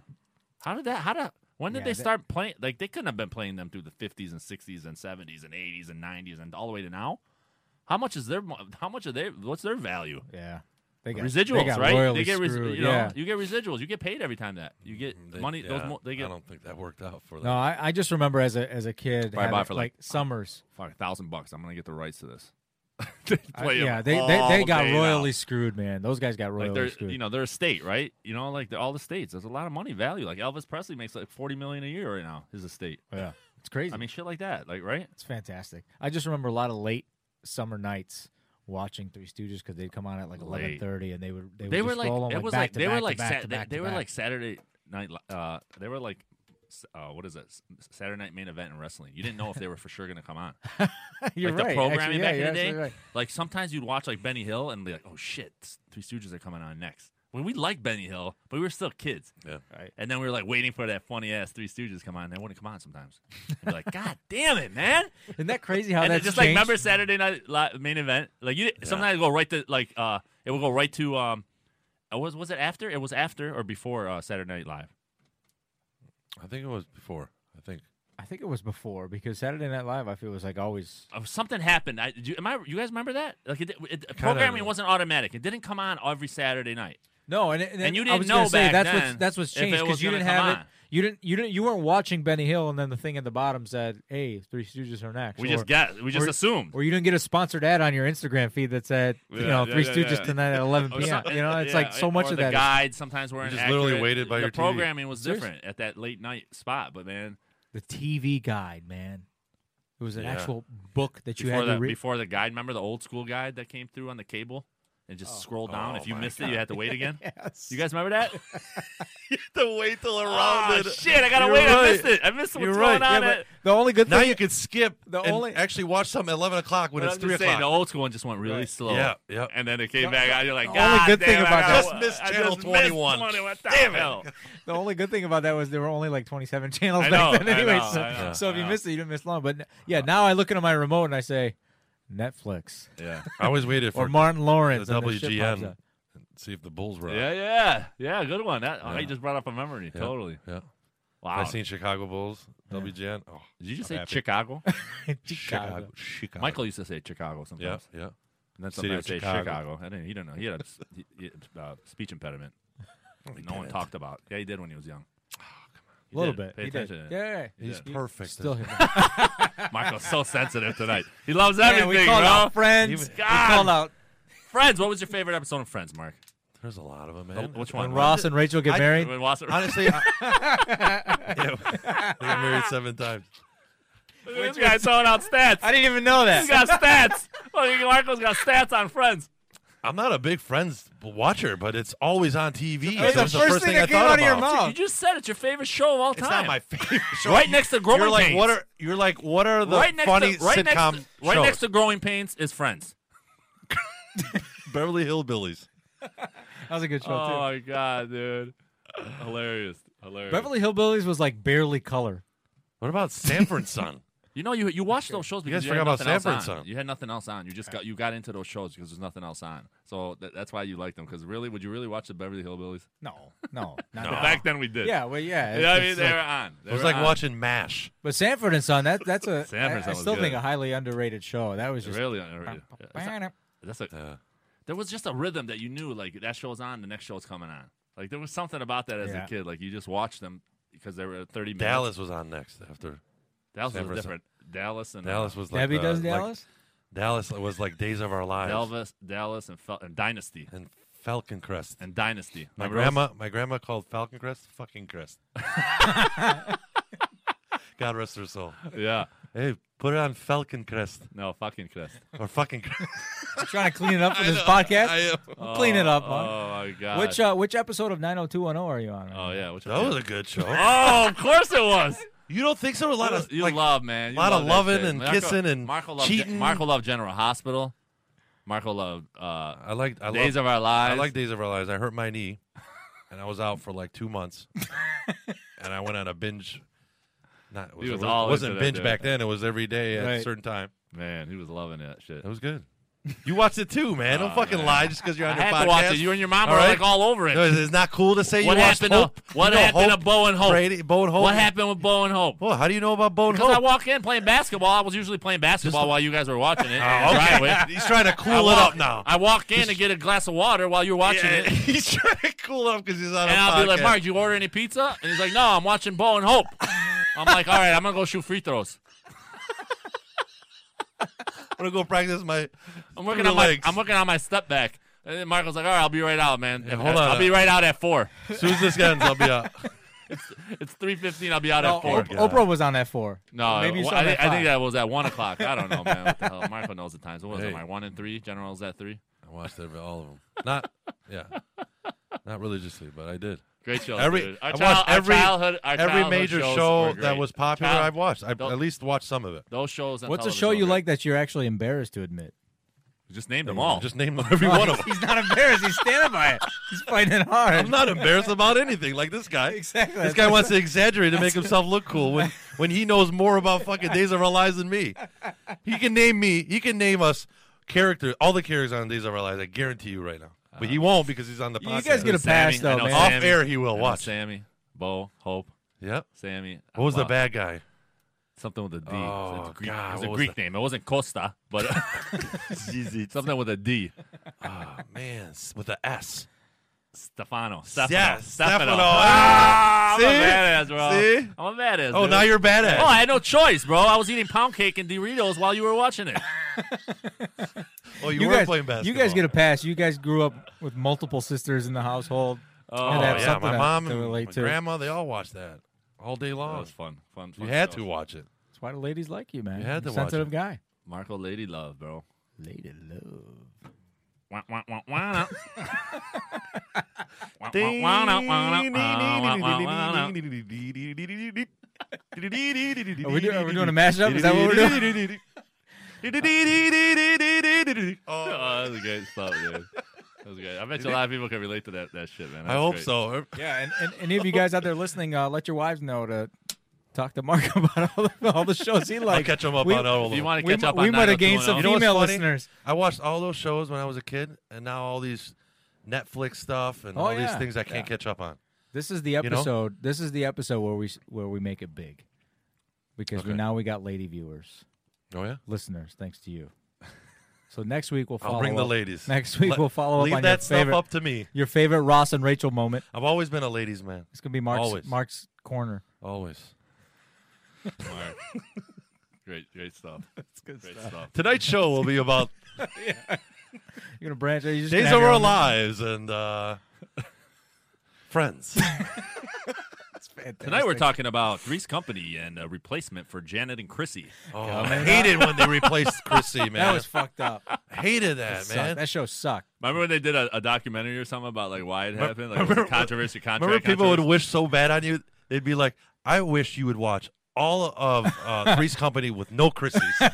C: How did that? How did? When did
B: Yeah,
C: they
B: that-
C: start playing? Like they couldn't have been playing them through the fifties and sixties and seventies and eighties and nineties and all the way to now. How much is their? mo- How much are they? What's their value?
B: yeah, they got
C: residuals,
B: they got
C: right?
B: royally
C: They get res-
B: screwed,
C: you know,
B: yeah.
C: you get residuals. You get paid every time that you get
E: Mm, They-
C: money. Those
E: yeah,
C: mo- they
E: I
C: get
E: don't think that worked out for them.
B: No, I, I just remember as a as a kid,
C: Probably
B: having,
C: buy for, like,
B: like, summers.
C: fuck thousand bucks. I'm gonna get the rights to this. (laughs) they
B: I-
C: play 'em
B: yeah, they
C: all
B: they, they got
C: day now.
B: royally screwed, man. Those guys got royally
C: Like they're
B: screwed.
C: you know they're a state, right? You know, like they're all the states. There's a lot of money value. Like Elvis Presley makes like forty million a year right now. His estate.
B: yeah, it's crazy.
C: I mean, shit like that. Like right.
B: it's fantastic. I just remember a lot of late summer nights watching Three Stooges because they'd come on at like eleven
C: Late.
B: thirty, and they would they,
C: they
B: would
C: were
B: just roll
C: like
B: on
C: it
B: like,
C: was
B: back
C: like
B: to
C: they were
B: back to
C: like
B: back
C: Sat-
B: to
C: they,
B: back
C: they
B: to
C: were
B: back.
C: like Saturday night Li- uh they were like s- uh what is that S- Saturday night main event in wrestling. You didn't know if they were for sure going to come on.
B: (laughs) (laughs) You're
C: like
B: right.
C: the
B: actually,
C: programming
B: yeah,
C: back
B: you're
C: in the day.
B: absolutely right.
C: Like sometimes you'd watch like Benny Hill and be like, "Oh shit, Three Stooges are coming on next." When we liked Benny Hill, but we were still kids.
E: Yeah.
B: Right.
C: And then we were like waiting for that funny ass Three Stooges to come on. And they wouldn't come on sometimes. I'd be like, (laughs) God damn it, man!
B: Isn't
C: (laughs)
B: that crazy how
C: and
B: that's
C: then just like
B: changed?
C: remember Saturday night li- main event. Like you, did sometimes it go right to like uh, it will go right to um, uh, was was it after? It was after or before uh, Saturday Night Live.
E: I think it was before. I think.
B: I think it was before because Saturday Night Live, I feel was like always.
C: Uh, something happened. I, do, you- am I? You guys remember that? Like it, it, programming wasn't automatic. It didn't come on every Saturday night.
B: No, and and,
C: And you
B: I
C: didn't
B: was
C: know
B: gonna say,
C: back
B: that's
C: then
B: what's that's what's
C: if it
B: changed
C: was
B: because you
C: gonna
B: didn't
C: come
B: have
C: on.
B: it. You didn't you didn't you weren't watching Benny Hill, and then the thing at the bottom said, "Hey, Three Stooges are next."
C: We
B: or-
C: just guessed. We just
B: or-
C: assumed.
B: Or you didn't get a sponsored ad on your Instagram feed that said, you
C: Yeah,
B: know,
C: yeah,
B: Three
C: yeah,
B: Stooges
C: yeah.
B: tonight at 11
C: (laughs) Or
B: p.m.
C: some-
B: You know, it's
C: yeah,
B: like so much
C: or
B: of
C: the
B: that. is-
C: guide sometimes we're
E: You just literally waited by
C: the
E: your TV.
C: programming was
B: Seriously.
C: different at that late night spot, but man,
B: the TV guide, man. It was an
E: Yeah.
B: actual book that you
C: before
B: had
C: the
B: to read.
C: before the guide, remember the old school guide that came through on the cable and just scroll down.
E: Oh
C: if you
E: my
C: missed it,
E: God.
C: you had to
E: (laughs)
C: wait again.
B: (laughs) Yes.
C: You guys remember that?
E: To wait till
C: Oh, shit, I gotta
E: You're
C: wait. I
E: right.
C: missed it. I missed what's
E: You're
C: going
E: right. Yeah,
C: on.
E: but
C: at,
B: the only good
E: Now
B: thing
E: you can skip
B: The
E: and
B: only-
E: actually watch something at eleven o'clock when
C: but
E: it's
C: I'm
E: three
C: just saying, the
E: o'clock.
C: old school one just went really slow.
E: Yeah, yeah.
C: And then it came back out. You're like,
B: The
C: God
B: only good
C: damn
B: thing
C: it, I
B: about
C: gotta-
B: that-
E: Just missed
C: I
E: channel
C: just missed
E: 21.
C: 20. What the
E: Damn it.
C: hell?
B: The only good thing about that was there were only like 27 (laughs) channels
C: I know,
B: back then,
C: I
B: anyway.
C: know,
B: so
C: I know,
B: so if
C: I
B: you
C: know. Uh,
B: missed it, you didn't miss long. But n- yeah, now I look into my remote and I say Netflix
C: Yeah.
E: I always
B: (laughs)
E: waited
B: or
E: for
B: Martin Lawrence.
E: the
B: and the shit pops
E: WGN
B: up. (laughs)
E: and see if the Bulls were.
C: Yeah,
E: up.
C: yeah, yeah. Good one. That I
E: Yeah.
C: just brought up a memory.
E: Yeah,
C: Totally.
E: Yeah.
C: Wow.
E: I seen Chicago Bulls, WGN. Oh,
C: Did you just
E: I'm
C: say
E: happy.
C: Chicago?
E: (laughs) Chicago, Chicago.
C: Michael used to say Chicago sometimes.
E: Yeah, yeah.
C: And then
E: City
C: sometimes
E: of
C: say Chicago.
E: Chicago.
C: I didn't. He didn't know. He had a s- (laughs) he- he had, uh, speech impediment. No one talked about. Yeah, he did when he was young.
B: A little bit.
C: did. Pay
B: he did.
C: attention.
B: Yeah, yeah, yeah.
E: He's perfect.
B: Still
C: (laughs)
B: here.
C: Michael's
B: (laughs)
C: so sensitive tonight. He loves
B: Yeah,
C: everything,
B: we called
C: bro.
B: out friends.
C: He-
B: We called
C: God.
B: out
C: Friends. What was your favorite episode of Friends, Mark?
E: There's a lot of them,
C: Oh,
E: man. (laughs)
C: which
B: when
C: one?
B: Ross and Rachel get
E: I-
B: married.
C: (laughs) When Wasser-
E: Honestly, I, yeah, they got married seven times.
C: this guy's throwing out stats.
B: (laughs) I didn't even know
C: (laughs) He's
B: that. (laughs)
C: got stats. Look, Marco's got stats on friends.
E: I'm not a big Friends watcher, but it's always on TV.
B: was
E: so
B: the
E: it's
B: first thing
E: thing,
B: that
E: I
B: came
E: thought
B: out of your
E: about.
B: mouth. Oh.
C: You just said it's your favorite show of all time. (laughs)
E: It's not my favorite show.
C: Right next to Growing
E: you're like,
C: Pains.
E: What are you're like? What are the
C: right next
E: funny
C: to, right
E: sitcom
C: next to, right
E: shows?
C: next to Growing Pains is Friends.
E: Beverly Hillbillies?
B: That was a good show
C: Oh
B: too.
C: my god, dude! Hilarious, hilarious.
B: Beverly Hillbillies was like barely color.
E: What about Sanford and Son?
C: you know you you watched those shows because
E: guys
C: you,
E: forgot
C: had
E: about
C: nothing else
E: Sanford and
C: on.
E: Son.
C: You had nothing else on. You just got you got into those shows because there's nothing else on. So that, that's why you like them. Because really, would you really watch the Beverly Hillbillies?
B: No, (laughs) no, not
E: No.
B: that.
C: (laughs) Back then we did.
B: Yeah, well, yeah.
C: Yeah, I
B: it's-
C: mean
B: it's
C: they
B: like-
C: were on. They
E: It was
C: were
E: like
C: on.
E: watching Mash.
B: but Sanford and Son, that that's a.
C: (laughs) Sanford and
B: I, I
C: Son was
B: still think
C: good.
B: a highly underrated show. That was just.
C: really underrated. Yeah, it's not- That's a,
E: Yeah.
C: there was just a rhythm that you knew like that show's on, the next show's coming on. Like there was something about that as
B: Yeah.
C: a kid. Like you just watched them because they were thirty minutes.
E: Dallas was on next after
C: Dallas
E: San
C: was
E: Francisco.
C: different. Dallas and uh,
E: Dallas was like
B: Debbie
E: the-
B: does
E: like-
B: Dallas.
E: Dallas was like Days of Our
C: uh,
E: Lives
C: Dallas, Dallas and, Fel- and Dynasty
E: and Falcon Crest.
C: and Dynasty.
E: my
C: Remember those?
E: grandma, my grandma called Falcon Crest
B: (laughs)
E: fucking Crest. God rest her soul.
C: (laughs) Yeah.
E: Hey, put it on Falcon Crest
C: No, fucking Chris.
E: or fucking Crest.
C: (laughs)
B: I'm trying to clean it up for this podcast. We'll clean it up,
C: Oh
B: Mark.
C: my god.
B: Which uh, which episode of 90210 are you on? Right
C: oh yeah. Which
E: That was a good
C: (laughs)
E: show.
C: Oh, of course it was.
E: You don't think so? A (laughs) lot of
C: you
E: like,
C: love man. You
E: lot of
C: love that
E: loving
C: shit.
E: and kissing and
C: Marco loved
E: cheating.
C: Marco loved General Hospital. Marco loved uh,
E: I like I
C: Days
E: love,
C: of Our Lives.
E: I like Days of Our Lives. I hurt my knee, and I was out for like
B: (laughs)
E: two months, and I went on a binge. Not it was,
C: He was
E: it
C: all
E: wasn't
C: into that,
E: binge
C: dude.
E: back then. It was every day at a
B: Right.
E: certain time.
C: Man, he was loving that shit.
E: It was good. You watched it too, man. Don't fucking lie just because you're
C: Oh, I
E: on your
C: had
E: podcast.
C: to watch it. You and your mom were
E: All right?
C: like all over it.
E: No, it's- it's not cool to say
C: What
E: you watched
C: happened to-
E: Hope.
C: what
E: You know
C: happened to
E: Hope,
C: Bo and Hope?
E: Brady, Bo and Hope.
C: What happened with Bo and Hope?
E: Well, how do you know about Bo and
C: Because I
E: Hope?
C: walk in playing basketball. I was usually playing basketball while you guys were watching it.
E: (laughs) Oh,
C: in the
E: okay.
C: driveway. (laughs)
E: He's trying to
C: I
E: cool it
C: walk,
E: up now. (laughs)
C: I walk in to get a glass of water while you're watching
E: Yeah,
C: it.
E: He's trying to cool up because he's on
C: And
E: a
C: I'll
E: podcast.
C: be like, Mark, did you order any pizza? And he's like, No, I'm watching Bo and Hope. I'm like, All right, I'm gonna go shoot free throws.
E: I'm gonna go practice my.
C: I'm working
E: Your
C: on my
E: legs.
C: I'm working on my step back. And then Marco's like, All right, I'll be right out, man.
E: Yeah, hold on.
C: I'll be right out at four.
E: As soon as this ends, I'll be out.
C: (laughs) It's three fifteen. I'll be out
B: No,
C: at four.
B: Oh, Op- Oprah was on that four.
C: No,
B: maybe you
C: well,
B: saw
C: I,
B: that.
C: thi- I think
B: five.
C: that was at one o'clock. I don't know, man. What the hell? Marco knows the times. What was
E: Hey.
C: it? My one and three. General's at three.
E: I watched every, all of them. Not, yeah, not religiously, but I did.
C: Great show.
E: Every
C: Oh, dude.
E: I
C: Our,
E: watched
C: child- our
E: every
C: childhood, our
E: every
C: childhood
E: major
C: shows
E: show
C: were
E: that
C: great.
E: was popular.
C: Child-
E: I've watched. I
C: Don't-
E: at least watched some of it.
C: Those shows. On
B: What's a
C: television
B: show
C: were
B: you
C: great.
B: like that you're actually embarrassed to admit? (laughs)
C: Just name them all.
E: Just
C: (laughs)
E: name every one (laughs) of them.
B: He's not embarrassed. He's standing by it. He's fighting it hard.
E: I'm not embarrassed about anything. Like this guy.
B: Exactly.
E: This guy wants to exaggerate to make himself look cool when when he knows more about fucking Days of Our Lives than me. He can name me. He can name us characters. All the characters on Days of Our Lives. I guarantee you right now. But
C: Uh,
E: he won't because he's on the
B: You
E: podcast.
B: guys get a
C: Sammy,
B: pass
C: I
B: though,
C: know
B: man.
E: Off
C: Sammy.
E: air, he will
C: I know
E: watch.
C: Sammy, Bo, Hope,
E: Yep.
C: Sammy.
E: What was the
C: Wow.
E: bad guy?
C: Something with a D.
E: Oh,
C: it's a Greek,
E: God,
C: it was
E: what
C: a
E: was
C: Greek
E: that?
C: name. It wasn't Costa, but something with a D.
E: Oh, man, s- with the S.
C: Stefano. Stefano.
E: Yes,
C: Stefano.
E: Stefano.
C: Ah,
E: See?
C: I'm a badass, bro.
E: See?
C: I'm a badass.
E: Oh,
C: dude.
E: now you're badass.
C: Oh, I had no choice, bro. I was eating pound cake and Doritos while you were watching it.
E: oh, you,
B: You
E: were
B: guys,
E: playing basketball.
B: you guys get a pass. You guys grew up with multiple sisters in the household.
C: Oh,
B: Had to
E: Oh,
B: have
E: yeah,
B: something
E: my
B: to-
E: mom
B: to
E: and
B: relate
E: my
B: to.
E: grandma, they all watched that all day
C: That
E: long.
C: was fun. Fun. fun
E: You had
C: show.
E: to watch it.
B: That's why the ladies like you, man.
E: You had to
B: You're a sensitive
E: watch it.
B: guy.
C: Marco Lady Love, bro.
B: Lady love.
C: Wah, wah, wah, wah. Wah, wah, wah, wah, wah, wah, wah, wah, wah.
B: Are we, do, are we doing a
E: (laughs)
B: mashup? Is that what we're doing?
C: Oh, that was great stuff, dude. That was great. I bet you a lot of people can relate to that, that shit, man. That
E: I
C: was
E: hope
C: great.
E: so.
B: Yeah, and, and any of you guys out there listening, uh, let your wives know to talk to Mark (laughs) about all the, all the shows
E: (laughs)
B: he likes.
E: I'll catch them up
B: We-
E: on all
C: If you
E: of
C: want to
B: we
C: catch
B: mi-
C: up
B: we
C: on
B: might have gained
C: 90210,
B: some
E: You know what's
B: female
E: funny?
B: listeners.
E: I watched all those shows when I was a kid, and now all these Netflix stuff and
B: Oh,
E: all
B: yeah.
E: these things I can't catch up on.
B: This is the
E: know?
B: episode. This is the episode where we s- where we make it big, because we,
E: Okay.
B: now we got lady viewers,
E: Oh yeah.
B: listeners, thanks to you. So next week we'll follow.
E: (laughs) I'll bring the
B: up-
E: ladies.
B: Next week
E: Let-
B: we'll follow up
E: Leave
B: on
E: that
B: your
E: stuff
B: favorite
E: up to me.
B: your favorite Ross and Rachel moment.
E: I've always been a ladies man.
B: It's gonna be Mark's
E: Always.
B: Mark's corner.
C: (laughs)
E: Always.
C: Mark. Great, great stuff. That's good great stuff.
E: Tonight's show will be about
B: (laughs) You're gonna branch. You're just gonna
E: days
B: have
E: of
B: your
E: our
B: own- (laughs)
E: lives and uh, friends.
B: fantastic.
C: Tonight we're talking about Three's Company and a replacement for Janet and Chrissy.
E: Oh, I hated when they replaced Chrissy, man.
B: (laughs) That was fucked
E: (laughs)
B: up.
E: hated that,
B: That
E: man.
B: sucked. That show sucked.
C: Remember when they did a, a documentary or something about like why it happened, like it was a
E: remember-
C: controversy, contract.
E: Remember, people would
C: controversy?
E: wish so bad on you. They'd be like, "I wish you would watch all of
C: (laughs)
E: uh, Three's Company with no Chrissies."
C: I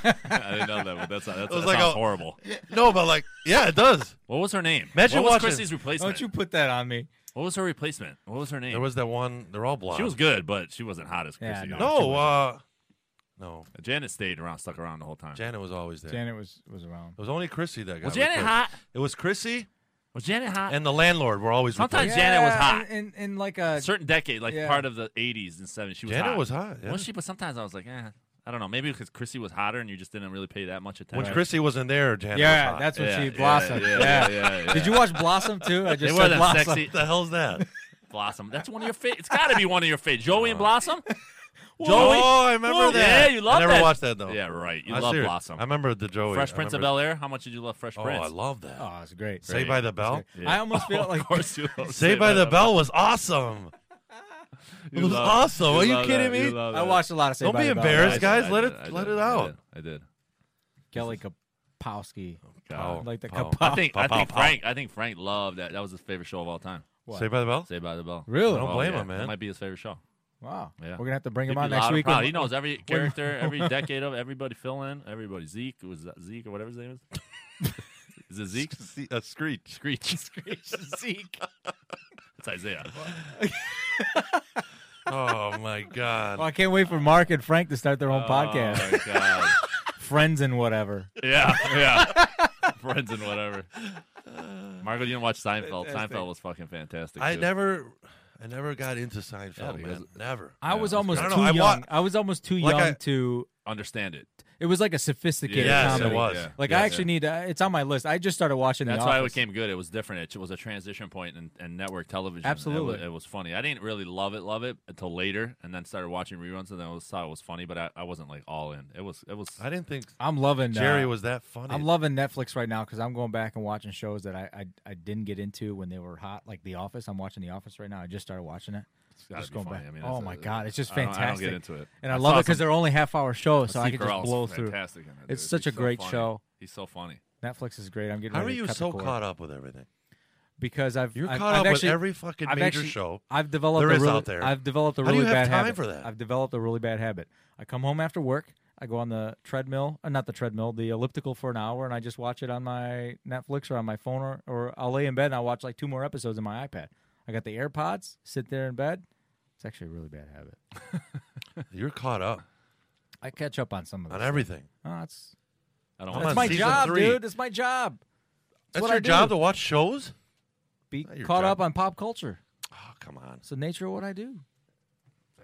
C: didn't know that. But that's that's,
E: It was
C: that
E: like
C: sounds
E: a-
C: horrible.
E: no, but like, yeah, it does.
C: What was her name?
E: Imagine
C: what was
E: watching-
C: Chrissy's replacement?
B: Don't you put that on me?
C: What was her replacement? What was her name?
E: There was that one. They're all blonde.
C: she was good, but she wasn't hot as
B: Yeah,
C: Chrissy.
B: no.
E: No, uh, no.
C: Janet stayed around, stuck around the whole time.
E: Janet was always there.
B: Janet was was around.
E: It was only Chrissy that got.
C: was Janet
E: replaced.
C: hot?
E: It was Chrissy
C: Was Janet hot?
E: and the landlord were always.
C: Sometimes-
E: replaced.
C: Janet was hot.
B: In, in, in like a
C: certain decade, like
B: Yeah.
C: part of the '80s and '70s, she was
E: Janet
C: hot.
E: was hot, yeah.
C: Was she? But sometimes I was like, eh, I don't know. Maybe because Chrissy was hotter, and you just didn't really pay that much attention.
E: when Chrissy wasn't there, Janet. was
B: yeah,
E: hot.
B: that's when
C: Yeah,
B: she
C: yeah,
B: blossomed. Yeah,
C: yeah, yeah, yeah, yeah.
B: Did you watch Blossom too? I
C: they
B: just
C: were
B: said
C: that
B: Blossom.
C: sexy
E: What the
C: (laughs)
E: hell's that?
C: Blossom. That's one of your favorite. It's got to be one of your favorite. Joey
E: Uh,
C: and
E: (laughs)
C: Blossom. Joey.
E: Oh, I remember
C: Whoa,
E: that.
C: Yeah, you love
E: I never
C: that.
E: watched that though.
C: Yeah, right. You
E: I
C: love
E: serious-
C: Blossom.
E: I remember the Joey.
C: Fresh
E: I
C: Prince of
E: remember-
C: Bel Air. How much did you love Fresh
E: Oh,
C: Prince? (laughs)
E: I love that.
B: Oh, it's great.
E: Say by the Bell.
C: Yeah.
B: I almost feel like
C: (laughs) of course you love
E: Say by the Bell was (laughs) awesome.
C: You
E: it was
C: love-
E: awesome. Are you
C: love that.
E: kidding me?
C: You love
B: I
C: that.
B: watched a lot of Saved
E: Don't
B: by
E: be
B: the Bell.
E: embarrassed,
C: I
B: Right?
C: did,
E: guys.
C: I
E: Let
C: did,
E: it-
C: I
E: let
C: did,
E: it
C: I
E: out.
C: did, I did.
B: Kelly Kapowski.
E: Pow,
B: like the
E: pow.
B: Kapow.
C: I think
E: Pow,
C: I
E: pow,
C: think
E: pow.
C: Frank I think Frank loved that. That was his favorite show of all time.
B: What?
E: Say by the Bell.
C: Say by the Bell.
B: Really?
E: I don't
C: Oh,
E: blame
C: yeah.
E: him, man.
C: That might be his favorite show.
B: Wow.
C: Yeah.
B: We're gonna have to bring
C: He'd
B: him
C: be
B: on
C: loud
B: next
C: and
B: week.
C: proud. He
B: (laughs)
C: knows every character, every decade of everybody. Fill in everybody. Zeke was that Zeke or whatever his name is.
E: (laughs)
C: is it Zeke?
E: See- A uh, screech.
B: (laughs)
C: Screech. Screech. Zeke. (laughs) It's Isaiah.
E: Oh (laughs) my
B: Well,
E: god.
B: I can't wait for Mark and Frank to start their own podcast,
C: Oh, my God.
B: friends and whatever.
C: Yeah, yeah. (laughs) Friends and whatever. Marco, you didn't watch Seinfeld. Seinfeld was fucking fantastic.
E: I
C: too.
E: never, I never got into Seinfeld,
C: Yeah,
E: man.
C: because-
E: Never.
B: I was
C: that's
B: almost
E: good. I
B: too
E: don't know, I
B: young.
E: want-
B: I was almost too
E: Like
B: young
E: I-
B: to.
C: understand it.
B: It was like a sophisticated
E: Yes, it
B: comedy.
E: was.
B: Like
C: Yes,
B: I
C: yeah.
B: actually need. To, it's on my list. I just started watching.
C: That's
B: the
C: why it
B: Office.
C: became good. It was different. It was a transition point in, in network television. It wa- it
B: Absolutely.
C: was, funny. I didn't really love it, love it until later, and then started watching reruns, and then I was, thought it was funny, but I, I wasn't like all in. It was, it was.
E: I didn't think
B: I'm loving uh,
E: Jerry was that funny.
B: I'm loving Netflix right now because I'm going back and watching shows that I, I I didn't get into when they were hot, like The Office. I'm watching The Office right now. I just started watching it.
C: it's gotta
B: just
C: be
B: going
C: funny.
B: back.
C: I mean,
B: oh
C: it's
B: my
C: a-
B: god, it's just
C: I don't-
B: fantastic.
C: I don't get into it.
B: and I,
C: I
B: love
C: saw
B: it because
C: some-
B: they're only half hour shows, so I
C: Steve
B: can just
C: Carell's
B: blow through.
C: Fantastic in it, dude.
B: It's such
C: He's
B: a
C: so
B: great
C: funny.
B: show.
C: He's so funny.
B: Netflix is great. I'm getting.
E: How are
B: ready to
E: you
B: cut the
E: so
B: cord.
E: caught up with everything?
B: Because I've
E: You're
B: I've-
E: caught
B: I've
E: up
B: actually-
E: with every fucking
B: I've
E: major
B: actually-
E: show.
B: I've developed
E: there
B: a
E: is
B: really,
E: out there.
B: I've developed a
E: How do
B: really
E: you have
B: bad
E: time
B: habit.
E: for that?
B: I've developed a really bad habit. I come home after work. I go on the treadmill, uh, not the treadmill, the elliptical for an hour, and I just watch it on my Netflix or on my phone, or, or I'll lay in bed and I'll watch like two more episodes on my iPad. I got the AirPods, sit there in bed. It's actually a really bad habit.
E: You're
C: (laughs)
E: caught up
B: I catch up on some of
E: on
B: it.
E: everything.
B: Oh, it's,
C: I don't
E: I'm
C: want
E: on
B: it's my
E: season
B: job,
E: three.
B: dude. It's my job.
E: That's
B: what
E: your
B: I do.
E: job to
C: (sighs)
E: watch shows.
B: Be
E: your
B: caught up
E: job.
B: on pop culture.
E: Oh, come on.
B: It's the nature of what I do.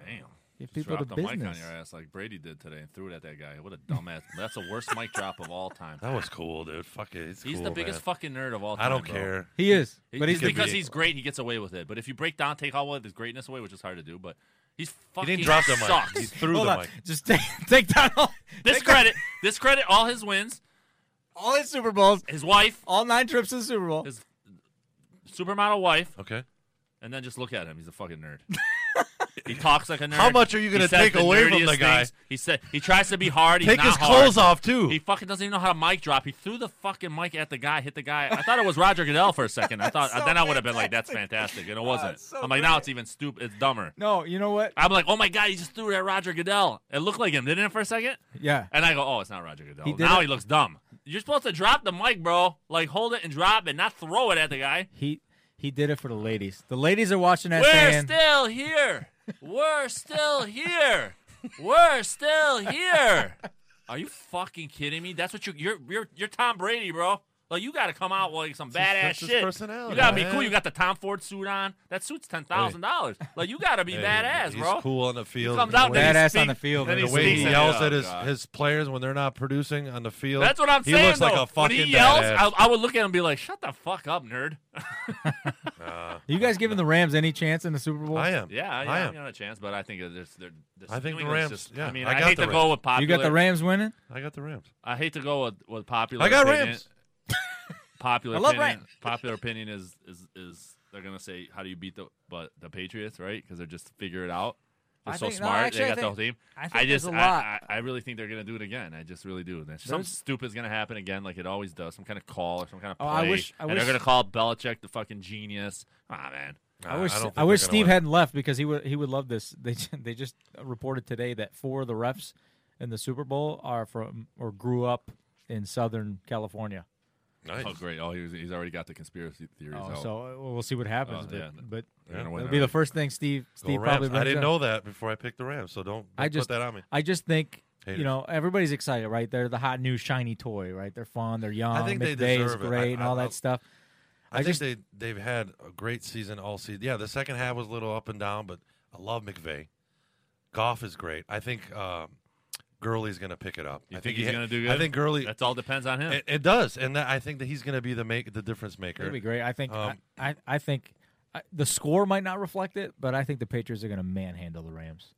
C: Damn.
B: Give
C: Just
B: people the
C: dropped a mic on
B: business.
C: your ass like Brady did today and threw it at that guy. What a dumbass! That's the worst mic drop of all time.
E: That was cool, dude. Fuck it. It's
C: He's
E: cool,
C: the biggest
E: man.
C: fucking nerd of all time.
E: I don't
C: bro.
E: care.
B: He is,
C: He-
B: but he's
E: could
C: because
E: be-
C: he's great, he gets away with it. But if you break down, take all of his greatness away, which is hard to do, but he's
E: He
C: fucking
E: didn't drop the
C: sucks. (laughs)
E: mic. He threw
B: Hold
E: the
B: on.
E: mic.
B: Just take, take down all,
C: This
B: take down
C: credit, this credit, all his wins,
B: all his Super Bowls,
C: his wife,
B: all nine trips to the Super Bowl.
C: his supermodel wife,
E: Okay.
C: and then just look at him. He's a fucking
E: (laughs)
C: nerd. He talks like a nerd.
E: How much are you
C: He
E: gonna
C: says
E: take
C: the
E: away from
C: nerdiest
E: the guy?
C: things. He said he tries to be hard. He's
E: Take
C: not
E: his
C: hard.
E: clothes off too.
C: He fucking doesn't even know how to mic drop. He threw the fucking mic at the guy, hit the guy. I thought it was Roger Goodell for a second. I
E: (laughs)
C: thought then I would have been like, "That's fantastic," and it
E: Ah,
C: wasn't.
B: it's so
C: I'm like, now it's even stupid. It's dumber.
B: No, you know what?
C: I'm like, "Oh my god, he just threw it at Roger Goodell." It looked like him, didn't it, for a second?
B: Yeah.
C: And I go, "Oh, it's not Roger Goodell."
B: He did
C: now
B: it-
C: he looks dumb. You're supposed to drop the mic, bro. Like hold it and drop it, not throw it at the guy.
B: He he did it for the ladies. The ladies are watching that
C: We're
B: saying,
C: still here. We're still here. We're still here. Are you fucking kidding me? That's what you you're you're you're Tom Brady, bro. Like you got to come out with like some
E: his-
C: badass
E: that's his
C: shit.
E: personality,
C: you gotta be
E: man.
C: cool. You got the Tom Ford suit on. That suit's ten thousand dollars. Like you gotta be
E: Hey,
C: badass,
E: he's
C: bro.
E: cool on the field.
C: Comes
E: The
C: out
E: way-
C: there, he
B: Badass on
C: speak-
B: the field,
C: Then
B: and
C: he
E: the way
C: speaks
E: he
C: at-
E: yells
C: Oh,
E: at his,
C: God.
E: his players when they're not producing on the field.
C: That's what I'm
E: he
C: saying.
E: looks like
C: though.
E: a fucking
C: when he yells,
E: badass.
C: I, I would look at him and be like, "Shut the fuck up, nerd." (laughs)
B: "Are you guys giving the Rams any chance in the Super Bowl?"
E: I am.
C: Yeah, I,
E: I
C: am
E: am.
C: giving it a chance, but I think that there's there. this-
E: I think
C: New
E: the
C: England's
E: Rams-
C: Just,
E: yeah,
C: I mean,
E: I
C: I,
E: got
C: hate
E: the
C: to go
E: Rams.
C: with popular.
B: You got the Rams winning.
E: I got the Rams.
C: I hate to go with, with popular.
E: I got
C: opinion.
E: Rams.
C: Popular
B: I love
C: opinion.
B: Rams.
C: Popular opinion is is is they're gonna say, "How do you beat the but the Patriots?" Right? Because they're just figure it out. They're
B: I
C: so
B: think- no,
C: smart.
B: actually, I
C: they got the
B: think-
C: whole team.
B: I think there's
C: just,
B: a lot.
C: I, I, I really think they're gonna do it again. I just really do. There's some
B: There's-
C: stupid's gonna happen again, like it always does. Some kind of call or some kind of
B: Oh,
C: play.
B: I wish- I
C: and
B: wish-
C: they're gonna call Belichick the fucking genius. Ah man.
B: I wish
E: I
B: I,
E: don't think they're
B: wish
E: gonna
B: Steve
E: win.
B: hadn't left because he would he would love this. (laughs) They ju- they just reported today that four of the refs in the Super Bowl are from or grew up in Southern California.
E: Nice.
C: Oh great! Oh, he's, he's already got the conspiracy theories.
B: Oh,
C: out.
B: so uh, we'll see what happens.
C: Oh,
B: but
C: yeah.
B: but
C: They're gonna win
B: that'll
C: that
B: be the
C: race.
B: first thing Steve
E: Go
B: Steve
E: Rams.
B: probably.
E: I
B: brings
E: didn't
B: up.
E: know that before I picked the Rams, so don't,
B: I
E: don't
B: just
E: put that on me.
B: I just think you
E: Haters.
B: know everybody's excited, right? They're the hot new shiny toy, right? They're fun, they're young.
E: think they
B: McVay is
E: deserve it. I-
B: great and
E: I-
B: all
E: I-
B: that stuff.
E: I,
B: I
E: think
B: just-
E: they they've had a great season all season. Yeah, the second half was a little up and down, but I love McVay. Goff is great. I think um, Gurley's going to pick it up.
C: You
E: I
C: think
E: he
C: he's
E: ha-
C: gonna do good?
E: I think Gurley.
C: That's all depends on him.
E: It, it does, and that, I think that he's going to be the make the difference maker.
B: It'd be great. I think
E: Um,
B: I, I I think I, the score might not reflect it, but I think the Patriots are going to manhandle the Rams.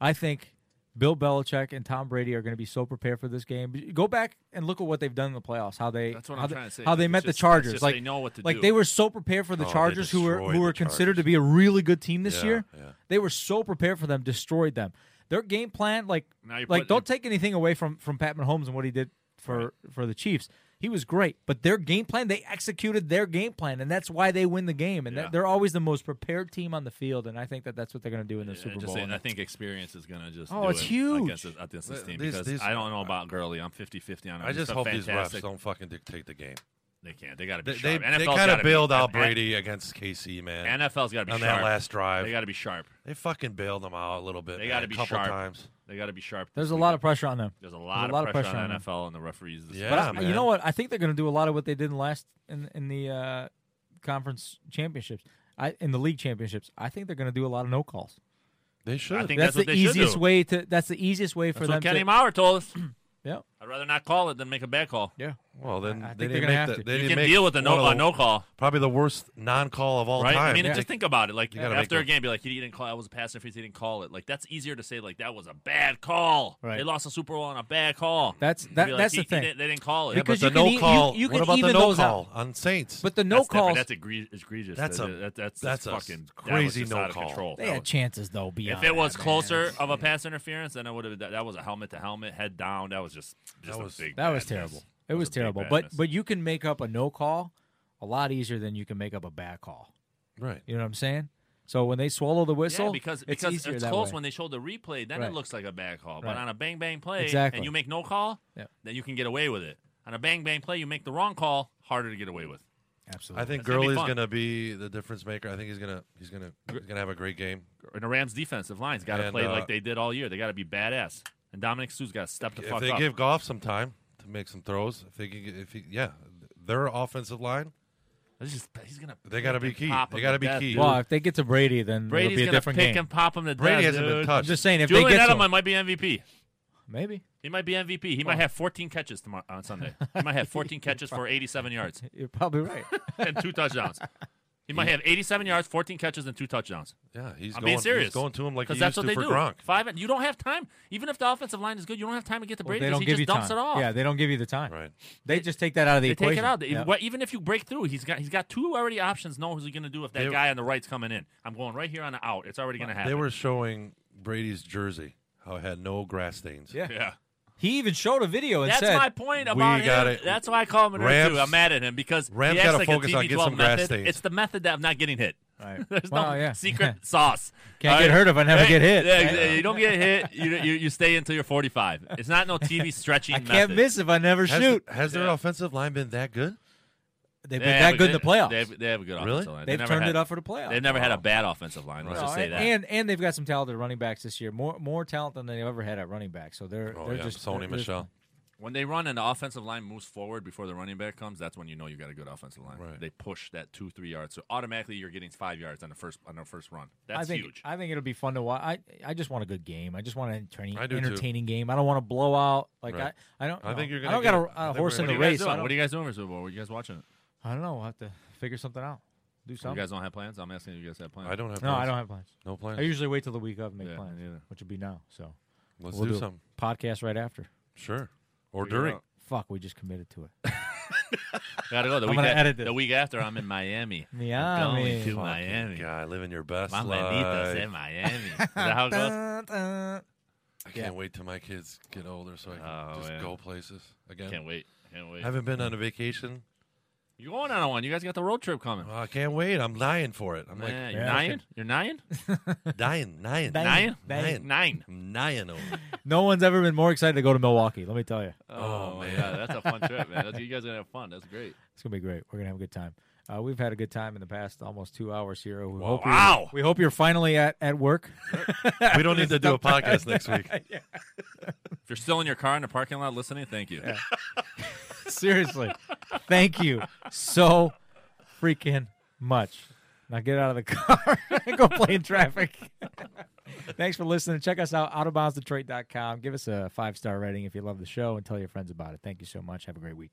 B: I think Bill Belichick and Tom Brady are going to be so prepared for this game. Go back and look at what they've done in the playoffs. How they
C: That's what
B: how
C: I'm
B: they,
C: trying to say.
B: How they
C: It's
B: met
C: just-
B: the Chargers.
C: it's just
B: like
C: they know what to
B: like
C: do.
B: they were so prepared for the
E: Oh, they
B: Chargers, who were
E: destroyed
B: who
E: the
B: were considered
E: Chargers.
B: to be a really good team this
E: Yeah,
B: year.
E: yeah.
B: They were so prepared for them, destroyed them. Their game plan, like
C: Now you're
B: like
C: putting-
B: don't take anything away from from Pat Mahomes and what he did for for the Chiefs. He was great, but their game plan, they executed their game plan, and that's why they win the game. And
C: Yeah.
B: that, they're always the most prepared team on the field, and I think that that's what they're going to do in the
C: Yeah,
B: Super
C: just
B: Bowl.
C: saying, I think experience is going to just.
B: Oh,
C: do
B: it's
C: it
B: huge.
C: Against this, against this
E: Th-
C: team
E: these-
C: because
E: these-
C: I don't know about Gurley. I'm 50 50 on him.
E: I
C: He's
E: just
C: a
E: hope these refs
C: fantastic.
E: don't fucking dictate the game.
C: They can't. They got to be
E: They
C: sharp.
E: they, they
C: NFL's
E: kind
C: gotta
E: of
C: be-
E: bailed out
C: N-
E: Brady against KC, man.
C: NFL's got to be
E: on
C: sharp.
E: that last drive,
C: They got to be sharp.
E: They fucking bailed them out a little bit.
C: They
E: got to
C: be
E: couple
C: sharp.
E: times.
C: They got to be sharp.
B: There's
C: this
B: a lot
C: weekend.
B: of pressure on them.
C: There's a
B: There's
C: lot,
B: a lot
C: of
B: of
C: pressure,
B: pressure
C: on,
B: on
C: NFL and the referees. This
E: Yeah,
C: weekend.
B: But I, you
E: man.
B: know what? I think they're going to do a lot of what they did in last in in the uh, conference championships, I in the league championships. I think they're going to do a lot of no calls.
E: They should.
C: think
B: That's,
C: that's what
B: the
C: they should
B: easiest
C: do.
B: way to. That's the easiest way for
C: That's what
B: them.
C: Kenny
B: to,
C: Mauer told us.
B: yeah,
C: I'd rather not call it than make a bad
E: (clears throat)
C: call.
B: yeah.
E: well, then
B: I- I think
E: they
B: they're
E: didn't
B: gonna
E: make
B: have
E: the,
B: to.
E: they
C: You
E: didn't
C: can
E: make
C: deal with a
E: one
C: no,
E: of
C: a no call,
E: Probably the worst non-call of all
C: right?
E: time.
C: I mean,
B: Yeah.
C: just think about it. Like
E: You gotta make
C: after a
E: them-
C: game, be like, he didn't call. That was a pass interference. He didn't call it. Like that's easier to say. Like that was a bad call.
B: Right.
C: They lost a Super Bowl on a bad call.
B: That's
C: You'd
B: that.
C: be like,
B: that's
C: he-
B: the
C: he
B: thing.
C: didn't- they didn't call it.
E: Yeah,
B: Because
E: but
B: you
E: the
B: can
E: no
B: e- you-
E: call.
B: you can
E: what about
B: even
E: the no
B: those out.
E: call on Saints?
B: but the no
C: that's different.
B: calls.
C: That's egre- egregious.
E: That's a-
C: That- that- that's
E: that's a
C: fucking that was
E: crazy
C: just
E: no
C: out of
E: call.
C: control.
B: they
C: That
B: had
C: was-
B: chances though.
C: if
B: Beyond
C: it was
B: that, man.
C: closer of a pass interference, then it would have. That, that was a helmet to helmet, head down. That was just, just
E: That
C: a
E: was-
C: big.
B: that was
C: badness.
B: terrible. It
C: That
B: was
C: a big
B: terrible. But
C: badness.
B: but you can make up a no call a lot easier than you can make up a bad call.
E: right.
B: You know what I'm saying? So when they swallow the whistle,
C: yeah, because
B: it's
C: because
B: easier
C: it's
B: that
C: close
B: way.
C: when they show the replay, then
B: Right.
C: it looks like a bad call. But
B: Right.
C: on a bang bang play,
B: Exactly.
C: and you make no call,
B: Yeah.
C: then you can get away with it. On a bang bang play, you make the wrong call, harder to get away with.
B: Absolutely.
E: I think
C: That's gonna be
E: Gurley's
C: fun.
E: going to be the difference maker. I think he's going to he's going to he's going to have a great game.
C: And the Rams' defensive line's got to
E: And,
C: play
E: uh,
C: like they did all year. They got to be badass. And Dominic Sue's got to step the
E: If
C: fuck
E: they
C: up.
E: give Goff some time to make some throws, if they can, get- if he, yeah, their offensive line,
C: That's just- he's gonna.
E: They
C: pick
E: gotta be
C: and
E: key.
C: pop
E: They
C: him
E: gotta
C: to
E: be
C: death,
E: key.
C: dude.
B: Well, if they get to Brady, then
C: Brady's
B: it'll be a
C: gonna
B: different
C: pick
B: game.
C: and pop him to
E: Brady
C: death.
E: hasn't been
C: dude.
E: touched.
B: I'm just saying, if
C: Julian
B: they get to
C: Edelman
B: him,
C: might be MVP.
B: maybe (laughs)
C: He might be MVP. He might have 14 catches tomorrow on Sunday. He
B: (laughs)
C: might have 14 catches for 87 yards
B: you're probably right.
C: and two touchdowns. He might have 87 yards, 14 catches, and two touchdowns.
E: yeah, he's
C: I'm
E: going
C: being serious.
E: he's going to him like he
C: Because
E: used
C: that's
E: to
C: what they
E: for
C: do.
E: Gronk.
C: Five. And, you don't have time. Even if the offensive line is good, you don't have time to get to
B: Well,
C: (laughs) Brady.
B: they
C: 'cause
B: don't
C: he
B: give
C: just
B: you
C: dumps
B: time.
C: it off.
B: Yeah, they don't give you the time.
E: Right.
B: They just take that out of the
C: They
B: equation.
C: take it out. They-
B: Yeah.
C: what- Even if you break through, he's got he's got two already options. Know who's going to do if that
E: They-
C: guy on the right's coming in. I'm going right here on the out. It's already going to happen.
E: They were showing Brady's jersey how it had no grass stains.
B: Yeah.
C: yeah.
B: He even showed a video and
C: That's
B: said,
C: my point about
E: "We got
C: him.
E: it."
C: That's why I call him an nerd,
E: Rams-
C: too. I'm mad at him because
E: Rams
C: he acts
E: gotta
C: like
E: focus
C: a
E: on
C: TV12
E: get some grass
C: method.
E: stains.
C: It's the method that I'm not getting hit.
B: Right.
C: (laughs) There's no
B: Well, yeah.
C: secret
B: (laughs)
C: sauce.
B: Can't
C: All
B: get hurt if I never
C: Hey,
B: get hit.
C: Yeah,
B: Right.
C: You don't get hit. You, you you stay until you're 45. It's not no TV
B: (laughs)
C: stretching.
B: "I can't
C: method.
B: miss if I never
E: Has,
B: shoot."
E: has their offensive line been that good?
B: They've
C: They
B: been
C: have
B: that
C: a
B: good in the playoffs.
C: They have, they have a good
E: Really?
C: offensive line. They
B: They've
C: never
B: turned
C: had-
B: it up for the playoffs.
C: They've never had a bad offensive line. Let's
B: No,
C: just say
B: and,
C: that.
B: and and they've got some talented running backs this year. More more talent than they've ever had at running back. So they're
E: Oh
B: they're
E: yeah,
B: just
E: Sony
B: they're- they're-
E: Michelle.
C: when they run and the offensive line moves forward before the running back comes, that's when you know you got a good offensive line.
E: Right.
C: They push that two three yards, so automatically you're getting five yards on the first on the first run. That's
B: I think
C: huge.
B: I think it'll be fun to watch. I I just want a good game. I just want an entertaining,
E: I do too.
B: entertaining game. I don't want to blow out. Like
E: Right.
B: I, I don't.
E: I
B: no,
E: think you're
B: I
E: gonna
B: don't
E: get
B: got
E: it. I
B: a, a
E: think
B: horse in
C: what, are
E: we're
B: the
C: you guys
B: race.
C: doing?
B: I don't,
C: What are you guys doing for Super Bowl? What are you guys watching?
B: I don't know. We'll have to figure something out. Do
C: You
B: something.
C: guys don't have plans? I'm asking if you guys have plans.
E: I don't have.
B: no,
E: plans.
B: I don't have plans.
E: No plans.
B: I usually wait till the week of and make
C: Yeah,
B: plans,
C: neither.
B: which would be now. So
E: Let's
B: we'll
E: do
B: a
E: something.
B: podcast right after.
E: Sure. Or
C: Figure it
E: during.
C: out.
B: Fuck, we just committed to it. (laughs)
C: Gotta go. The
B: I'm
C: week,
B: gonna
C: a-
B: edit this.
C: the week after, I'm in Miami. I'm
B: Miami.
C: going to
B: Fucking
C: Miami.
E: God, living your best
C: Mamanitas
E: life.
C: in Miami. Is that how it goes?
B: (laughs) Dun, dun.
E: I
B: Yeah.
E: can't wait till my kids get older so I can
C: Oh,
E: just
C: yeah.
E: go places again.
C: Can't wait. Can't wait.
E: I haven't been on a vacation.
C: You're going on one. You guys got the road trip coming.
E: Well, I can't wait. I'm dying for it. I'm
C: Man,
E: like
C: you're
B: Yeah.
C: nine? You're nine?
E: dying,
C: Nine?
E: dying, dying.
C: (laughs) Nine.
E: I'm dying over. it.
B: No one's ever been more excited to go to Milwaukee. Let me tell you,
C: Oh, man. Yeah, that's a fun trip, man. That's, you guys are going to have fun. That's great.
B: it's gonna be great. We're gonna have a good time. Uh, we've had a good time in the past almost two hours here. We hope you're-
C: Wow.
B: We hope you're finally at, at work. (laughs)
E: we don't need to do a podcast next week.
C: If you're still in your car in the parking lot listening, thank you.
B: Seriously, thank you so freaking much. Now get out of the (laughs) car and go play in traffic. (laughs) Thanks for listening. Check us out, outofboundsdetroit.com. Give us a five star rating if you love the show and tell your friends about it. Thank you so much. Have a great week.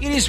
D: It is